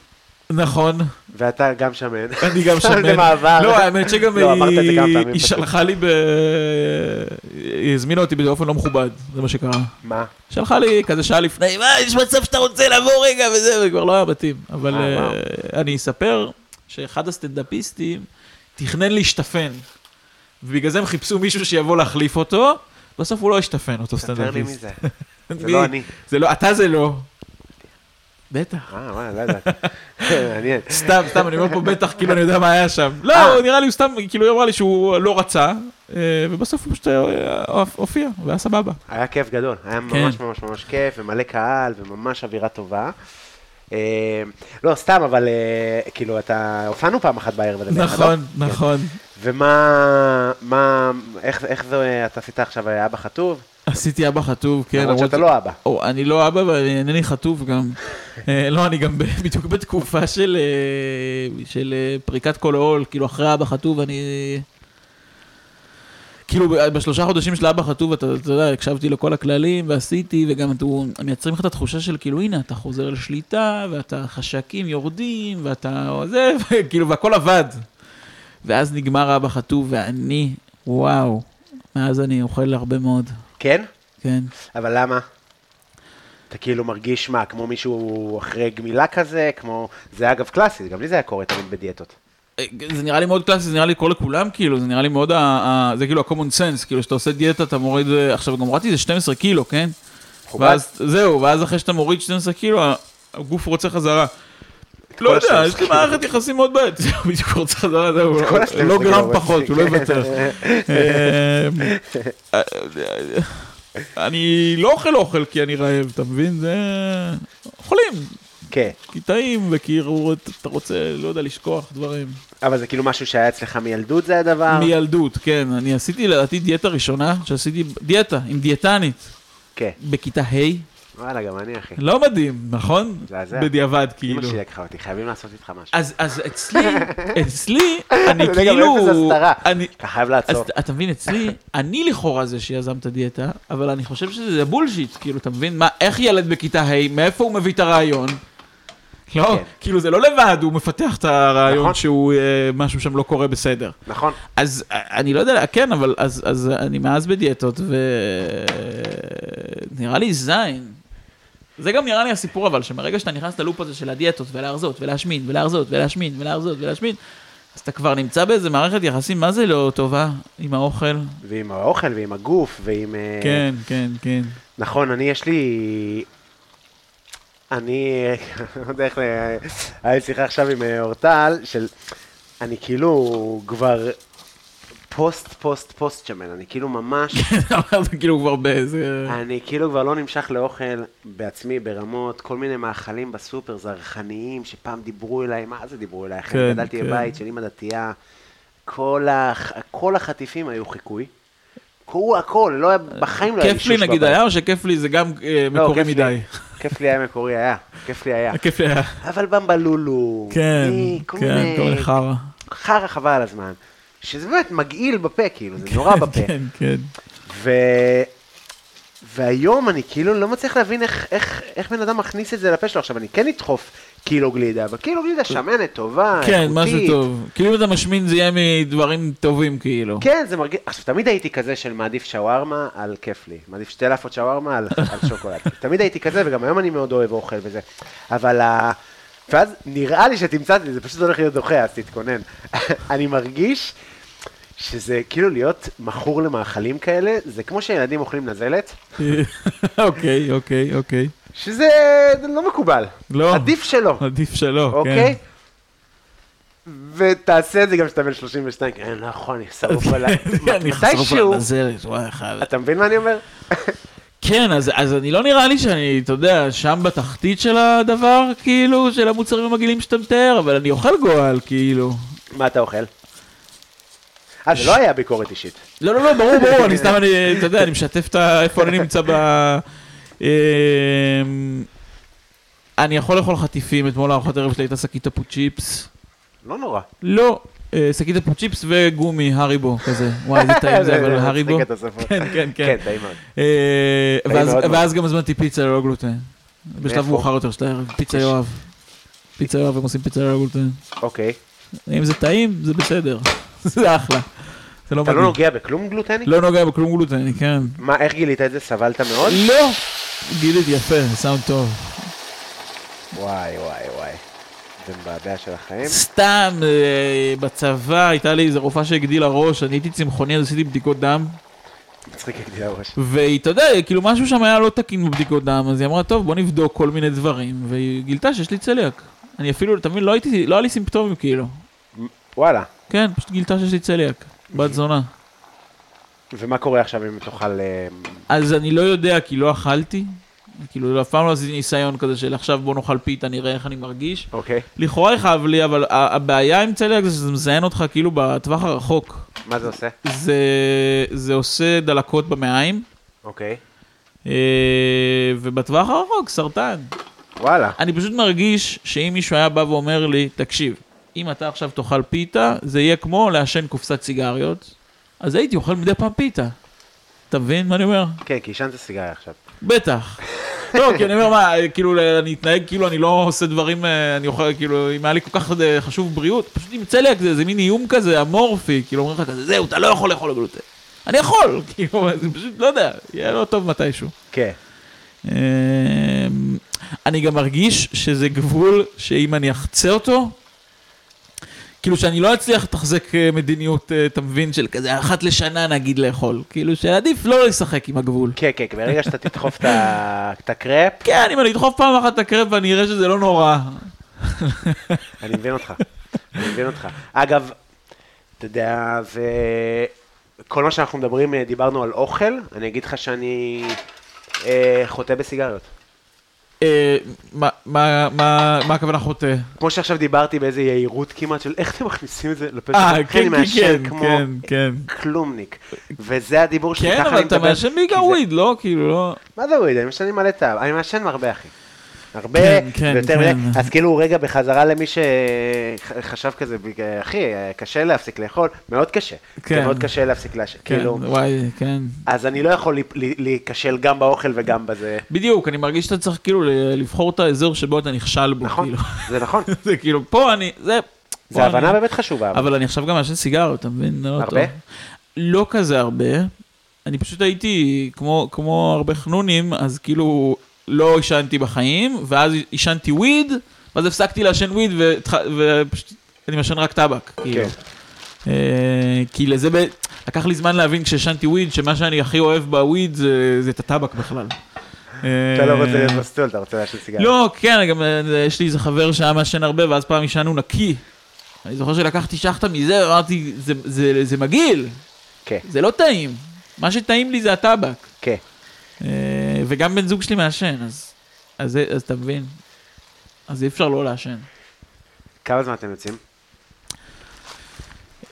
S3: נכון,
S2: ואתה גם שמן.
S3: אני גם
S2: סתם
S3: שמן.
S2: במעבר.
S3: לא, האמת שגם אה,
S2: לא, אמרת את זה כמה
S3: היא-
S2: פעמים,
S3: היא
S2: פשוט.
S3: שלחה לי ב... היא הזמינה אותי באופן לא מכובד, זה מה שקרה.
S2: מה?
S3: שלחה לי כזה שעה לפני, מה, יש מצב שאתה רוצה לבוא רגע וזה, וכבר לא היה מתאים. אבל
S2: אה,
S3: אה,
S2: וואו.
S3: אני אספר שאחד הסטנדאפיסטים תכנן להשתפן, ובגלל זה הם חיפשו מישהו שיבוא להחליף אותו, בסוף הוא לא השתפן, אותו
S2: ספר לי מי
S3: סטנדאפיסט.
S2: זה. זה
S3: מי?
S2: לא אני.
S3: זה לא, אתה זה לא. בטח.
S2: אה, וואלה, לא ידעתי. מעניין.
S3: סתם, סתם, אני אומר פה בטח, כאילו אני יודע מה היה שם.
S2: אה.
S3: לא, נראה לי הוא סתם, כאילו היא אמרה לי שהוא לא רצה, אה, ובסוף הוא פשוט אה, הופיע, והיה סבבה.
S2: היה כיף גדול,
S3: כן.
S2: היה ממש ממש ממש כיף, ומלא קהל, וממש אווירה טובה. אה, לא, סתם, אבל אה, כאילו, אתה, הופענו פעם אחת בערב הזה. ביחד,
S3: נכון,
S2: לא?
S3: נכון.
S2: ומה, מה, איך, איך זה, אתה עשית עכשיו אה, אבא חטוב?
S3: עשיתי אבא חטוב, כן.
S2: למרות
S3: למרות
S2: שאתה
S3: ש-
S2: לא אבא.
S3: או, אני לא אבא ואני אינני חטוף גם. אה, לא, אני גם ב- בדיוק בתקופה של אה, של, אה, פריקת כל העול, כאילו אחרי אבא חטוף אני... כאילו, בשלושה חודשים של אבא חטוב, אתה, אתה יודע, הקשבתי לכל הכללים ועשיתי, וגם אתו, מייצרים לך את התחושה של כאילו, הנה, אתה חוזר לשליטה, ואתה חשקים יורדים, ואתה זה, וכאילו, והכל עבד. ואז נגמר אבא חטוב, ואני, וואו, מאז אני אוכל הרבה מאוד,
S2: כן?
S3: כן.
S2: אבל למה? אתה כאילו מרגיש מה, כמו מישהו אחרי גמילה כזה, כמו... זה אגב קלאסי, גם לי זה היה קורה תמיד בדיאטות.
S3: זה נראה לי מאוד קלאסי, זה נראה לי קורה לכולם, כאילו, זה נראה לי מאוד, ה, ה, זה כאילו ה-common sense, כאילו, שאתה עושה דיאטה, אתה מוריד, אה, עכשיו גם הורדתי איזה 12 קילו, כן?
S2: מכובד.
S3: ואז, זהו, ואז אחרי שאתה מוריד 12 קילו, ה- הגוף רוצה חזרה. לא יודע,
S2: ה-12
S3: יש לי מערכת יחסים מאוד בעייתית, הוא בדיוק רוצה חזרה, זהו,
S2: כל ה-12
S3: לא
S2: קילו,
S3: גרם
S2: אבל-
S3: פחות, הוא לא
S2: כן.
S3: יוותר. אה, אני לא אוכל אוכל כי אני רעב, אתה מבין? זה... אוכלים,
S2: כן.
S3: כי טעים, וכאילו, אתה רוצה, לא יודע, לשכוח דברים.
S2: אבל זה כאילו משהו שהיה אצלך מילדות זה הדבר?
S3: מילדות, כן. אני עשיתי לדעתי דיאטה ראשונה, שעשיתי דיאטה עם דיאטנית
S2: כן.
S3: בכיתה ה',
S2: וואלה, גם אני, אחי.
S3: לא מדהים, נכון?
S2: מזעזע.
S3: בדיעבד,
S2: אמא
S3: כאילו.
S2: שלי לקחה אותי, חייבים לעשות איתך משהו.
S3: אז, אז אצלי, אצלי, אני
S2: זה גם
S3: כאילו...
S2: אפס הסתרה.
S3: אני,
S2: אתה חייב
S3: אז
S2: לעצור.
S3: אתה מבין, אצלי, אני לכאורה זה שיזם את הדיאטה, אבל אני חושב שזה בולשיט, כאילו, אתה מבין, מה, איך ילד בכיתה ה', מאיפה הוא מביא את הרעיון? לא,
S2: כן.
S3: כאילו זה לא לבד, הוא מפתח את הרעיון
S2: נכון.
S3: שהוא, אה, משהו שם לא קורה בסדר.
S2: נכון.
S3: אז אה, אני לא יודע, כן, אבל אז, אז אני מאז בדיאטות, ונראה לי זין. זה גם נראה לי הסיפור, אבל שמרגע שאתה נכנס ללופ הזה של הדיאטות, ולהרזות, ולהשמין, ולהרזות, ולהשמין, ולהרזות, ולהשמין, אז אתה כבר נמצא באיזה מערכת יחסים, מה זה לא טובה עם האוכל?
S2: ועם האוכל, ועם הגוף, ועם... אה,
S3: כן, כן, כן.
S2: נכון, אני יש לי... אני, לא יודע איך, ל- היה לי שיחה עכשיו עם אה, אורטל, של... אני כאילו כבר פוסט פוסט פוסט שמן, אני כאילו ממש,
S3: זה כאילו כבר באיזה...
S2: אני כאילו כבר לא נמשך לאוכל בעצמי ברמות, כל מיני מאכלים בסופר זרחניים, שפעם דיברו אליי, מה זה דיברו אליי?
S3: כן,
S2: כן, גדלתי
S3: כן.
S2: בבית של אימא דתייה, כל, הח... כל החטיפים היו חיקוי, כל, הכל, לא היה, בחיים לא היה לי
S3: כיף
S2: שוש
S3: לי
S2: בבית.
S3: נגיד היה, או שכיף לי זה גם אה,
S2: לא,
S3: מקורי
S2: כיף לי. אה.
S3: מדי?
S2: כיף לי היה מקורי, היה. כיף לי היה.
S3: כיף לי היה.
S2: אבל במבלולו.
S3: כן,
S2: אה, כל
S3: כן,
S2: מיני-
S3: כל מיני חרא.
S2: חרא חבל על הזמן. שזה באמת מגעיל בפה, כאילו, זה נורא בפה.
S3: כן, כן.
S2: ו... והיום אני כאילו לא מצליח להבין איך, איך, איך בן אדם מכניס את זה לפה שלו. עכשיו, אני כן אדחוף קילו גלידה, אבל קילו גלידה שמנת, טובה,
S3: כן,
S2: אה, איכותית.
S3: משהו טוב. כאילו אם אתה משמין זה יהיה מדברים טובים, כאילו.
S2: כן, זה מרגיש... עכשיו, תמיד הייתי כזה של מעדיף שווארמה על כיף לי. מעדיף שתי לאפות שווארמה על, על שוקולד. תמיד הייתי כזה, וגם היום אני מאוד אוהב אוכל וזה. אבל ה... ואז נראה לי שתמצאתי, זה פשוט הולך להיות דוחה, אז תתכונן. אני מרגיש שזה כאילו להיות מכור למאכלים כאלה, זה כמו שילדים אוכלים נזלת,
S3: אוקיי, אוקיי, אוקיי.
S2: שזה לא מקובל.
S3: לא.
S2: עדיף שלא,
S3: עדיף שלא, כן.
S2: אוקיי? ותעשה את זה גם כשאתה בן 32, כי אני לא יכול, אני שרוף על ה...
S3: כן, אני חשוף על
S2: מתישהו,
S3: הנזלת, וואי, חייב.
S2: אתה מבין מה אני אומר?
S3: כן, אז, אז אני לא נראה לי שאני, אתה יודע, שם בתחתית של הדבר, כאילו, של המוצרים המגעילים שאתה מתאר, אבל אני אוכל גועל, כאילו.
S2: מה אתה אוכל? אה, זה לא היה ביקורת אישית.
S3: לא, לא, לא, ברור, ברור, אני סתם, אני, אתה יודע, אני משתף את ה... איפה אני נמצא ב... אמ, אני יכול לאכול חטיפים, אתמול ארוחת ערב שלי הייתה שקית הפו צ'יפס.
S2: לא נורא.
S3: לא, אה, שקית אפו צ'יפס וגומי, הריבו כזה. וואי, איזה טעים זה, אבל הריבו.
S2: מצחיק את הספר.
S3: כן, כן,
S2: כן,
S3: כן.
S2: טעים מאוד.
S3: אה,
S2: טעים
S3: ואז-
S2: מאוד מאוד.
S3: ואז גם הזמנתי פיצה ללא גלוטן. בשלב
S2: מאיפה?
S3: מאוחר יותר של הערב, פיצה יואב. פיצה יואב, הם עושים פיצה ללא גלוטן.
S2: אוקיי.
S3: אם זה טעים, זה בסדר. זה אחלה. זה לא
S2: אתה לא
S3: מדהים.
S2: נוגע בכלום גלוטני?
S3: לא נוגע בכלום גלוטן, כן.
S2: מה, איך גילית את זה? סבלת מאוד?
S3: לא! גילית יפה, סאונד טוב.
S2: וואי, וואי, וואי. זה מבעבע של החיים.
S3: סתם, אה, בצבא הייתה לי איזו רופאה שהגדילה ראש, אני הייתי צמחוני, אז עשיתי בדיקות דם.
S2: מצחיק את הראש.
S3: והיא, אתה יודע, כאילו משהו שם היה לא תקין בבדיקות דם, אז היא אמרה, טוב, בוא נבדוק כל מיני דברים, והיא גילתה שיש לי צליאק. אני אפילו, אתה מבין, לא הייתי, לא היה לי סימפטומים כאילו.
S2: וואלה.
S3: כן, פשוט גילתה שיש לי צליאק, בת זונה.
S2: ומה קורה עכשיו אם תאכל... אה,
S3: אז אני לא יודע, כי לא אכלתי. כאילו, אף פעם לא עשיתי ניסיון כזה של עכשיו בוא נאכל פיתה, נראה איך אני מרגיש.
S2: אוקיי.
S3: לכאורה יכאב לי, אבל ה- הבעיה עם צליאק זה שזה מזיין אותך כאילו בטווח הרחוק.
S2: מה זה עושה?
S3: זה, זה עושה דלקות במעיים,
S2: אוקיי.
S3: אה, ובטווח הרחוק, סרטן.
S2: וואלה.
S3: אני פשוט מרגיש שאם מישהו היה בא ואומר לי, תקשיב, אם אתה עכשיו תאכל פיתה, זה יהיה כמו לעשן קופסת סיגריות, אז הייתי אוכל מדי פעם פיתה. אתה מבין מה אני אומר?
S2: כן, כי עישנת סיגריה עכשיו.
S3: בטח. לא, כי אני אומר, מה, כאילו, אני אתנהג כאילו אני לא עושה דברים, אה, אני אוכל, כאילו, אם היה לי כל כך אה, חשוב בריאות, פשוט עם צליאק זה איזה מין איום כזה, אמורפי, כאילו אומרים לך כזה, זהו, אתה לא יכול לאכול גלוטן. אני יכול, כאילו, זה פשוט, לא יודע, יהיה לא טוב מתישהו.
S2: כן.
S3: אה, אמ, אני גם מרגיש שזה גבול שאם אני אחצה אותו, כאילו שאני לא אצליח לתחזק אה, מדיניות, אה, אתה מבין, של כזה אחת לשנה נגיד לאכול. כאילו שעדיף לא לשחק עם הגבול.
S2: כן, כן, כי ברגע שאתה תדחוף את ה- את הקרפ,
S3: כן, אם אני אדחוף פעם אחת את הקרב ואני אראה שזה לא נורא.
S2: אני מבין אותך, אני מבין אותך. אגב, אתה יודע, זה... כל מה שאנחנו מדברים, אה, דיברנו על אוכל, אני אגיד לך שאני אה, חוטא בסיגריות.
S3: אה, מה- מה מה- מה הכוונה חוטא?
S2: כמו שעכשיו דיברתי באיזה יהירות כמעט של איך אתם מכניסים את זה לפה
S3: אה,
S2: שלכם,
S3: כן,
S2: אני
S3: כן,
S2: מעשן
S3: כן,
S2: כמו
S3: כן, כן.
S2: כלומניק. וזה הדיבור שלי,
S3: כן,
S2: ככה
S3: אבל
S2: אני
S3: אתה
S2: מדבר.
S3: מעשן בעיקר
S2: כי זה-
S3: וויד, לא? כאילו, לא...
S2: מה זה וויד? אני מעשן מלא טעם, אני מעשן הרבה אחי. הרבה,
S3: כן, כן,
S2: ויותר
S3: כן.
S2: מדי. אז כאילו רגע בחזרה למי שחשב כזה, ב- אחי, קשה להפסיק לאכול, מאוד קשה.
S3: כן.
S2: כן. מאוד קשה להפסיק לעשן,
S3: כן,
S2: כאילו.
S3: וואי, כן.
S2: אז אני לא יכול להיפ- לה- להיכשל גם באוכל וגם בזה.
S3: בדיוק, אני מרגיש שאתה צריך כאילו ל- לבחור את האזור שבו אתה נכשל בו,
S2: נכון,
S3: כאילו.
S2: זה נכון.
S3: זה כאילו, פה אני, זה...
S2: זו הבנה באמת חשובה. אבל-
S3: אבל אני עכשיו גם מעשן סיגריות, אתה מבין? זה לא
S2: הרבה?
S3: טוב. לא כזה הרבה. אני פשוט הייתי, כמו, כמו הרבה חנונים, אז כאילו לא עישנתי בחיים, ואז עישנתי וויד, ואז הפסקתי לעשן וויד, והתח... ופשוט אני מעשן רק טבק. כאילו.
S2: כן.
S3: אה, כי לזה, ב... לקח לי זמן להבין כשעישנתי וויד, שמה שאני הכי אוהב בוויד זה, זה את הטבק בכלל.
S2: אתה לא רוצה להיות מסטול, אתה רוצה לעשן סיגריה.
S3: אה, לא, כן, גם אה, יש לי איזה חבר שהיה מעשן הרבה, ואז פעם עישנו נקי. אני זוכר שלקחתי שחטה מזה, ואמרתי, זה, זה, זה מגעיל,
S2: כן,
S3: זה לא טעים. מה שטעים לי זה הטבק.
S2: כן.
S3: אה, וגם בן זוג שלי מעשן, אז, אז, זה- אז אתה מבין? אז אי אפשר לא לעשן.
S2: כמה זמן אתם יוצאים?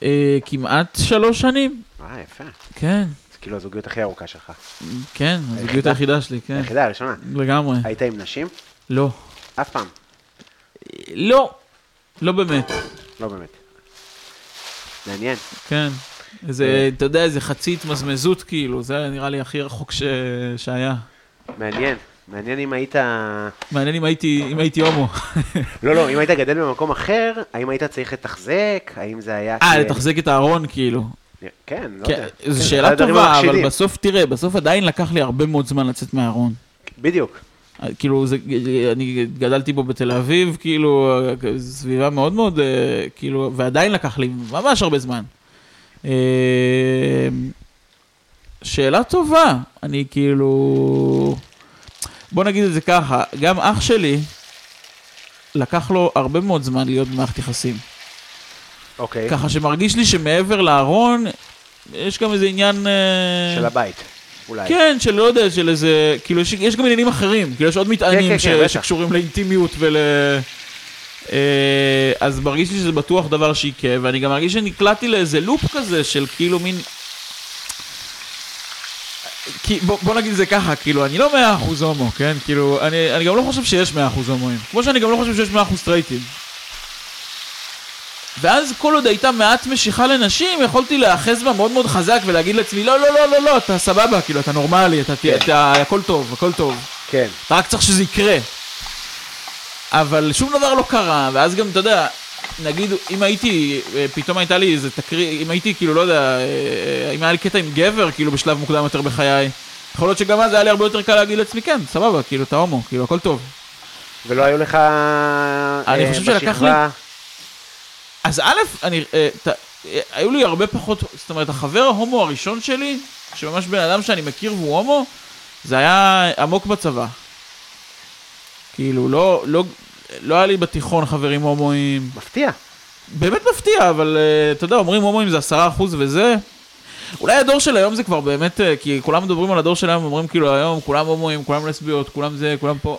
S3: אה, כמעט שלוש שנים,
S2: אה, יפה.
S3: כן,
S2: זה כאילו הזוגיות הכי ארוכה שלך.
S3: כן, הזוגיות היחידה שלי, כן,
S2: היחידה הראשונה.
S3: לגמרי.
S2: היית עם נשים?
S3: לא.
S2: אף פעם.
S3: לא, לא באמת,
S2: לא באמת. מעניין.
S3: כן.
S2: אה.
S3: איזה, אתה יודע, איזה חצי התמזמזות כאילו, זה נראה לי הכי רחוק ש... שהיה.
S2: מעניין, מעניין אם היית...
S3: מעניין אם הייתי, אם הייתי הומו. אה,
S2: לא, לא, אם היית גדל במקום אחר, האם היית צריך לתחזק? האם זה היה...
S3: אה,
S2: כ-
S3: לתחזק את הארון כאילו.
S2: כן, לא
S3: כן,
S2: יודע. כן,
S3: זו
S2: זה
S3: שאלה
S2: הדברים
S3: טובה,
S2: המחשידים.
S3: אבל בסוף, תראה, בסוף עדיין לקח לי הרבה מאוד זמן לצאת מהארון.
S2: בדיוק.
S3: אה, כאילו, זה, אני גדלתי בו בתל אביב, כאילו, אה, סביבה מאוד מאוד, אה, כאילו, ועדיין לקח לי ממש הרבה זמן. אה, שאלה טובה, אני כאילו... בוא נגיד את זה ככה, גם אח שלי, לקח לו הרבה מאוד זמן להיות במערכת יחסים.
S2: אוקיי.
S3: ככה שמרגיש לי שמעבר לארון, יש גם איזה עניין... אה,
S2: של הבית, אולי.
S3: כן, של לא יודע, של איזה... כאילו, יש, יש גם עניינים אחרים. כאילו, יש עוד מטענים
S2: כן,
S3: ש,
S2: כן, בטח.
S3: שקשורים לאינטימיות ול... אה, אז מרגיש לי שזה בטוח דבר שיקרה, ואני גם מרגיש שנקלעתי לאיזה לופ כזה של כאילו מין... כי בוא, בוא נגיד את זה ככה, כאילו, אני לא מאה אחוז הומו, כן? כאילו, אני, אני גם לא חושב שיש מאה אחוז הומואים. כמו שאני גם לא חושב שיש מאה אחוז סטרייטים. ואז כל עוד הייתה מעט משיכה לנשים, יכולתי להיאחז בה מאוד מאוד חזק ולהגיד לעצמי, לא, לא, לא, לא, לא, אתה סבבה, כאילו, אתה נורמלי, אתה, כן. אתה, הכל טוב, הכל טוב.
S2: כן.
S3: אתה רק צריך שזה יקרה. אבל שום דבר לא קרה, ואז גם, אתה יודע, נגיד, אם הייתי, אה, פתאום הייתה לי איזה תקריא, אם הייתי, כאילו, לא יודע, אה, אם היה לי קטע עם גבר, כאילו, בשלב מוקדם יותר בחיי, יכול להיות שגם אז היה לי הרבה יותר קל להגיד לעצמי, כן, סבבה, כאילו, אתה הומו, כאילו, הכל טוב.
S2: ולא היו לך...
S3: אני
S2: אה,
S3: חושב שלקח לי-
S2: בשכבה-
S3: אז א', אני, אה, ת, אה, היו לי הרבה פחות, זאת אומרת, החבר ההומו הראשון שלי, שממש בן אדם שאני מכיר והוא הומו, זה היה עמוק בצבא. כאילו, לא, לא, לא היה לי בתיכון חברים הומואים.
S2: מפתיע.
S3: באמת מפתיע, אבל אה, אתה יודע, אומרים הומואים זה עשרה אחוז וזה. אולי הדור של היום זה כבר באמת, אה, כי כולם מדברים על הדור של היום, אומרים כאילו היום כולם הומואים, כולם לסביות, כולם זה, כולם פה.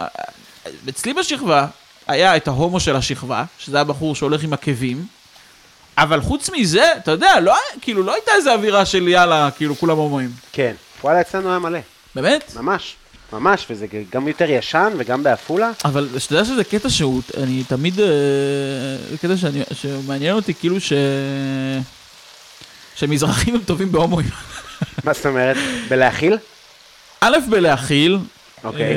S3: אה, אה, אצלי בשכבה היה את ההומו של השכבה, שזה הבחור שהולך עם עקבים, אבל חוץ מזה, אתה יודע, לא, היה- כאילו לא הייתה איזה אווירה של יאללה, כאילו כולם הומואים.
S2: כן. וואלה, אצלנו היה מלא.
S3: באמת?
S2: ממש. ממש, וזה גם יותר ישן וגם בעפולה.
S3: אבל שאתה יודע שזה קטע שהוא, אני תמיד, אה, זה קטע שאני, שמעניין אותי, כאילו ש... שמזרחים הם טובים בהומואים.
S2: מה זאת אומרת? בלהכיל?
S3: א', בלהכיל.
S2: אוקיי.
S3: אה,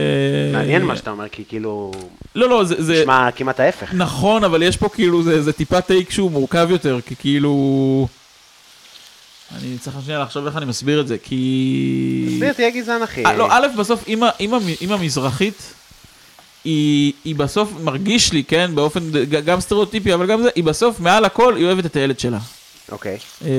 S2: מעניין מה שאתה אומר, כי כאילו,
S3: לא, לא, זה... זה-
S2: נשמע כמעט ההפך.
S3: נכון, אבל יש פה כאילו, זה, זה טיפה טייק שהוא מורכב יותר, כי כאילו... אני צריך שנייה לחשוב איך אני מסביר את זה, כי...
S2: תסביר, תהיה גזען, אחי.
S3: אה, לא, א', בסוף, אם ה- אם ה- אם המזרחית, היא, היא בסוף, מרגיש לי, כן, באופן ג- גם סטריאוטיפי, אבל גם זה, היא בסוף, מעל הכל, היא אוהבת את הילד שלה.
S2: אוקיי.
S3: אה,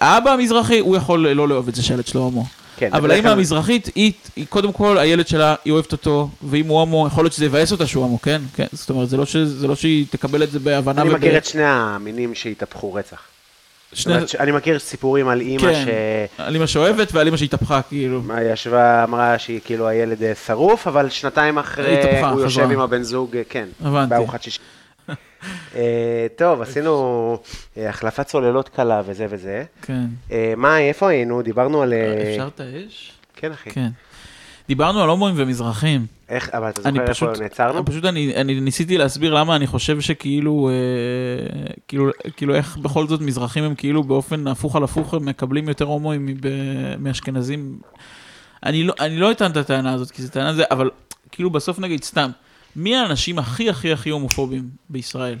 S3: האבא המזרחי, הוא יכול לא לאהוב את זה שהילד שלו הומו.
S2: כן,
S3: אבל
S2: בדרך
S3: האמא
S2: כלל-
S3: המזרחית, היא, היא, קודם כל, הילד שלה, היא אוהבת אותו, ואם הוא הומו, יכול להיות שזה יבאס אותה שהוא הומו, כן? כן, זאת אומרת, זה לא, ש, זה לא שהיא תקבל את זה בהבנה.
S2: אני
S3: וב-
S2: מכיר את שני המינים שהתהפכו רצח. זאת
S3: שני...
S2: אומרת, אני מכיר סיפורים על אימא
S3: כן.
S2: ש...
S3: על אמא שאוהבת ועל אמא שהתהפכה, כאילו.
S2: מה, ישבה, אמרה שהיא כאילו הילד אה, שרוף, אבל שנתיים אחרי
S3: התהפכה,
S2: הוא יושב
S3: חזרה.
S2: עם הבן זוג, אה, כן,
S3: הבנתי.
S2: בארוחת שישי. אה, טוב, עשינו אה, החלפת צוללות קלה וזה וזה.
S3: כן.
S2: אה, מה, איפה היינו? דיברנו על... אה,
S3: אפשר את האש?
S2: כן, אחי.
S3: כן. דיברנו על הומואים ומזרחים.
S2: איך, אבל אתה
S3: אני
S2: זוכר איפה
S3: פשוט-
S2: נעצרנו?
S3: פשוט אני, אני ניסיתי להסביר למה אני חושב שכאילו, אה, כאילו, כאילו איך בכל זאת מזרחים הם כאילו באופן הפוך על הפוך הם מקבלים יותר הומואים מב, מאשכנזים. אני לא, אני לא אטען את הטענה הזאת, כי זו טענה זה, אבל כאילו בסוף נגיד סתם, מי האנשים הכי הכי הכי הומופובים בישראל?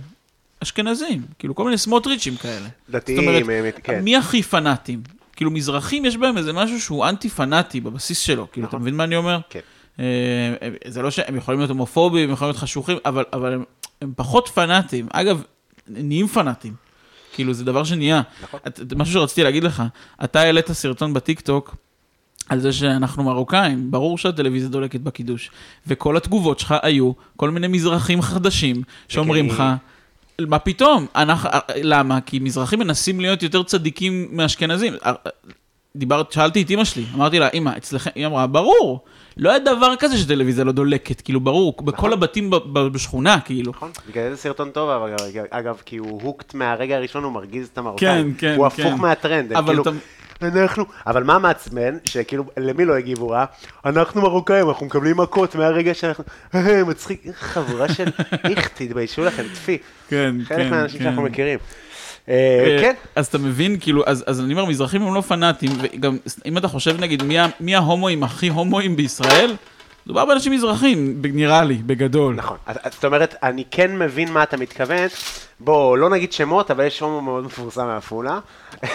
S3: אשכנזים, כאילו כל מיני סמוטריצ'ים כאלה. זאת
S2: דתיים,
S3: אומרת,
S2: אה, מת- כן.
S3: מי הכי פנאטים? כאילו מזרחים יש בהם איזה משהו שהוא אנטי פנאטי בבסיס שלו, כאילו אתה
S2: נכון.
S3: מבין מה אני אומר?
S2: כן.
S3: אה, זה לא שהם יכולים להיות הומופובים, הם יכולים להיות חשוכים, אבל, אבל הם, הם פחות פנאטים. אגב, נהיים פנאטים. כאילו, זה דבר שנהיה.
S2: נכון.
S3: את, את- משהו שרציתי להגיד לך, אתה העלית סרטון בטיקטוק על זה שאנחנו מרוקאים, ברור שהטלוויזיה דולקת בקידוש. וכל התגובות שלך היו כל מיני מזרחים חדשים שאומרים לך,
S2: וכי-
S3: מה פתאום? אנחנו, אה, למה? כי מזרחים מנסים להיות יותר צדיקים מאשכנזים. אה, דיברת, שאלתי את אימא שלי, אמרתי לה, אימא, אצלכם, היא אמרה, ברור, לא היה דבר כזה שטלוויזיה לא דולקת, כאילו, ברור, בכל הבתים ב- ב- בשכונה, כאילו.
S2: נכון, בגלל זה סרטון טוב, אבל אגב, כי הוא הוקט מהרגע הראשון, הוא מרגיז את
S3: כן,
S2: המרוקאים.
S3: כן,
S2: הוא
S3: כן.
S2: הפוך מהטרנד, הם
S3: אבל
S2: כאילו...
S3: אתה-
S2: אנחנו, אבל מה מעצבן, שכאילו, למי לא הגיבו רע? אנחנו מרוקאים, אנחנו מקבלים מכות מהרגע שאנחנו... אה, מצחיק, חבורה של איך, תתביישו לכם, טפי.
S3: כן,
S2: חלק
S3: כן,
S2: מהאנשים
S3: כן.
S2: שאנחנו מכירים. אה, כן,
S3: אז אתה מבין, כאילו, אז, אז אני אומר, מזרחים הם לא פנאטים, וגם אם אתה חושב, נגיד, מי, ה- מי ההומואים הכי הומואים בישראל, מדובר באנשים מזרחים, ב- נראה לי, בגדול.
S2: נכון. אז- אז זאת אומרת, אני כן מבין מה אתה מתכוון. בוא, לא נגיד שמות, אבל יש הומו מאוד מפורסם מעפולה,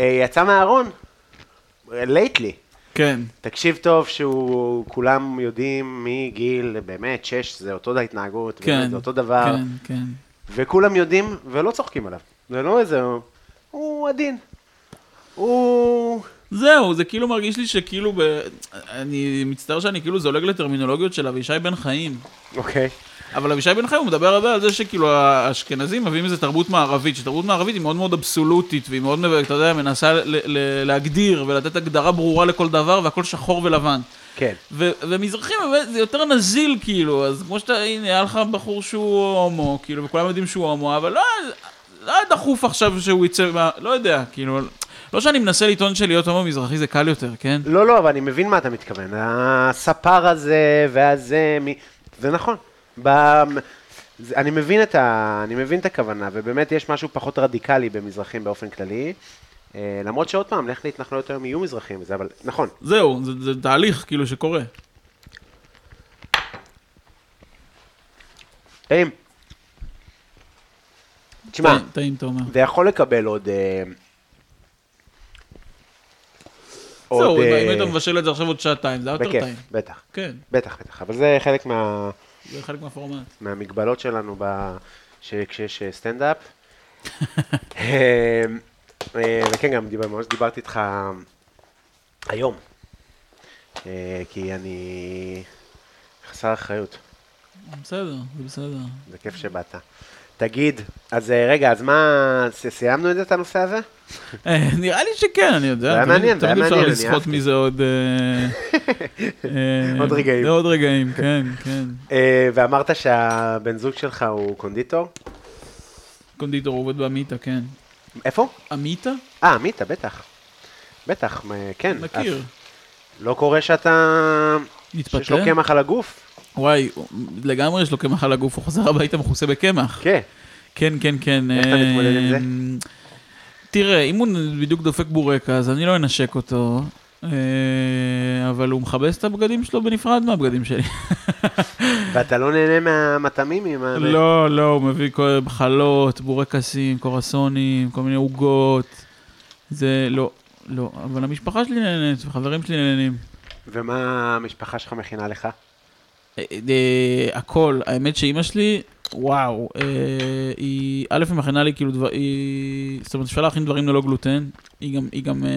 S2: שיצא מהארון, לייטלי.
S3: כן,
S2: תקשיב טוב שהוא, כולם יודעים מגיל באמת שש, זה אותו התנהגות,
S3: כן.
S2: באמת, זה אותו דבר,
S3: כן, כן.
S2: וכולם יודעים ולא צוחקים עליו. זה לא איזה, הוא עדין. הוא...
S3: זהו, זה כאילו מרגיש לי שכאילו, ב... אני מצטער שאני כאילו זולג לטרמינולוגיות של אבישי בן חיים.
S2: אוקיי.
S3: אבל אבישי בן חיים הוא מדבר הרבה על זה שכאילו האשכנזים מביאים איזה תרבות מערבית, שתרבות מערבית היא מאוד מאוד אבסולוטית, והיא מאוד, אתה יודע, מנסה ל- ל- להגדיר ולתת הגדרה ברורה לכל דבר, והכל שחור ולבן.
S2: כן.
S3: ו- ומזרחים באמת, זה יותר נזיל כאילו, אז כמו שאתה, הנה, היה לך בחור שהוא הומו, כאילו, וכולם יודעים שהוא הומו, אבל לא, לא היה דחוף עכשיו שהוא יצא, מה, לא יודע, כאילו, לא שאני מנסה לטעון שלהיות הומו מזרחי זה קל יותר, כן?
S2: לא, לא, אבל אני מבין מה אתה מתכוון. הספר הזה והזה, מי... זה נכון. ב... זה- אני מבין, את ה... אני מבין את הכוונה, ובאמת יש משהו פחות רדיקלי במזרחים באופן כללי. אה, למרות שעוד פעם, לך להתנחלויות היום יהיו מזרחים וזה, אבל נכון,
S3: זהו, זה, זה תהליך כאילו שקורה.
S2: טעים. תשמע,
S3: טעים- טעים, אתה אומר.
S2: זה יכול לקבל עוד... אה,
S3: זהו, אם אם
S2: אה,
S3: היית מבשל את זה עכשיו עוד שעתיים, זה היה יותר
S2: בכיף,
S3: טעים.
S2: בטח,
S3: כן,
S2: בטח, בטח, אבל זה חלק מה...
S3: זה חלק מהפורמט.
S2: מהמגבלות שלנו ב... ש... כשיש אה, סטנדאפ. אה, אה, וכן, גם דיבר, ממש דיברתי איתך אה, היום, אה, כי אני חסר אחריות,
S3: בסדר, זה בסדר.
S2: זה כיף שבאת. תגיד, אז אה, רגע, אז מה, ס- סיימנו את זה, את הנושא הזה?
S3: אה, נראה לי שכן, אני יודע.
S2: זה היה
S3: תמיד-
S2: מעניין, זה היה
S3: תמיד
S2: מעניין, אני
S3: אפשר לסחוט
S2: אהבתי.
S3: מזה עוד... אה, אה,
S2: עוד רגעים.
S3: עוד רגעים, כן, כן.
S2: אה, ואמרת שהבן זוג שלך הוא קונדיטור?
S3: קונדיטור עובד בעמיתה, כן.
S2: איפה?
S3: עמיתה?
S2: אה, מיטה, בטח. בטח, מ- כן.
S3: מכיר.
S2: אז לא קורה שאתה... שיש לו
S3: התפטר?
S2: קמח על הגוף?
S3: וואי, הוא- לגמרי יש לו קמח על הגוף, הוא חוזר הביתה מכוסה בקמח.
S2: כן.
S3: כן, כן, כן.
S2: איך אתה מתמודד עם זה?
S3: אמ, תראה, אם הוא בדיוק דופק בורקה, אז אני לא אנשק אותו, אה, אבל הוא מכבס את הבגדים שלו בנפרד מהבגדים שלי.
S2: ואתה לא נהנה מהמטעמים עם ה...
S3: לא, לא, הוא מביא כל חלות, בורקסים, קורסונים, כל מיני עוגות. זה לא, לא, אבל המשפחה שלי נהנית, וחברים שלי נהנים.
S2: ומה המשפחה שלך מכינה לך?
S3: אה, אה, הכל, האמת שאימא שלי, וואו, אה, היא, א', היא מכינה לי כאילו דבר, היא, זאת אומרת, אפשר להכין דברים ללא גלוטן, היא גם, היא גם אה,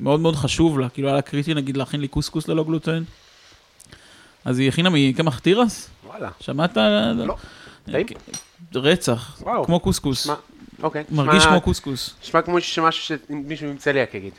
S3: מאוד מאוד חשוב לה, כאילו היה לה קריטי נגיד להכין לי קוסקוס ללא גלוטן, אז היא הכינה מקמח תירס,
S2: וואלה.
S3: שמעת? אה,
S2: לא. טעים?
S3: רצח,
S2: וואו.
S3: כמו קוסקוס,
S2: מה? אוקיי.
S3: מרגיש
S2: נשמע-
S3: כמו אה, קוסקוס.
S2: נשמע כמו ש- משהו שמישהו עם צליאק יגיד.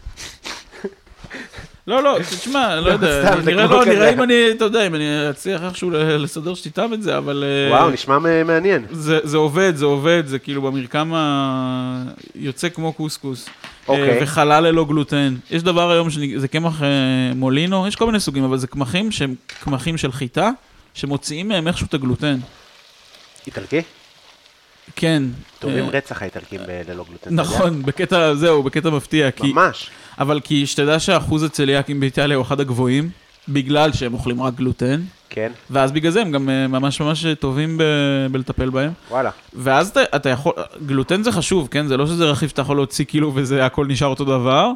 S3: לא, לא, תשמע, לא
S2: לא,
S3: יודע,
S2: סתם, זה
S3: נראה
S2: כמו
S3: לא, נראה
S2: כזה.
S3: אם אני, אתה יודע, אם אני אצליח איכשהו ל- לסדר שתטעם את זה, אבל... אה,
S2: וואו, נשמע מ- מעניין.
S3: זה, זה עובד, זה עובד, זה כאילו במרקם ה... יוצא כמו קוסקוס.
S2: אוקיי.
S3: אה, וחלל ללא גלוטן. יש דבר היום שזה קמח אה, מולינו, יש כל מיני סוגים, אבל זה קמחים שהם קמחים של חיטה, שמוציאים מהם איכשהו את הגלוטן.
S2: איטלקי?
S3: אה, כן.
S2: טובים
S3: אה,
S2: רצח האיטלקים ב- ללא גלוטן. אתה יודע?
S3: נכון, בקטע, זהו, בקטע מפתיע. כי,
S2: ממש.
S3: אבל כי שתדע שאחוז הצליאקים באיטליה הוא אחד הגבוהים, בגלל שהם אוכלים רק גלוטן,
S2: כן,
S3: ואז בגלל זה הם גם אה, ממש ממש טובים ב, בלטפל בהם.
S2: וואלה.
S3: ואז אתה, אתה יכול, גלוטן זה חשוב, כן? זה לא שזה רכיב שאתה יכול להוציא כאילו וזה הכל נשאר אותו דבר,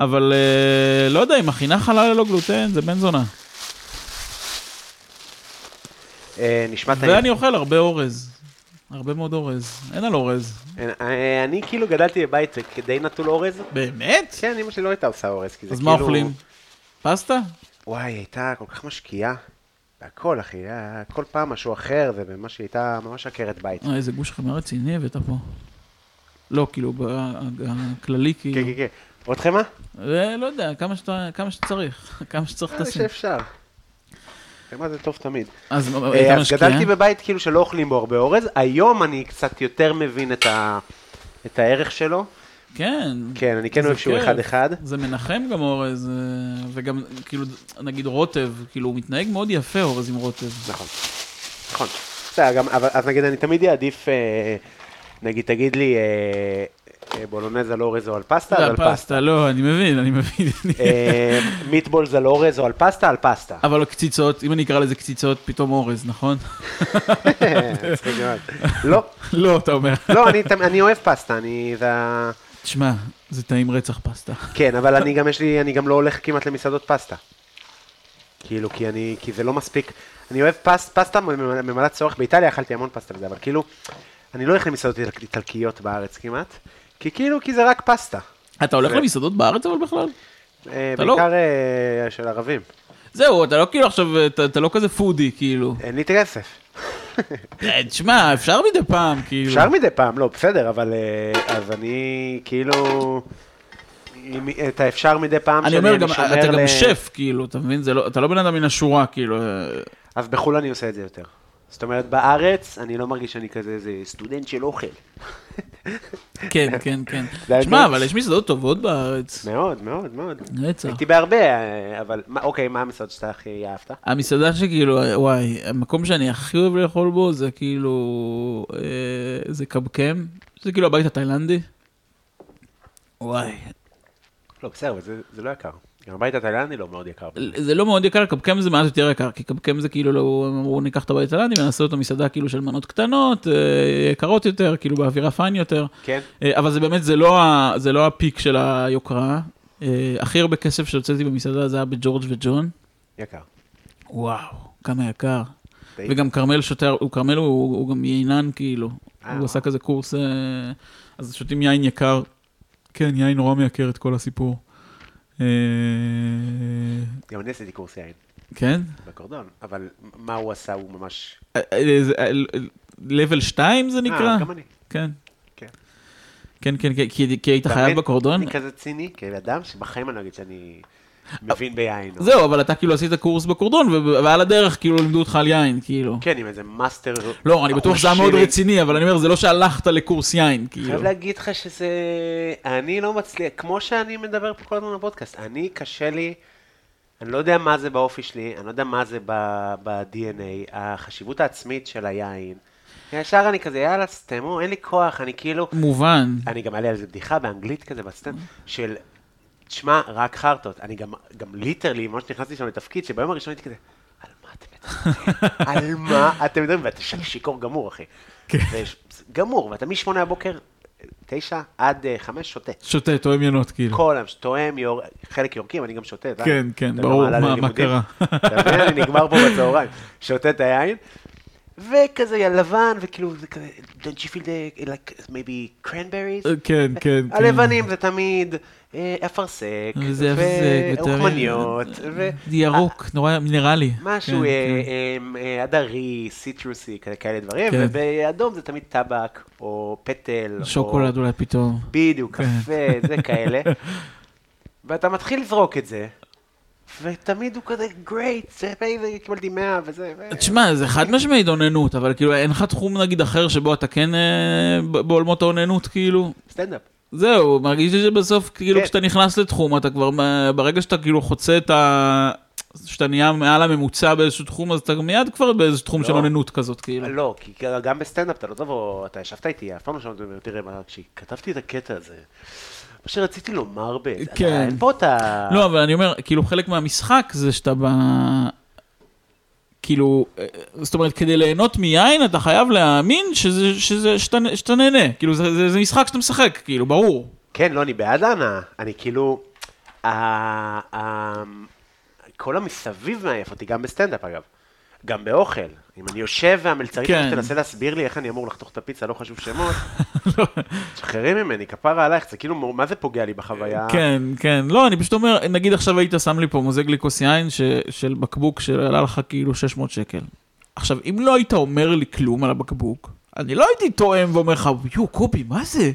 S3: אבל אה, לא יודע, אם מכינה חלל ללא גלוטן זה בן זונה.
S2: אה, נשמע טעים.
S3: ואני אוכל הרבה אורז, הרבה מאוד אורז, אין על אורז.
S2: אה, אה, אני כאילו גדלתי בבית די נטול אורז.
S3: באמת?
S2: כן, אמא שלי לא הייתה עושה אורז, כי זה
S3: אז
S2: כאילו...
S3: מה אוכלים? פסטה?
S2: וואי, היא הייתה כל כך משקיעה. והכל, אחי, היה כל פעם משהו אחר, וממש היא הייתה ממש עקרת בית.
S3: אה, איזה גוש חמאה רציני הבאת פה. לא, כאילו, ב- הכללי,
S2: כן,
S3: כאילו.
S2: כן, כן. עוד חמאה?
S3: אה, לא יודע, כמה שאתה- כמה שצריך, כמה שצריך
S2: נראה לי
S3: תשים.
S2: שאפשר. חמאה זה טוב תמיד.
S3: אז מה,
S2: אה,
S3: היית
S2: אז
S3: משקיע?
S2: גדלתי בבית כאילו שלא אוכלים בו הרבה אורז, היום אני קצת יותר מבין את ה- את הערך שלו.
S3: כן.
S2: כן, אני כן
S3: זה
S2: אוהב שהוא
S3: כיף.
S2: אחד-אחד.
S3: זה מנחם גם אורז, אה, וגם כאילו, נגיד רוטב, כאילו הוא מתנהג מאוד יפה אורז עם רוטב.
S2: נכון, נכון. בסדר, גם, אבל, אז נגיד, אני תמיד אעדיף, אה, נגיד, תגיד לי, אה, אה, בולונז על אורז או על פסטה, אז
S3: זה
S2: על פסטה.
S3: הפסטה, לא, אני מבין, אני מבין.
S2: אה, מיטבולז על אורז או על פסטה, על פסטה.
S3: אבל קציצות, אם אני אקרא לזה קציצות, פתאום אורז, נכון?
S2: מצחיק מאוד. לא,
S3: לא, אתה אומר.
S2: לא, אני תמ- אני אוהב פסטה, אני, זה ה...
S3: תשמע, זה טעים רצח פסטה.
S2: כן, אבל אני גם יש לי, אני גם לא הולך כמעט למסעדות פסטה. כאילו, כי אני, כי זה לא מספיק. אני אוהב פס, פסטה ממלא- ממלאת צורך, באיטליה אכלתי המון פסטה וזה, אבל כאילו, אני לא הולך למסעדות איטל- איטלקיות בארץ כמעט, כי כאילו, כי זה רק פסטה.
S3: אתה הולך
S2: זה-
S3: למסעדות בארץ אבל בכלל?
S2: אה,
S3: אתה לא-
S2: בעיקר אה, של ערבים.
S3: זהו, אתה לא כאילו עכשיו, אתה- אתה לא כזה פודי, כאילו.
S2: אין לי את הכסף.
S3: אה, תשמע, אפשר מדי פעם, כאילו.
S2: אפשר מדי פעם, לא, בסדר, אבל אה, אז אני כאילו... אם- את האפשר מדי פעם
S3: אני
S2: שלי,
S3: אומר, גם-
S2: שומר אה,
S3: אתה גם
S2: ל-
S3: שף, כאילו, אתה מבין? זה לא- אתה לא בן אדם מן השורה, כאילו. אה,
S2: אז בחו"ל אני עושה את זה יותר. זאת אומרת, בארץ אני לא מרגיש שאני כזה איזה סטודנט של אוכל.
S3: כן, כן, כן.
S2: זה היה
S3: תשמע,
S2: כאילו-
S3: אבל יש מסעדות טובות בארץ.
S2: מאוד, מאוד, מאוד.
S3: רצח.
S2: הייתי בהרבה, אה, אבל מה- אוקיי, מה המסעד שאתה הכי אהבת?
S3: המסעדה שכאילו, וואי, המקום שאני הכי אוהב לאכול בו זה כאילו, אה, זה קבקם, זה כאילו הבית התאילנדי. וואי,
S2: לא, בסדר, אבל זה זה לא יקר. גם הבית התאילנדי לא מאוד יקר.
S3: זה לא מאוד יקר, קבקם זה מעט יותר יקר, כי קבקם זה כאילו, לא, הם אמרו ניקח את הבית התאילנדי ונעשה אותו מסעדה כאילו של מנות קטנות, אה, יקרות יותר, כאילו באווירה פיין יותר.
S2: כן?
S3: אה, אבל זה באמת, זה לא, ה, זה לא הפיק של היוקרה. אה, הכי הרבה כסף שהוצאתי במסעדה זה היה בג'ורג' וג'ון.
S2: יקר.
S3: וואו, כמה יקר.
S2: טעים.
S3: וגם כרמל שותה, הוא כרמל הוא, הוא גם יינן כאילו,
S2: אה.
S3: הוא עשה כזה קורס, אה, אז שותים יין יקר. כן, יין נורא מייקר את כל הסיפור. אה,
S2: גם אני עשיתי קורס יין
S3: כן?
S2: בקורדון, אבל מה הוא עשה, הוא ממש...
S3: אה, אה, זה, אה, level 2 זה נקרא?
S2: אה, גם אני.
S3: כן.
S2: כן.
S3: כן, כן, כן, כי, כי היית
S2: אתה
S3: חייב
S2: מבין?
S3: בקורדון?
S2: אני כן. כזה ציני, כאל אדם שבחיים אני לא אגיד שאני מבין ביין. או-
S3: זהו, אבל אתה כאילו עשית קורס בקורדון, ו- ועל הדרך כאילו לימדו אותך על יין, כאילו.
S2: כן, עם איזה מאסטר...
S3: לא, אני בטוח שזה היה מאוד רציני, אבל אני אומר, זה לא שהלכת לקורס יין,
S2: אני
S3: כאילו.
S2: חייב להגיד לך שזה... אני לא מצליח, כמו שאני מדבר פה כל הזמן בפודקאסט, אני קשה לי, אני לא יודע מה זה באופי שלי, אני לא יודע מה זה ב- ב-DNA, החשיבות העצמית של היין. ישר אני כזה, יאללה, סתמו, אין לי כוח, אני כאילו...
S3: מובן.
S2: אני גם עלי על זה בדיחה באנגלית כזה בסטנד, של, תשמע, רק חרטות. אני גם, גם ליטרלי, ממש נכנסתי שם לתפקיד, שביום הראשון הייתי כזה, על מה אתם מדברים? על מה אתם מדברים? ואתה ש- שיכור גמור, אחי.
S3: כן.
S2: זה גמור, ואתה משמונה הבוקר, תשע עד אה, חמש, שותה.
S3: שותה, טועם ינות, כאילו.
S2: כל היום, תואם, יור... חלק יורקים, אני גם שותה. אתה-
S3: כן, כן,
S2: אתה
S3: ברור,
S2: גם עלה
S3: מה- מה
S2: ללימודים.
S3: קרה?
S2: אתה מבין, אני נגמר פה בצהריים, שותה את היין, וכזה יא לבן, וכאילו, זה כזה, don't you feel the, like, maybe cranberries?
S3: אה, כן, כן. כן.
S2: הלבנים זה תמיד אה, אפרסק,
S3: זה אפסק,
S2: ואוכמניות, ו... אה,
S3: ירוק, נורא מינרלי.
S2: משהו
S3: כן,
S2: אה,
S3: כן.
S2: אה, אה, הדרי, סיטרוסי, כאלה- כאלה דברים,
S3: כן.
S2: ובאדום זה תמיד טבק, או פטל, או-
S3: שוקולד אולי פתאום.
S2: בדיוק,
S3: כן.
S2: קפה, זה כאלה. ואתה מתחיל לזרוק את זה, ותמיד הוא כזה גרייט, זה זה- קיבלתי 100 וזה, ו-
S3: תשמע, זה חד משמעית אוננות, אבל כאילו אין לך תחום נגיד אחר שבו אתה כן אה, ב- בעולמות האוננות, כאילו?
S2: סטנדאפ.
S3: זהו, מרגיש לי שבסוף, כאילו,
S2: כן.
S3: כשאתה נכנס לתחום, אתה כבר, אה, ברגע שאתה כאילו חוצה את ה... שאתה נהיה מעל הממוצע באיזשהו תחום, אז אתה מיד כבר באיזשהו תחום של
S2: לא.
S3: אוננות כזאת, כאילו.
S2: לא, כי גם בסטנדאפ אתה לא תבוא, אתה ישבת איתי, אף פעם לא שמעתי ממנו, תראה, מה, כשכתבתי את הקטע הזה, מה שרציתי לומר בעצם,
S3: כן.
S2: אתה- אין פה את ה...
S3: לא, אבל אני אומר, כאילו, חלק מהמשחק זה שאתה ב... כאילו, אה, זאת אומרת, כדי ליהנות מיין, אתה חייב להאמין שזה, שזה, שאתה, שאתה נהנה. כאילו, זה, זה, זה משחק שאתה משחק, כאילו, ברור.
S2: כן, לא, אני בעד ההנאה. אני כאילו... ה- ה- כל המסביב מעייף אותי, גם בסטנדאפ אגב. גם באוכל. אם אני יושב והמלצרית
S3: כן.
S2: כן. תנסה להסביר לי איך אני אמור לחתוך את הפיצה, לא חשוב שמות,
S3: לא.
S2: תשחררי ממני, כפרה עלייך, זה כאילו, מור- מה זה פוגע לי בחוויה?
S3: כן, כן. לא, אני פשוט אומר, נגיד עכשיו היית שם לי פה מוזג לי כוס יין ש, של בקבוק שעלה לך כאילו 600 שקל. עכשיו, אם לא היית אומר לי כלום על הבקבוק, אני לא הייתי תואם ואומר לך, יואו, קובי, מה זה?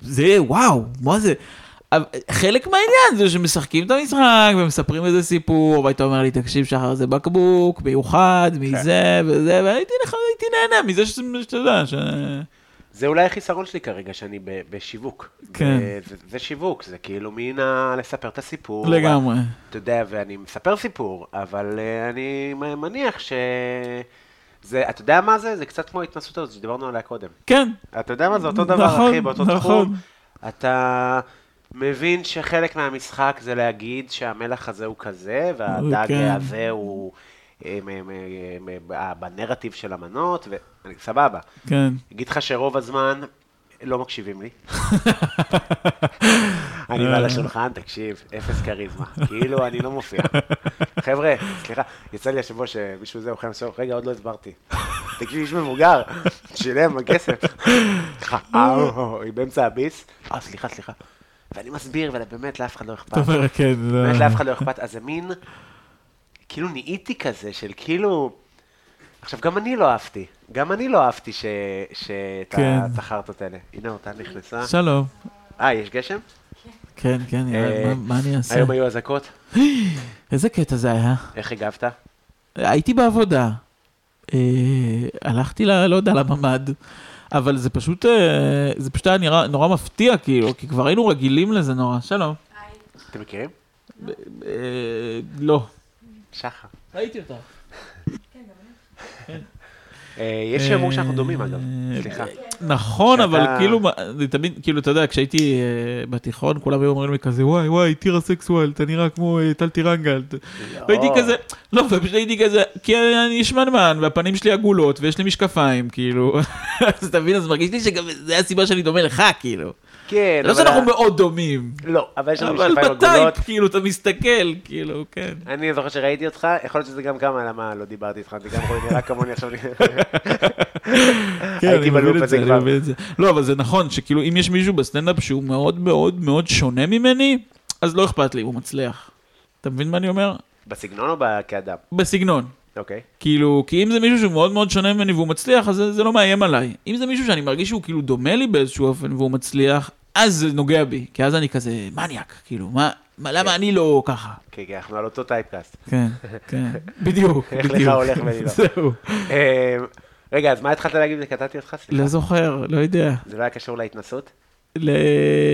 S3: זה, וואו, מה זה? אבל חלק מהעניין זה שמשחקים את המשחק ומספרים איזה סיפור, והיית אומר לי, תקשיב, שחר, זה בקבוק, מיוחד,
S2: כן.
S3: מזה וזה, והייתי נח- הייתי נהנה מזה ש- שאתה יודע, ש...
S2: זה אולי החיסרון שלי כרגע, שאני ב- בשיווק.
S3: כן.
S2: ב- זה, זה שיווק, זה כאילו מן ה... לספר את הסיפור.
S3: לגמרי.
S2: אתה יודע, ואני מספר סיפור, אבל אה, אני מ- מניח ש... זה, אתה יודע מה זה? זה קצת כמו ההתנסות הזאת שדיברנו עליה קודם.
S3: כן,
S2: אתה יודע מה, זה אותו דבר,
S3: נכון,
S2: אחי, באותו
S3: נכון.
S2: תחום. אתה מבין שחלק מהמשחק זה להגיד שהמלח הזה הוא כזה, והדג
S3: כן.
S2: הזה הוא אה, מ- מ- מ- ב- בנרטיב של המנות, ו- סבבה.
S3: כן.
S2: אגיד לך שרוב הזמן לא מקשיבים לי. אני בא לשולחן, תקשיב, אפס כריזמה. כאילו, אני לא מופיע. חבר'ה, סליחה, יצא לי השבוע שמישהו זה אוכל מסוים, רגע, עוד לא הסברתי. תקשיב, איש מבוגר, שילם בכסף. ככה, אה, אה, היא באמצע הביס. אה, סליחה, סליחה. ואני מסביר, ובאמת, לאף אחד לא אכפת.
S3: אתה אומר, כן. זה-
S2: באמת לאף אחד לא אכפת, אז זה מין, כאילו נהייתי כזה, של כאילו... עכשיו, גם אני לא אהבתי, גם אני לא אהבתי ש- שאת
S3: כן.
S2: ה- את החרטות האלה. הנה אותה נכנסה.
S3: שלום.
S2: אה, יש גשם?
S3: כן, כן, יאללה,
S2: אה,
S3: מה- מה אני אעשה?
S2: היום היו אזעקות,
S3: איזה קטע זה היה?
S2: איך הגבת?
S3: הייתי בעבודה, אה, הלכתי, ל- לא יודע, לממ"ד, אבל זה פשוט, אה, זה פשוט היה נראה נורא מפתיע, כאילו, כי כבר היינו רגילים לזה נורא. שלום.
S2: אתם מכירים?
S3: אה, לא.
S2: שחר.
S3: ראיתי אותה.
S2: אה, יש שאמרו שאנחנו דומים, אגב.
S3: אה,
S2: סליחה.
S3: נכון,
S2: שאתה-
S3: אבל כאילו, מה- זה תמיד, כאילו, אתה יודע, כשהייתי אה, בתיכון, כולם היו אומרים לי כזה, וואי, וואי, טירה סקסואל, אתה נראה כמו אה, טל טירנגל. והייתי כזה, לא, ופשוט הייתי כזה, כי אני אני שמנמן, והפנים שלי עגולות, ויש לי משקפיים, כאילו. אז אתה מבין, אז מרגיש לי שגם זה הסיבה שאני דומה לך, כאילו.
S2: כן,
S3: לא שאנחנו מאוד דומים,
S2: לא, אבל יש לנו
S3: אבל
S2: משקפיים עגולות.
S3: בטייפ, כאילו, אתה מסתכל, כאילו, כן.
S2: אני זוכר שראיתי אותך, יכול להיות שזה גם כמה, למה לא דיברתי איתך, זה גם רואה נראה כמוני עכשיו. הייתי
S3: כן, אני
S2: בלופ
S3: מבין את
S2: הזה
S3: זה, אני
S2: כבר.
S3: מבין את זה. לא, אבל זה נכון, שכאילו, אם יש מישהו בסטנדאפ שהוא מאוד מאוד מאוד שונה ממני, אז לא אכפת לי, הוא מצליח. אתה מבין מה אני אומר?
S2: בסגנון או ב- כאדם?
S3: בסגנון.
S2: אוקיי.
S3: כאילו, כי אם זה מישהו שהוא מאוד מאוד שונה ממני והוא מצליח, אז זה, זה לא מאיים עליי. אם זה מישהו שאני מרגיש שהוא כאילו דומה לי באיזשהו אופן והוא מצליח, אז זה נוגע בי, כי אז אני כזה מניאק, כאילו, מה, מה למה אני לא ככה?
S2: כן, כן, אנחנו על אותו טייפקאסט.
S3: כן, כן, בדיוק,
S2: איך
S3: בדיוק.
S2: לך הולך ואני לא.
S3: זהו.
S2: אה, רגע, אז מה התחלת להגיד וקטעתי אותך?
S3: לא
S2: סליחה.
S3: זוכר, לא יודע.
S2: זה לא היה קשור להתנסות?
S3: ל...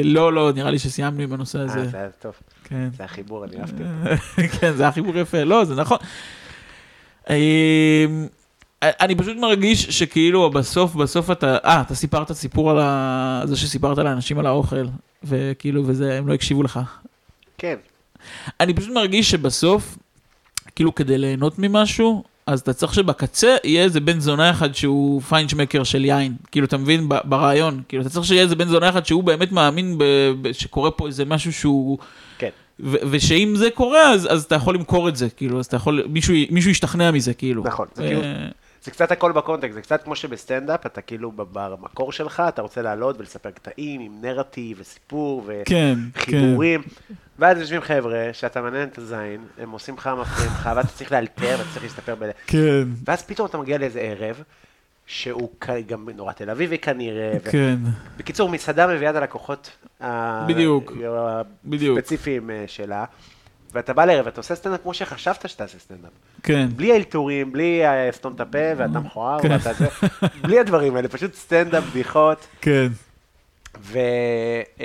S3: לא, לא, נראה לי שסיימנו עם הנושא הזה.
S2: אה, זה היה טוב.
S3: כן.
S2: זה החיבור, אני אהבתי.
S3: כן, זה היה חיבור יפה, לא, זה נכון. אמ, אני פשוט מרגיש שכאילו בסוף, בסוף אתה, אה, אתה סיפרת סיפור על ה... זה שסיפרת לאנשים על האוכל, וכאילו, וזה, הם לא הקשיבו לך.
S2: כן,
S3: אני פשוט מרגיש שבסוף, כאילו כדי ליהנות ממשהו, אז אתה צריך שבקצה יהיה איזה בן זונה אחד שהוא פיינשמקר של יין. כאילו, אתה מבין? ב- ברעיון. כאילו, אתה צריך שיהיה איזה בן זונה אחד שהוא באמת מאמין ב- ב- שקורה פה איזה משהו שהוא...
S2: כן.
S3: ו- ושאם זה קורה, אז, אז אתה יכול למכור את זה, כאילו, אז אתה יכול, מישהו, י- מישהו ישתכנע מזה, כאילו.
S2: נכון, זה
S3: אה,
S2: כאילו- זה קצת הכל בקונטקסט, זה קצת כמו שבסטנדאפ, אתה כאילו ב- במקור שלך, אתה רוצה לעלות ולספר קטעים עם נרטיב וסיפור
S3: כן,
S2: וחיבורים. ואז יושבים חבר'ה, שאתה מנהל את הזין, הם עושים לך, מפריעים לך, ואתה צריך לאלתר, ואתה צריך להסתפר ב...
S3: כן.
S2: ואז פתאום אתה מגיע לאיזה ערב, שהוא כ- גם נורא תל אביבי כנראה. ו-
S3: כן,
S2: בקיצור, מסעדה מביאה את הלקוחות. ה-
S3: בדיוק,
S2: ה-
S3: בדיוק.
S2: הספציפיים אה, שלה. ואתה בא לערב, אתה עושה סטנדאפ כמו שחשבת שאתה עושה סטנדאפ.
S3: כן.
S2: בלי האלתורים, בלי אה, סתום את הפה, ואתה מכוער,
S3: כן.
S2: ואתה זה, בלי הדברים האלה, פשוט סטנדאפ, בדיחות,
S3: כן.
S2: ו... אמ,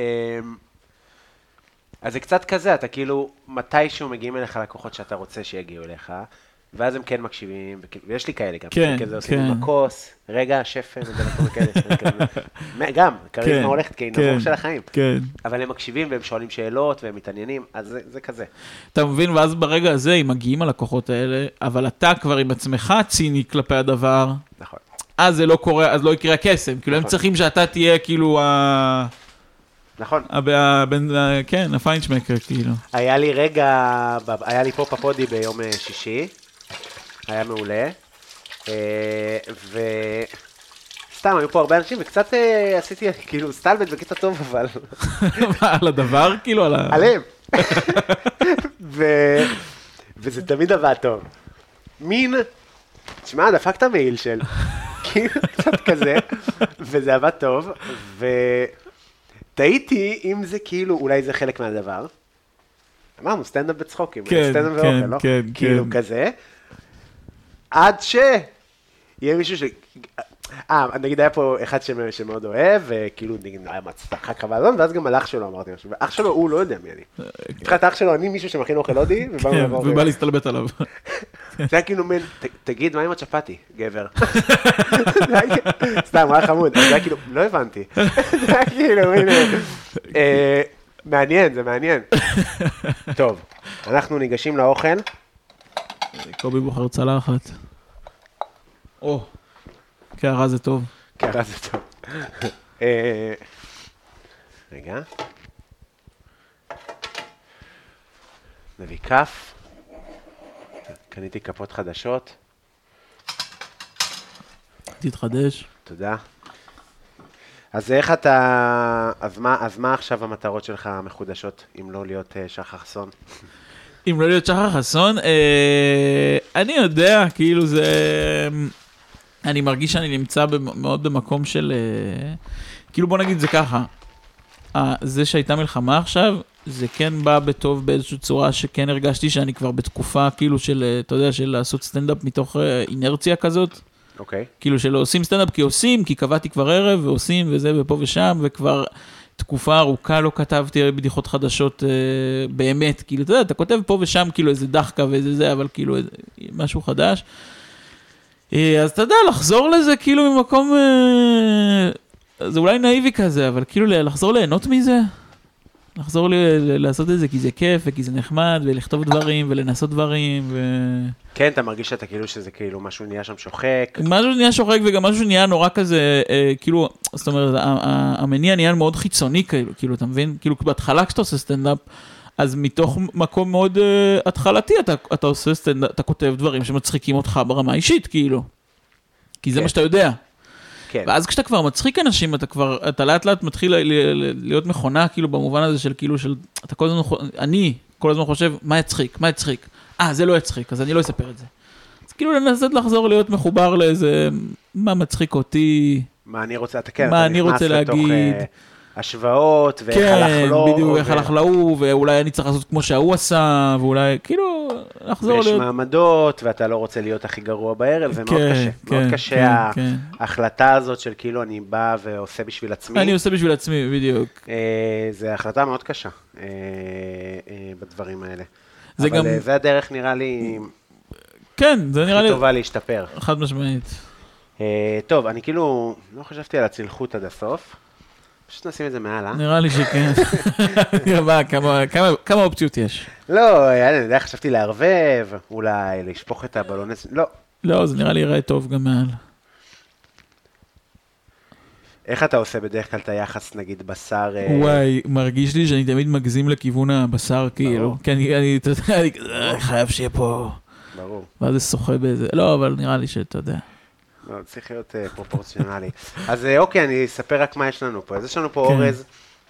S2: אז זה קצת כזה, אתה כאילו, מתישהו מגיעים אליך לקוחות שאתה רוצה שיגיעו אליך, ואז הם כן מקשיבים, וכאילו, ויש לי כאלה גם,
S3: כן,
S2: כזה עושים
S3: כן.
S2: עם הכוס, רגע, שפן, ודברים כאלה, כאלה. גם,
S3: כן,
S2: קריזמה הולכת, כי היא נבור
S3: כן,
S2: של החיים.
S3: כן.
S2: אבל הם מקשיבים, והם שואלים שאלות, והם מתעניינים, אז זה- זה כזה.
S3: אתה מבין? ואז ברגע הזה, אם מגיעים הלקוחות האלה, אבל אתה כבר עם עצמך ציני כלפי הדבר,
S2: נכון.
S3: אז זה לא קורה, אז לא יקרה הקסם. כאילו, הם
S2: נכון.
S3: צריכים שאתה תהיה כאילו ה...
S2: נכון.
S3: הב- הבן... ה- כן, הפיינשמקר, כאילו.
S2: היה לי רגע, ב- היה לי פה פפודי ביום אה, שישי, היה מעולה, אה, וסתם, היו פה הרבה אנשים, וקצת אה, עשיתי כאילו סטלבט בקטע טוב, אבל
S3: מה, על הדבר? כאילו, על ה...
S2: עליהם. ו- וזה תמיד עבד טוב. מין, תשמע, דפקת מעיל של, כאילו, קצת כזה, וזה עבד טוב, ותהיתי אם זה כאילו, אולי זה חלק מהדבר. אמרנו, סטנדאפ בצחוקים,
S3: כן,
S2: סטנדאפ
S3: כן,
S2: ואוכל, לא?
S3: כן,
S2: כאילו
S3: כן.
S2: כזה. עד ש... יהיה מישהו ש... אה, נגיד היה פה אחד ש... שמאוד אוהב, וכאילו נגיד היה מצטחה קבלון, ואז גם על אח שלו אמרתי משהו, ואח שלו הוא לא יודע מי אני. מבחינת אח שלו אני מישהו שמכין אוכל הודי, ובאנו
S3: כן,
S2: לעבור
S3: ובא להסתלבט עליו.
S2: זה היה כאילו מין, "ת- תגיד, מה עם הצ'פאטי, גבר? זה היה כאילו- סתם, הוא היה חמוד, זה היה כאילו, לא הבנתי. זה היה כאילו מין, אה, אה, מעניין, זה מעניין. טוב, אנחנו ניגשים לאוכל.
S3: קובי בוחר צלחת. או, קערה זה טוב.
S2: קרה זה טוב. אה, רגע. נביא כף. קניתי כפות חדשות,
S3: תתחדש.
S2: תודה. אז איך אתה... אז מה, אז מה עכשיו המטרות שלך המחודשות, אם לא להיות אה, שחר חסון?
S3: אם לא להיות שחר חסון, אה, אני יודע, כאילו זה... אני מרגיש שאני נמצא במ- מאוד במקום של... אה, כאילו בוא נגיד זה ככה, אה, זה שהייתה מלחמה עכשיו, זה כן בא בטוב באיזושהי צורה שכן הרגשתי שאני כבר בתקופה כאילו של, אה, אתה יודע, של לעשות סטנדאפ מתוך אה, אינרציה כזאת.
S2: אוקיי.
S3: כאילו שלא עושים סטנדאפ כי עושים, כי קבעתי כבר ערב ועושים וזה ופה ושם, וכבר תקופה ארוכה לא כתבתי בדיחות חדשות אה, באמת, כאילו, אתה יודע, אתה כותב פה ושם כאילו איזה דחקה ואיזה זה, אבל כאילו איזה, משהו חדש. אה, אז אתה יודע, לחזור לזה כאילו ממקום, אה, זה אולי נאיבי כזה, אבל כאילו ל- לחזור ליהנות מזה. לחזור ל- ל- לעשות את זה כי זה כיף וכי זה נחמד, ולכתוב דברים ולנסות דברים. ו...
S2: כן, אתה מרגיש שאתה כאילו שזה כאילו משהו נהיה שם שוחק.
S3: משהו נהיה שוחק וגם משהו נהיה נורא כזה, אה, כאילו, זאת אומרת, ה- ה- המניע נהיה מאוד חיצוני, כאילו, כאילו, אתה מבין? כאילו, בהתחלה כשאתה עושה סטנדאפ, אז מתוך מקום מאוד אה, התחלתי, אתה, אתה עושה סטנדאפ, אתה כותב דברים שמצחיקים אותך ברמה האישית, כאילו. כי זה
S2: כן.
S3: מה שאתה יודע.
S2: כן.
S3: ואז כשאתה כבר מצחיק אנשים, אתה כבר, אתה לאט לאט מתחיל ל- ל- ל- להיות מכונה, כאילו, במובן הזה של כאילו, של, אתה כל הזמן, חו- אני כל הזמן חושב, מה יצחיק, מה יצחיק. אה, זה לא יצחיק, אז אני לא אספר את זה. אז כאילו לנסות לחזור להיות מחובר לאיזה, מה מצחיק אותי,
S2: מה אני רוצה, אתה כן,
S3: מה
S2: אתה
S3: אני
S2: נכנס
S3: רוצה
S2: לתוך, אה,
S3: להגיד.
S2: השוואות, ואיך
S3: כן,
S2: הלך לו.
S3: בדיוק,
S2: ו-
S3: איך הלך להוא, ואולי אני צריך לעשות כמו שההוא עשה, ואולי, כאילו, לחזור
S2: ויש
S3: להיות...
S2: מעמדות, ואתה לא רוצה להיות הכי גרוע בערב, זה מאוד
S3: כן,
S2: קשה. מאוד
S3: כן, כן,
S2: קשה
S3: כן.
S2: ההחלטה הזאת של כאילו אני בא ועושה בשביל
S3: אני
S2: עצמי.
S3: עושה בשביל עצמי, בדיוק.
S2: אה, זו החלטה מאוד קשה אה, אה, בדברים האלה.
S3: זה
S2: אבל
S3: גם-
S2: אה, זה הדרך נראה לי,
S3: כן, זה נראה לי
S2: הכי טובה להשתפר.
S3: חד משמעית.
S2: אה, טוב, אני כאילו לא חשבתי על הצלחות עד הסוף. פשוט נשים את זה מעל, אה?
S3: נראה לי שכן. נראה כמה- כמה- כמה אופציות יש.
S2: לא, אני יודע, חשבתי לערבב, אולי לשפוך את הבלונס, לא.
S3: לא, זה נראה לי ייראה טוב גם מעל.
S2: איך אתה עושה בדרך כלל את היחס, נגיד, בשר... אה,
S3: וואי, מרגיש לי שאני תמיד מגזים לכיוון הבשר, כאילו. כי אני, אני, אתה יודע, אני כזה, "אה, חייב שיהיה פה...
S2: ברור.
S3: ואז זה שוחה באיזה... לא, אבל נראה לי שאתה יודע.
S2: לא, צריך להיות אה, פרופורציונלי. אז אה, אוקיי, אני אספר רק מה יש לנו פה. אז יש לנו פה
S3: כן.
S2: אורז,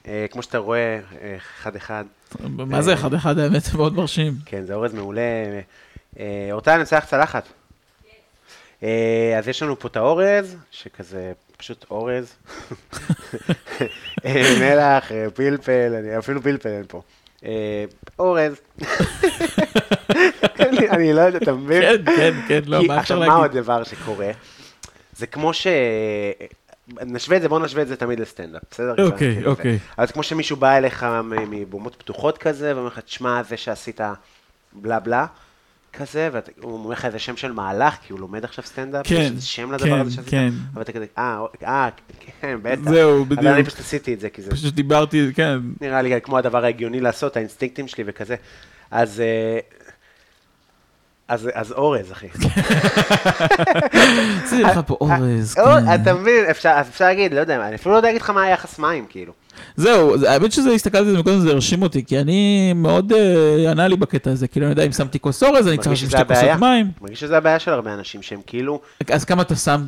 S2: אה, כמו שאתה רואה, אה, אחד-אחד.
S3: מה זה, אחד אחד האמת, זה מאוד מרשים.
S2: כן, זה אורז מעולה. אה, אורטל, אני רוצה לך צלחת. אה, אז יש לנו פה את האורז, שכזה פשוט אורז. אה, מלח, אה, פלפל, אני- אפילו פלפל אין פה. אה, אורז. אני- אני לא יודע, אתה מבין?
S3: כן, כן, כן, לא,
S2: כי-
S3: מה אפשר
S2: עכשיו, מה עוד
S3: להגיד?
S2: דבר שקורה? זה כמו ש... נשווה את זה, בוא נשווה את זה תמיד לסטנדאפ, בסדר?
S3: אוקיי,
S2: כאילו זה.
S3: אוקיי.
S2: אז כמו שמישהו בא אליך מ- מבומות פתוחות כזה, ואומר לך, תשמע, זה שעשית בלה בלה, כזה, והוא אומר לך איזה שם של מהלך, כי הוא לומד עכשיו סטנדאפ,
S3: כן,
S2: יש איזה שם לדבר
S3: כן,
S2: הזה שעשית,
S3: כן.
S2: אבל אתה כזה, אה, אוק- אה, כן, בטח.
S3: זהו,
S2: אבל אני
S3: בדיוק.
S2: פשוט עשיתי את זה, כי זה
S3: פשוט דיברתי, כן.
S2: נראה לי כמו הדבר ההגיוני לעשות, האינסטינקטים שלי וכזה. אז... אה, אז, אז אורז, אחי.
S3: עשיתי לך פה אורז,
S2: אור-
S3: כן.
S2: לא, אתה מבין, אפשר, אז אפשר להגיד, לא יודע, אני אפילו לא יודע להגיד לך מה היחס מים, כאילו.
S3: זהו, זה- האמת שזה, הסתכלתי על זה מקודם, זה הרשים אותי, כי אני מאוד אה, ענה לי בקטע הזה, כאילו, אני יודע, אם שמתי כוס אורז, אני צריך
S2: מרגיש
S3: לשים
S2: שזה
S3: שתי כוסות
S2: הבעיה.
S3: מים.
S2: מרגיש שזה הבעיה של הרבה אנשים, שהם כאילו,
S3: אז כמה אתה שם?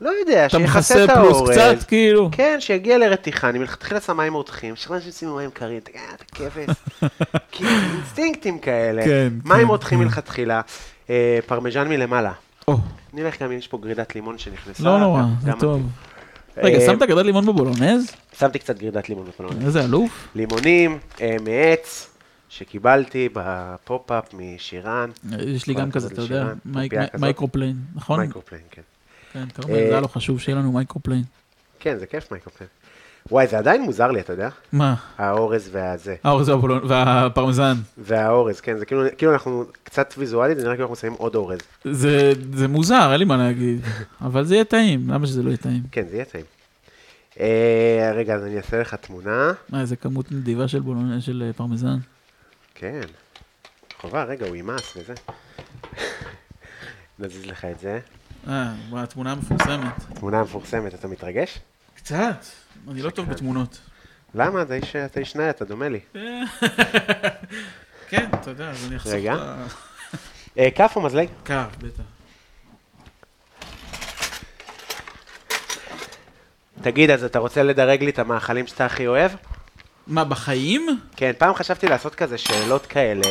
S2: לא יודע,
S3: אתה
S2: שיחסה
S3: מכסה
S2: את
S3: פלוס
S2: האורז.
S3: קצת, כאילו?
S2: כן, שיגיע לרתיחה, אני מלכתחילה שם מים רותחים, שכן שישימו מים קרים, אתה אה, אתה כבש. כאילו, אינסטינקטים כאלה.
S3: כן,
S2: מים
S3: כן,
S2: רותחים
S3: כן.
S2: מלכתחילה, אה, פרמיז'ן מלמעלה.
S3: או,
S2: נלך גם אם יש פה גרידת לימון שנכנסה.
S3: לא נורא,
S2: גם-
S3: זה
S2: גם-
S3: טוב.
S2: אה,
S3: רגע, שמת גדל לימון בבולונז?
S2: שמתי קצת גרידת לימון בפלאונד.
S3: איזה אלוף.
S2: לימונים אה, מעץ שקיבלתי בפופ-אפ משירן.
S3: יש לי גם כזה, אתה יודע,
S2: שירן,
S3: מייק-
S2: פופייה כזאת.
S3: מייקרופליין, נכון?
S2: מייקרופליין, כן.
S3: כן, כרמל,
S2: אה,
S3: זה היה לו חשוב שיהיה לנו מייקרופליין.
S2: כן, זה כיף מייקרופליין. וואי, זה עדיין מוזר לי, אתה יודע?
S3: מה?
S2: האורז והזה.
S3: האורז והבולונ- והפרמזן.
S2: והאורז, כן, זה כאילו, כאילו אנחנו קצת ויזואלית, זה נראה כאילו אנחנו שמים עוד אורז.
S3: זה זה מוזר, אין לי מה להגיד. אבל זה יהיה טעים, למה שזה לא יהיה טעים?
S2: כן, זה יהיה טעים. אה, רגע, אז אני אעשה לך תמונה.
S3: מה, איזה כמות נדיבה של בולונז, של אה, פרמזן.
S2: כן. חובה, רגע, הוא יימס וזה. נזיז לך את זה.
S3: אה, וואי, התמונה המפורסמת.
S2: תמונה מפורסמת, אתה מתרגש?
S3: קצת. אני לא טוב בתמונות.
S2: למה? אתה איש- אתה איש נאה, אתה דומה לי.
S3: כן, אתה יודע, אז אני אחסוך
S2: רגע.
S3: את ה...
S2: אה, כף או מזלג?
S3: קו, בטח.
S2: תגיד, אז אתה רוצה לדרג לי את המאכלים שאתה הכי אוהב?
S3: מה, בחיים?
S2: כן, פעם חשבתי לעשות כזה שאלות כאלה.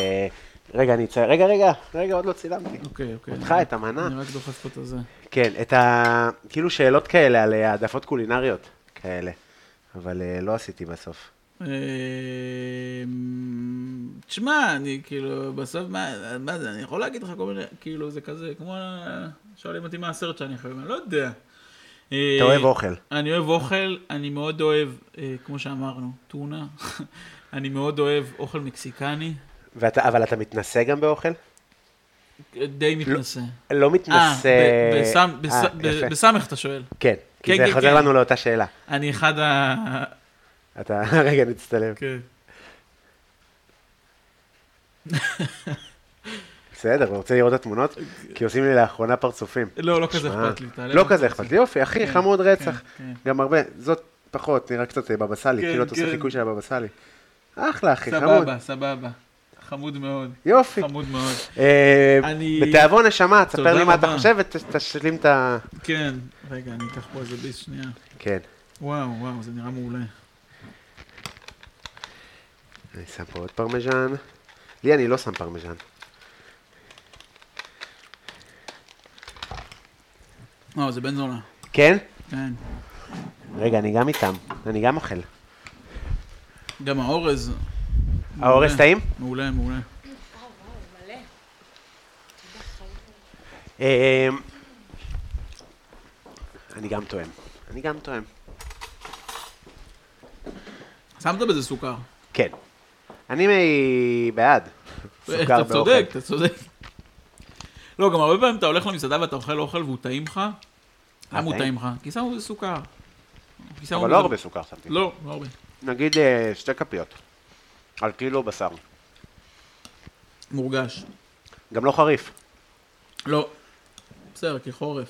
S2: רגע, אני אצייר, רגע, רגע, רגע, עוד לא צילמתי.
S3: אוקיי, אוקיי.
S2: אותך, את המנה.
S3: אני רק דוחף פה את זה.
S2: כן, את ה... כאילו שאלות כאלה על אה, העדפות קולינריות כאלה. אבל אה, לא עשיתי בסוף.
S3: אמ, תשמע, אני כאילו, בסוף, מה, מה זה, אני יכול להגיד לך כל מיני, כאילו, זה כזה, כמו, שואלים אותי מה הסרט שאני חייב, אני לא יודע. אה,
S2: אתה אוהב אוכל.
S3: אני אוהב אוכל, אני מאוד אוהב, אה, כמו שאמרנו, טונה. אני מאוד אוהב אוכל מקסיקני,
S2: ואתה, אבל אתה מתנשא גם באוכל?
S3: די מתנשא.
S2: לא מתנשא...
S3: אה, ב- בסם-
S2: אה,
S3: בס- ב-
S2: יפה.
S3: בסמך אתה שואל.
S2: כן, כי
S3: כן,
S2: זה
S3: כן,
S2: חוזר
S3: כן.
S2: לנו לאותה שאלה.
S3: אני אחד ה...
S2: אתה, רגע, נצטלם.
S3: כן.
S2: בסדר, אני רוצה לראות את התמונות, כי עושים לי לאחרונה פרצופים.
S3: לא, לא כזה
S2: שמע,
S3: אכפת לי, תעלה.
S2: לא
S3: לך.
S2: כזה אכפת לי, יופי, אחי,
S3: כן,
S2: חמוד רצח.
S3: כן, כן.
S2: גם הרבה, זאת פחות, נראה קצת אה, בבא סאלי,
S3: כן,
S2: כאילו אתה עושה
S3: כן.
S2: חיקוי של הבבא סאלי. אחלה, אחי, חמוד.
S3: סבבה, סבבה. חמוד מאוד.
S2: יופי.
S3: חמוד מאוד.
S2: אה,
S3: אני-
S2: בתיאבון נשמה, תספר
S3: תודה
S2: לי מה אתה
S3: רבה.
S2: חושב ותשלים את ה...
S3: כן, רגע, אני אקח פה איזה ביס שנייה.
S2: כן,
S3: וואו, וואו, זה נראה מעולה.
S2: אני שם פה עוד פרמיז'ן. לי אני לא שם פרמיז'ן.
S3: וואו, זה בן זונה.
S2: כן?
S3: כן.
S2: רגע, אני גם איתם, אני גם אוכל.
S3: גם האורז.
S2: האורז
S3: מעולה.
S2: טעים?
S3: מעולה, מעולה.
S2: אה, אני גם טועם. אני גם טועם.
S3: שמת בזה סוכר.
S2: כן. אני מ- בעד. סוכר
S3: אתה
S2: באוכל.
S3: צודק, אתה צודק. לא, גם הרבה פעמים אתה הולך למסעדה ואתה אוכל אוכל והוא טעים לך. למה הוא
S2: טעים?
S3: טעים לך? כי שמו בזה סוכר. כי שמו
S2: אבל
S3: בזה-
S2: לא הרבה סוכר שמתי.
S3: לא, לא הרבה.
S2: נגיד אה, שתי כפיות. על קילו בשר.
S3: מורגש.
S2: גם לא חריף.
S3: לא. בסדר, כי חורף.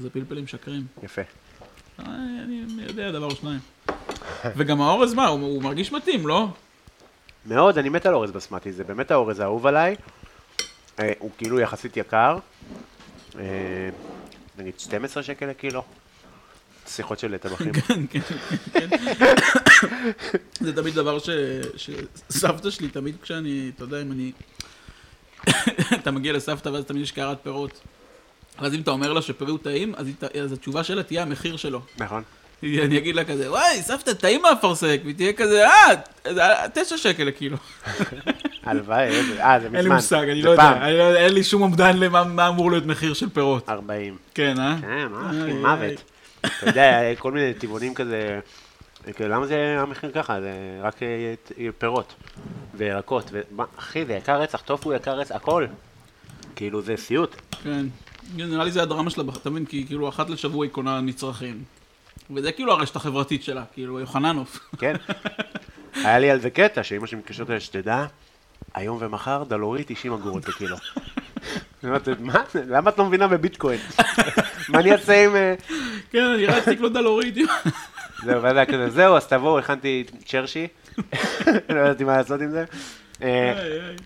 S3: זה פלפלים משקרים.
S2: יפה.
S3: אה, אני אני יודע דבר או שניים. וגם האורז, מה, הוא- הוא מרגיש מתאים, לא?
S2: מאוד, אני מת על אורז בסמטי, זה באמת האורז האהוב עליי. אה, הוא כאילו יחסית יקר. אה, נגיד 12 שקל לקילו. שיחות של טבחים.
S3: כן, כן, כן. זה תמיד דבר ש... שסבתא שלי, תמיד כשאני, אתה יודע, אם אני... אתה מגיע לסבתא ואז תמיד יש קערת פירות. ואז אם אתה אומר לה שפרי הוא טעים, אז, היא... ת- אז התשובה שלה תהיה המחיר שלו.
S2: נכון.
S3: היא- אני אגיד לה כזה, וואי, סבתא, טעים האפרסק, והיא תהיה כזה, אה, זה היה תשע שקל לקילו.
S2: הלוואי, איזה- אה, זה מזמן.
S3: אין לי מושג, אני
S2: זה
S3: לא
S2: פעם.
S3: יודע, אני לא- אין לי שום אומדן למה מה אמור להיות מחיר של פירות.
S2: 40.
S3: כן, אה?
S2: כן, מה,
S3: איי,
S2: אחי,
S3: איי.
S2: מוות. אתה יודע, כל מיני טבעונים כזה, כאילו, למה זה המחיר ככה? זה רק אה, ת- פירות וירקות. ומה, אחי, זה יקר רצח, טופו יקר רצח, הכל. כאילו, זה סיוט.
S3: כן. כן, נראה לי זה הדרמה שלה, אתה מבין? כי כאילו אחת לשבוע היא קונה מצרכים. וזה כאילו הרשת החברתית שלה, כאילו יוחננוף.
S2: כן. היה לי על זה קטע, שאמא שלי מתקשרת אליי, שתדע, היום ומחר דלורית 90 אגורות בקילו. אני אומרת, מה? למה את לא מבינה בביטקוין? מה אני אעשה עם... אה,
S3: כן, אני רק תקלוד על אורית.
S2: זהו, ואז היה כזה, זהו, אז תבואו, הכנתי צ'רשי. לא ידעתי מה לעשות עם זה. אה,
S3: איי, איי.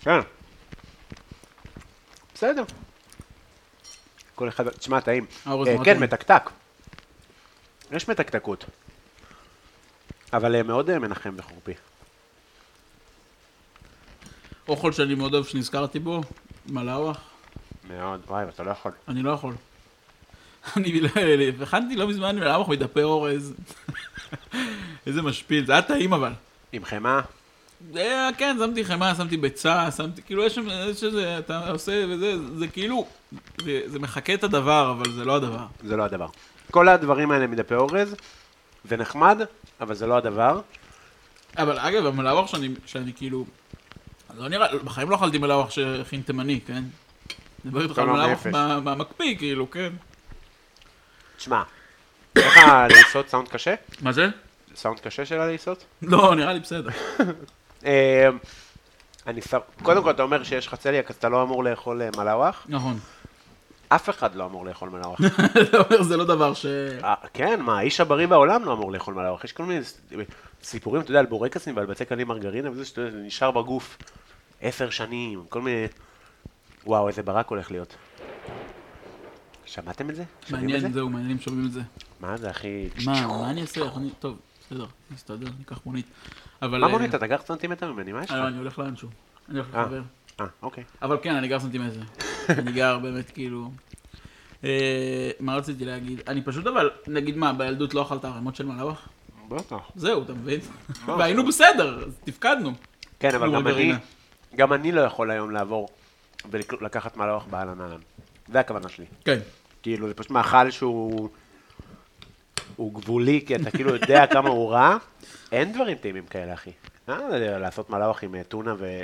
S2: כן. בסדר. כל אחד, תשמע, טעים.
S3: האורז
S2: אה,
S3: מאוד
S2: כן,
S3: טעים.
S2: מתקתק. יש מתקתקות. אבל אה, מאוד אה, מנחם בחורפי.
S3: אוכל שאני מאוד אוהב שנזכרתי בו, מלאווח,
S2: מאוד, וואי, אבל אתה לא יכול.
S3: אני לא יכול. אני לא- הכנתי לא מזמן מלאווח מדפי אורז. איזה משפיל, זה היה טעים אבל.
S2: עם חמאה,
S3: אה, כן, שמתי חמאה, שמתי ביצה, שמתי, כאילו יש שם, יש איזה, אתה עושה, וזה, זה כאילו, זה- זה מחקה את הדבר, אבל זה לא הדבר.
S2: זה לא הדבר. כל הדברים האלה מדפי אורז, זה נחמד, אבל זה לא הדבר.
S3: אבל אגב, המלאווח שאני, שאני כאילו... לא נראה, בחיים לא אכלתי מלאווח שהכין תימני, כן? נדבר איתך על
S2: שלום
S3: מלאווח
S2: לא נפש.
S3: מה- מהמקפיא, כאילו, כן?
S2: תשמע, איך ה- לעשות סאונד קשה?
S3: מה זה?
S2: סאונד קשה שלה לעשות?
S3: לא, נראה לי בסדר.
S2: אה, אני שר... קודם כל, אתה אומר שיש לך צליאק, אז אתה לא אמור לאכול אה, מלאווח?
S3: נכון.
S2: אף אחד לא אמור לאכול מלאווח.
S3: אתה אומר, זה לא דבר ש...
S2: אה, כן, מה, האיש הבריא בעולם לא אמור לאכול מלאווח. יש כל מיני ס- סיפורים, אתה יודע, על בורקסים ועל בצק עלים מרגרינה, וזה שאתה יודע, זה נשאר בגוף עשר שנים, כל מיני... וואו, איזה ברק הולך להיות. שמעתם את זה? שומעים את
S3: מעניין, זהו, מעניין אם שומעים את זה.
S2: מה זה, אחי?
S3: מה, מה אני אעשה? איך אני... טוב, בסדר, נסתדר, ניקח מונית. אבל...
S2: מה
S3: אה,
S2: מונית? אתה גר סנטימטר ממני, מה יש לך?
S3: אה, לא, אני הולך לאנשהו. אני הולך
S2: אה.
S3: לחבר.
S2: אה, אוקיי.
S3: אבל כן, אני גר סנטימטר. אני גר באמת כאילו... אה, מה רציתי להגיד? אני פשוט אבל, נגיד מה, בילדות לא אכלת ערימות של מלאווח?
S2: בטח.
S3: זהו, אתה מבין? והיינו בסדר, אז תפקדנו.
S2: כן, אבל גם אני,
S3: מרגרינה.
S2: גם אני לא יכול היום לעבור ולקחת מלאווח באהלן אהלן. זה הכוונה שלי.
S3: כן.
S2: כאילו, זה פשוט מאכל שהוא הוא גבולי, כי אתה כאילו יודע כמה הוא רע. אין דברים טעימים כאלה, אחי. אה, זה לעשות מלאווח עם אה, טונה ו...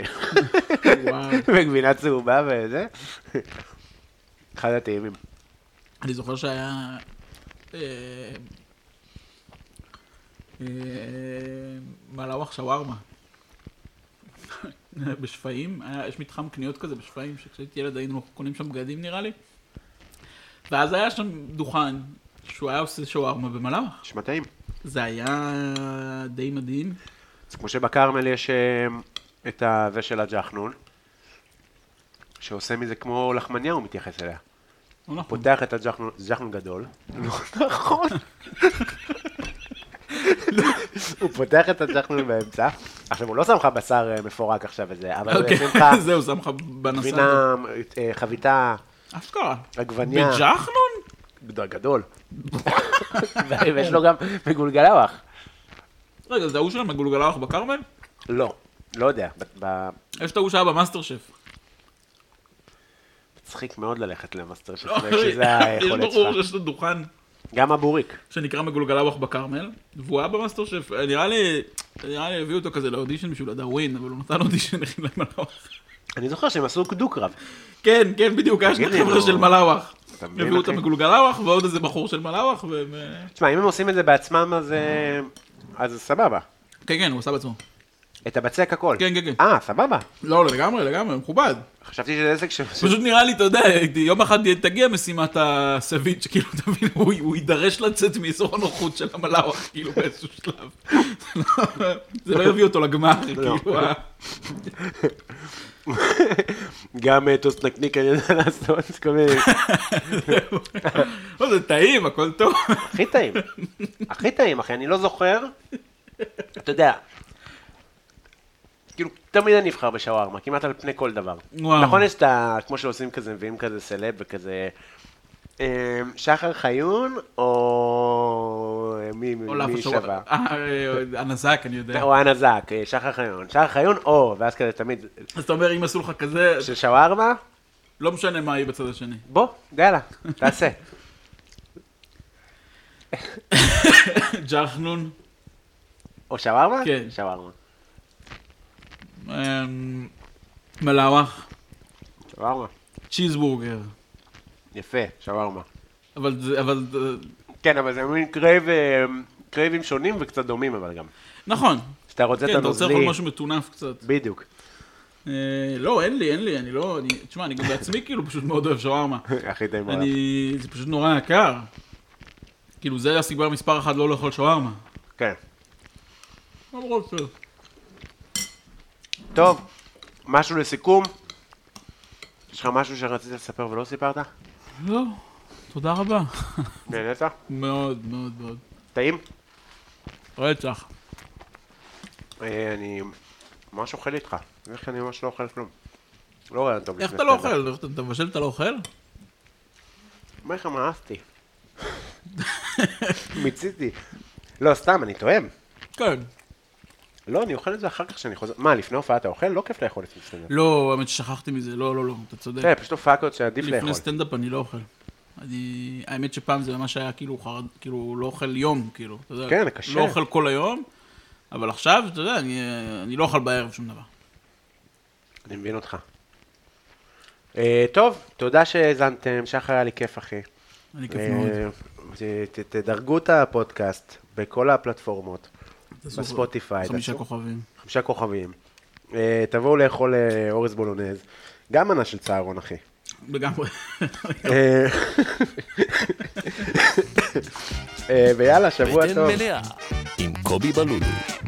S3: וואו.
S2: וגבינה צהובה וזה. אחד הטעימים.
S3: אני זוכר שהיה... אה, אה, מלאווח שווארמה. בשפיים, היה- יש מתחם קניות כזה בשפיים, שכשהייתי ילד היינו קונים שם בגדים נראה לי. ואז היה שם דוכן שהוא היה עושה שווארמה במלאווח.
S2: נשמע טעים.
S3: זה היה די מדהים.
S2: זה כמו שבכרמל יש אה, את ה- זה של הג'חנון, שעושה מזה כמו לחמניה, הוא מתייחס אליה.
S3: לא נכון.
S2: פותח את הג'חנון, ג'חנון גדול. לא נכון. הוא פותח את הג'חנון באמצע. עכשיו, הוא לא שם לך בשר אה, מפורק עכשיו וזה, אבל הוא
S3: אוקיי,
S2: ישים לך
S3: זהו, שם לך בנסה. הזאת.
S2: גבינה, אה, חביתה,
S3: אשכרה.
S2: עגבניה,
S3: בג'חנון?
S2: גדול, גדול. ויש לו גם מגולגלווח.
S3: רגע, זה ההוא של המגולגלח בכרמל?
S2: לא, לא יודע, ב- ב-
S3: יש את ההוא שהיה במאסטר שף.
S2: מצחיק מאוד ללכת למאסטר שף,
S3: לא, אחי,
S2: שזה
S3: יש
S2: היכולת
S3: ברור
S2: שלך.
S3: שיש לו דוכן
S2: גם הבוריק.
S3: שנקרא מגולגלח בכרמל, והוא היה במאסטר שף. נראה לי, נראה לי הביאו אותו כזה לאודישן בשביל הדאווין, אבל הוא נתן אודישן הכי להם
S2: אני זוכר שהם עשו דו-קרב.
S3: כן, כן, בדיוק, היה שני
S2: תגיד לי,
S3: חבר'ה
S2: נו.
S3: של מלאווח.
S2: אתה מבין,
S3: הביאו
S2: אחי?
S3: אותם מגולגלאווח ועוד איזה בחור של מלאווח, ו... ו-
S2: תשמע, אם הם עושים את זה בעצמם, אז אה, אז סבבה.
S3: כן, כן, הוא עשה בעצמו.
S2: את הבצק הכל.
S3: כן, כן, כן.
S2: אה, סבבה.
S3: לא, לא, לגמרי, לגמרי, מכובד.
S2: חשבתי שזה עסק ש...
S3: פשוט נראה לי, אתה יודע, יום אחד תגיע משימת הסביץ', כאילו, תבין, הוא הוא יידרש לצאת מאזור הנוחות של המלאווח, כאילו, באיזשהו שלב. זה לא- זה לא יביא אותו לגמר, כאילו. ה-
S2: גם אה, טוס נקניק אני יודע לעשות כל מיני...
S3: לא, זה טעים, הכל טוב.
S2: הכי טעים. הכי טעים, אחי, אני לא זוכר. אתה יודע, כאילו, תמיד אני אבחר בשווארמה, כמעט על פני כל דבר.
S3: וואו.
S2: נכון, יש את ה... כמו שעושים כזה, מביאים כזה סלב וכזה... אה, שחר חיון, או... אה, מי, מי,
S3: או לאף
S2: מי
S3: השור-
S2: שווה?
S3: אה, אה, הנזק, אני יודע.
S2: או אנה זק, אה, שחר חיון. שחר חיון, או, ואז כזה תמיד,
S3: אז אתה אומר, אם עשו לך כזה,
S2: של שווארמה,
S3: לא משנה מה יהיה בצד השני.
S2: בוא, יאללה, תעשה.
S3: ג'חנון.
S2: או שווארמה?
S3: כן.
S2: שווארמה.
S3: אמ, מלאווח,
S2: שווארמה.
S3: צ'יזבורגר.
S2: יפה, שווארמה.
S3: אבל זה, אבל... אה, זה-
S2: כן, אבל זה מין קרייב, אה, קרייבים שונים וקצת דומים, אבל גם.
S3: נכון.
S2: כשאתה רוצה
S3: כן,
S2: את
S3: אתה רוצה
S2: הנוזלי,
S3: לאכול משהו מטונף קצת.
S2: בדיוק.
S3: אה, לא, אין לי, אין לי, אני לא... אני- תשמע, אני גם בעצמי כאילו פשוט מאוד אוהב שווארמה.
S2: הכי טעים בעולם.
S3: אני... זה פשוט נורא יקר. כאילו, זה הסיבה מספר אחת לא לאכול שווארמה.
S2: כן.
S3: למרות ש...
S2: טוב, משהו לסיכום. יש לך משהו שרצית לספר ולא סיפרת?
S3: לא, תודה רבה.
S2: נהנית?
S3: מאוד, מאוד, מאוד.
S2: טעים?
S3: רצח.
S2: אה, אני ממש אוכל איתך. איך אני ממש לא אוכל כלום. לא רעיון טוב.
S3: איך
S2: לפני
S3: אתה לא
S2: סטנדאפ.
S3: אוכל? איך אתה- אתה מבשל אתה לא אוכל?
S2: אומר לך מה אהבתי. מיציתי. לא, סתם, אני טועם.
S3: כן.
S2: לא, אני אוכל את זה אחר כך כשאני חוזר. מה, לפני הופעה אתה אוכל? לא כיף לאכול לפני סטנדאפ.
S3: לא, האמת ששכחתי מזה. לא, לא, לא, אתה צודק.
S2: תראה, פשוט הופעה כזאת שעדיף לאכול.
S3: לפני סטנדאפ אני לא אוכל. אני... האמת שפעם זה ממש היה כאילו חרד... כאילו לא אוכל יום, כאילו. אתה יודע,
S2: כן, זה קשה.
S3: לא אוכל כל היום, אבל עכשיו, אתה יודע, אני, אני לא אוכל בערב שום דבר.
S2: אני מבין אותך. אה, טוב, תודה שהאזנתם, שחר היה לי כיף אחי.
S3: אני כיף
S2: אה,
S3: מאוד.
S2: ת- ת- תדרגו את הפודקאסט בכל הפלטפורמות,
S3: תעשו
S2: בספוטיפיי,
S3: חמישה
S2: תעשו-
S3: כוכבים.
S2: חמישה כוכבים. אה, תבואו לאכול אה, אורז בולונז, גם מנה של צהרון אחי.
S3: לגמרי. לא.
S2: אה, אה, ויאללה, שבוע
S1: בטן
S2: טוב.
S1: מלאה עם קובי בלולו.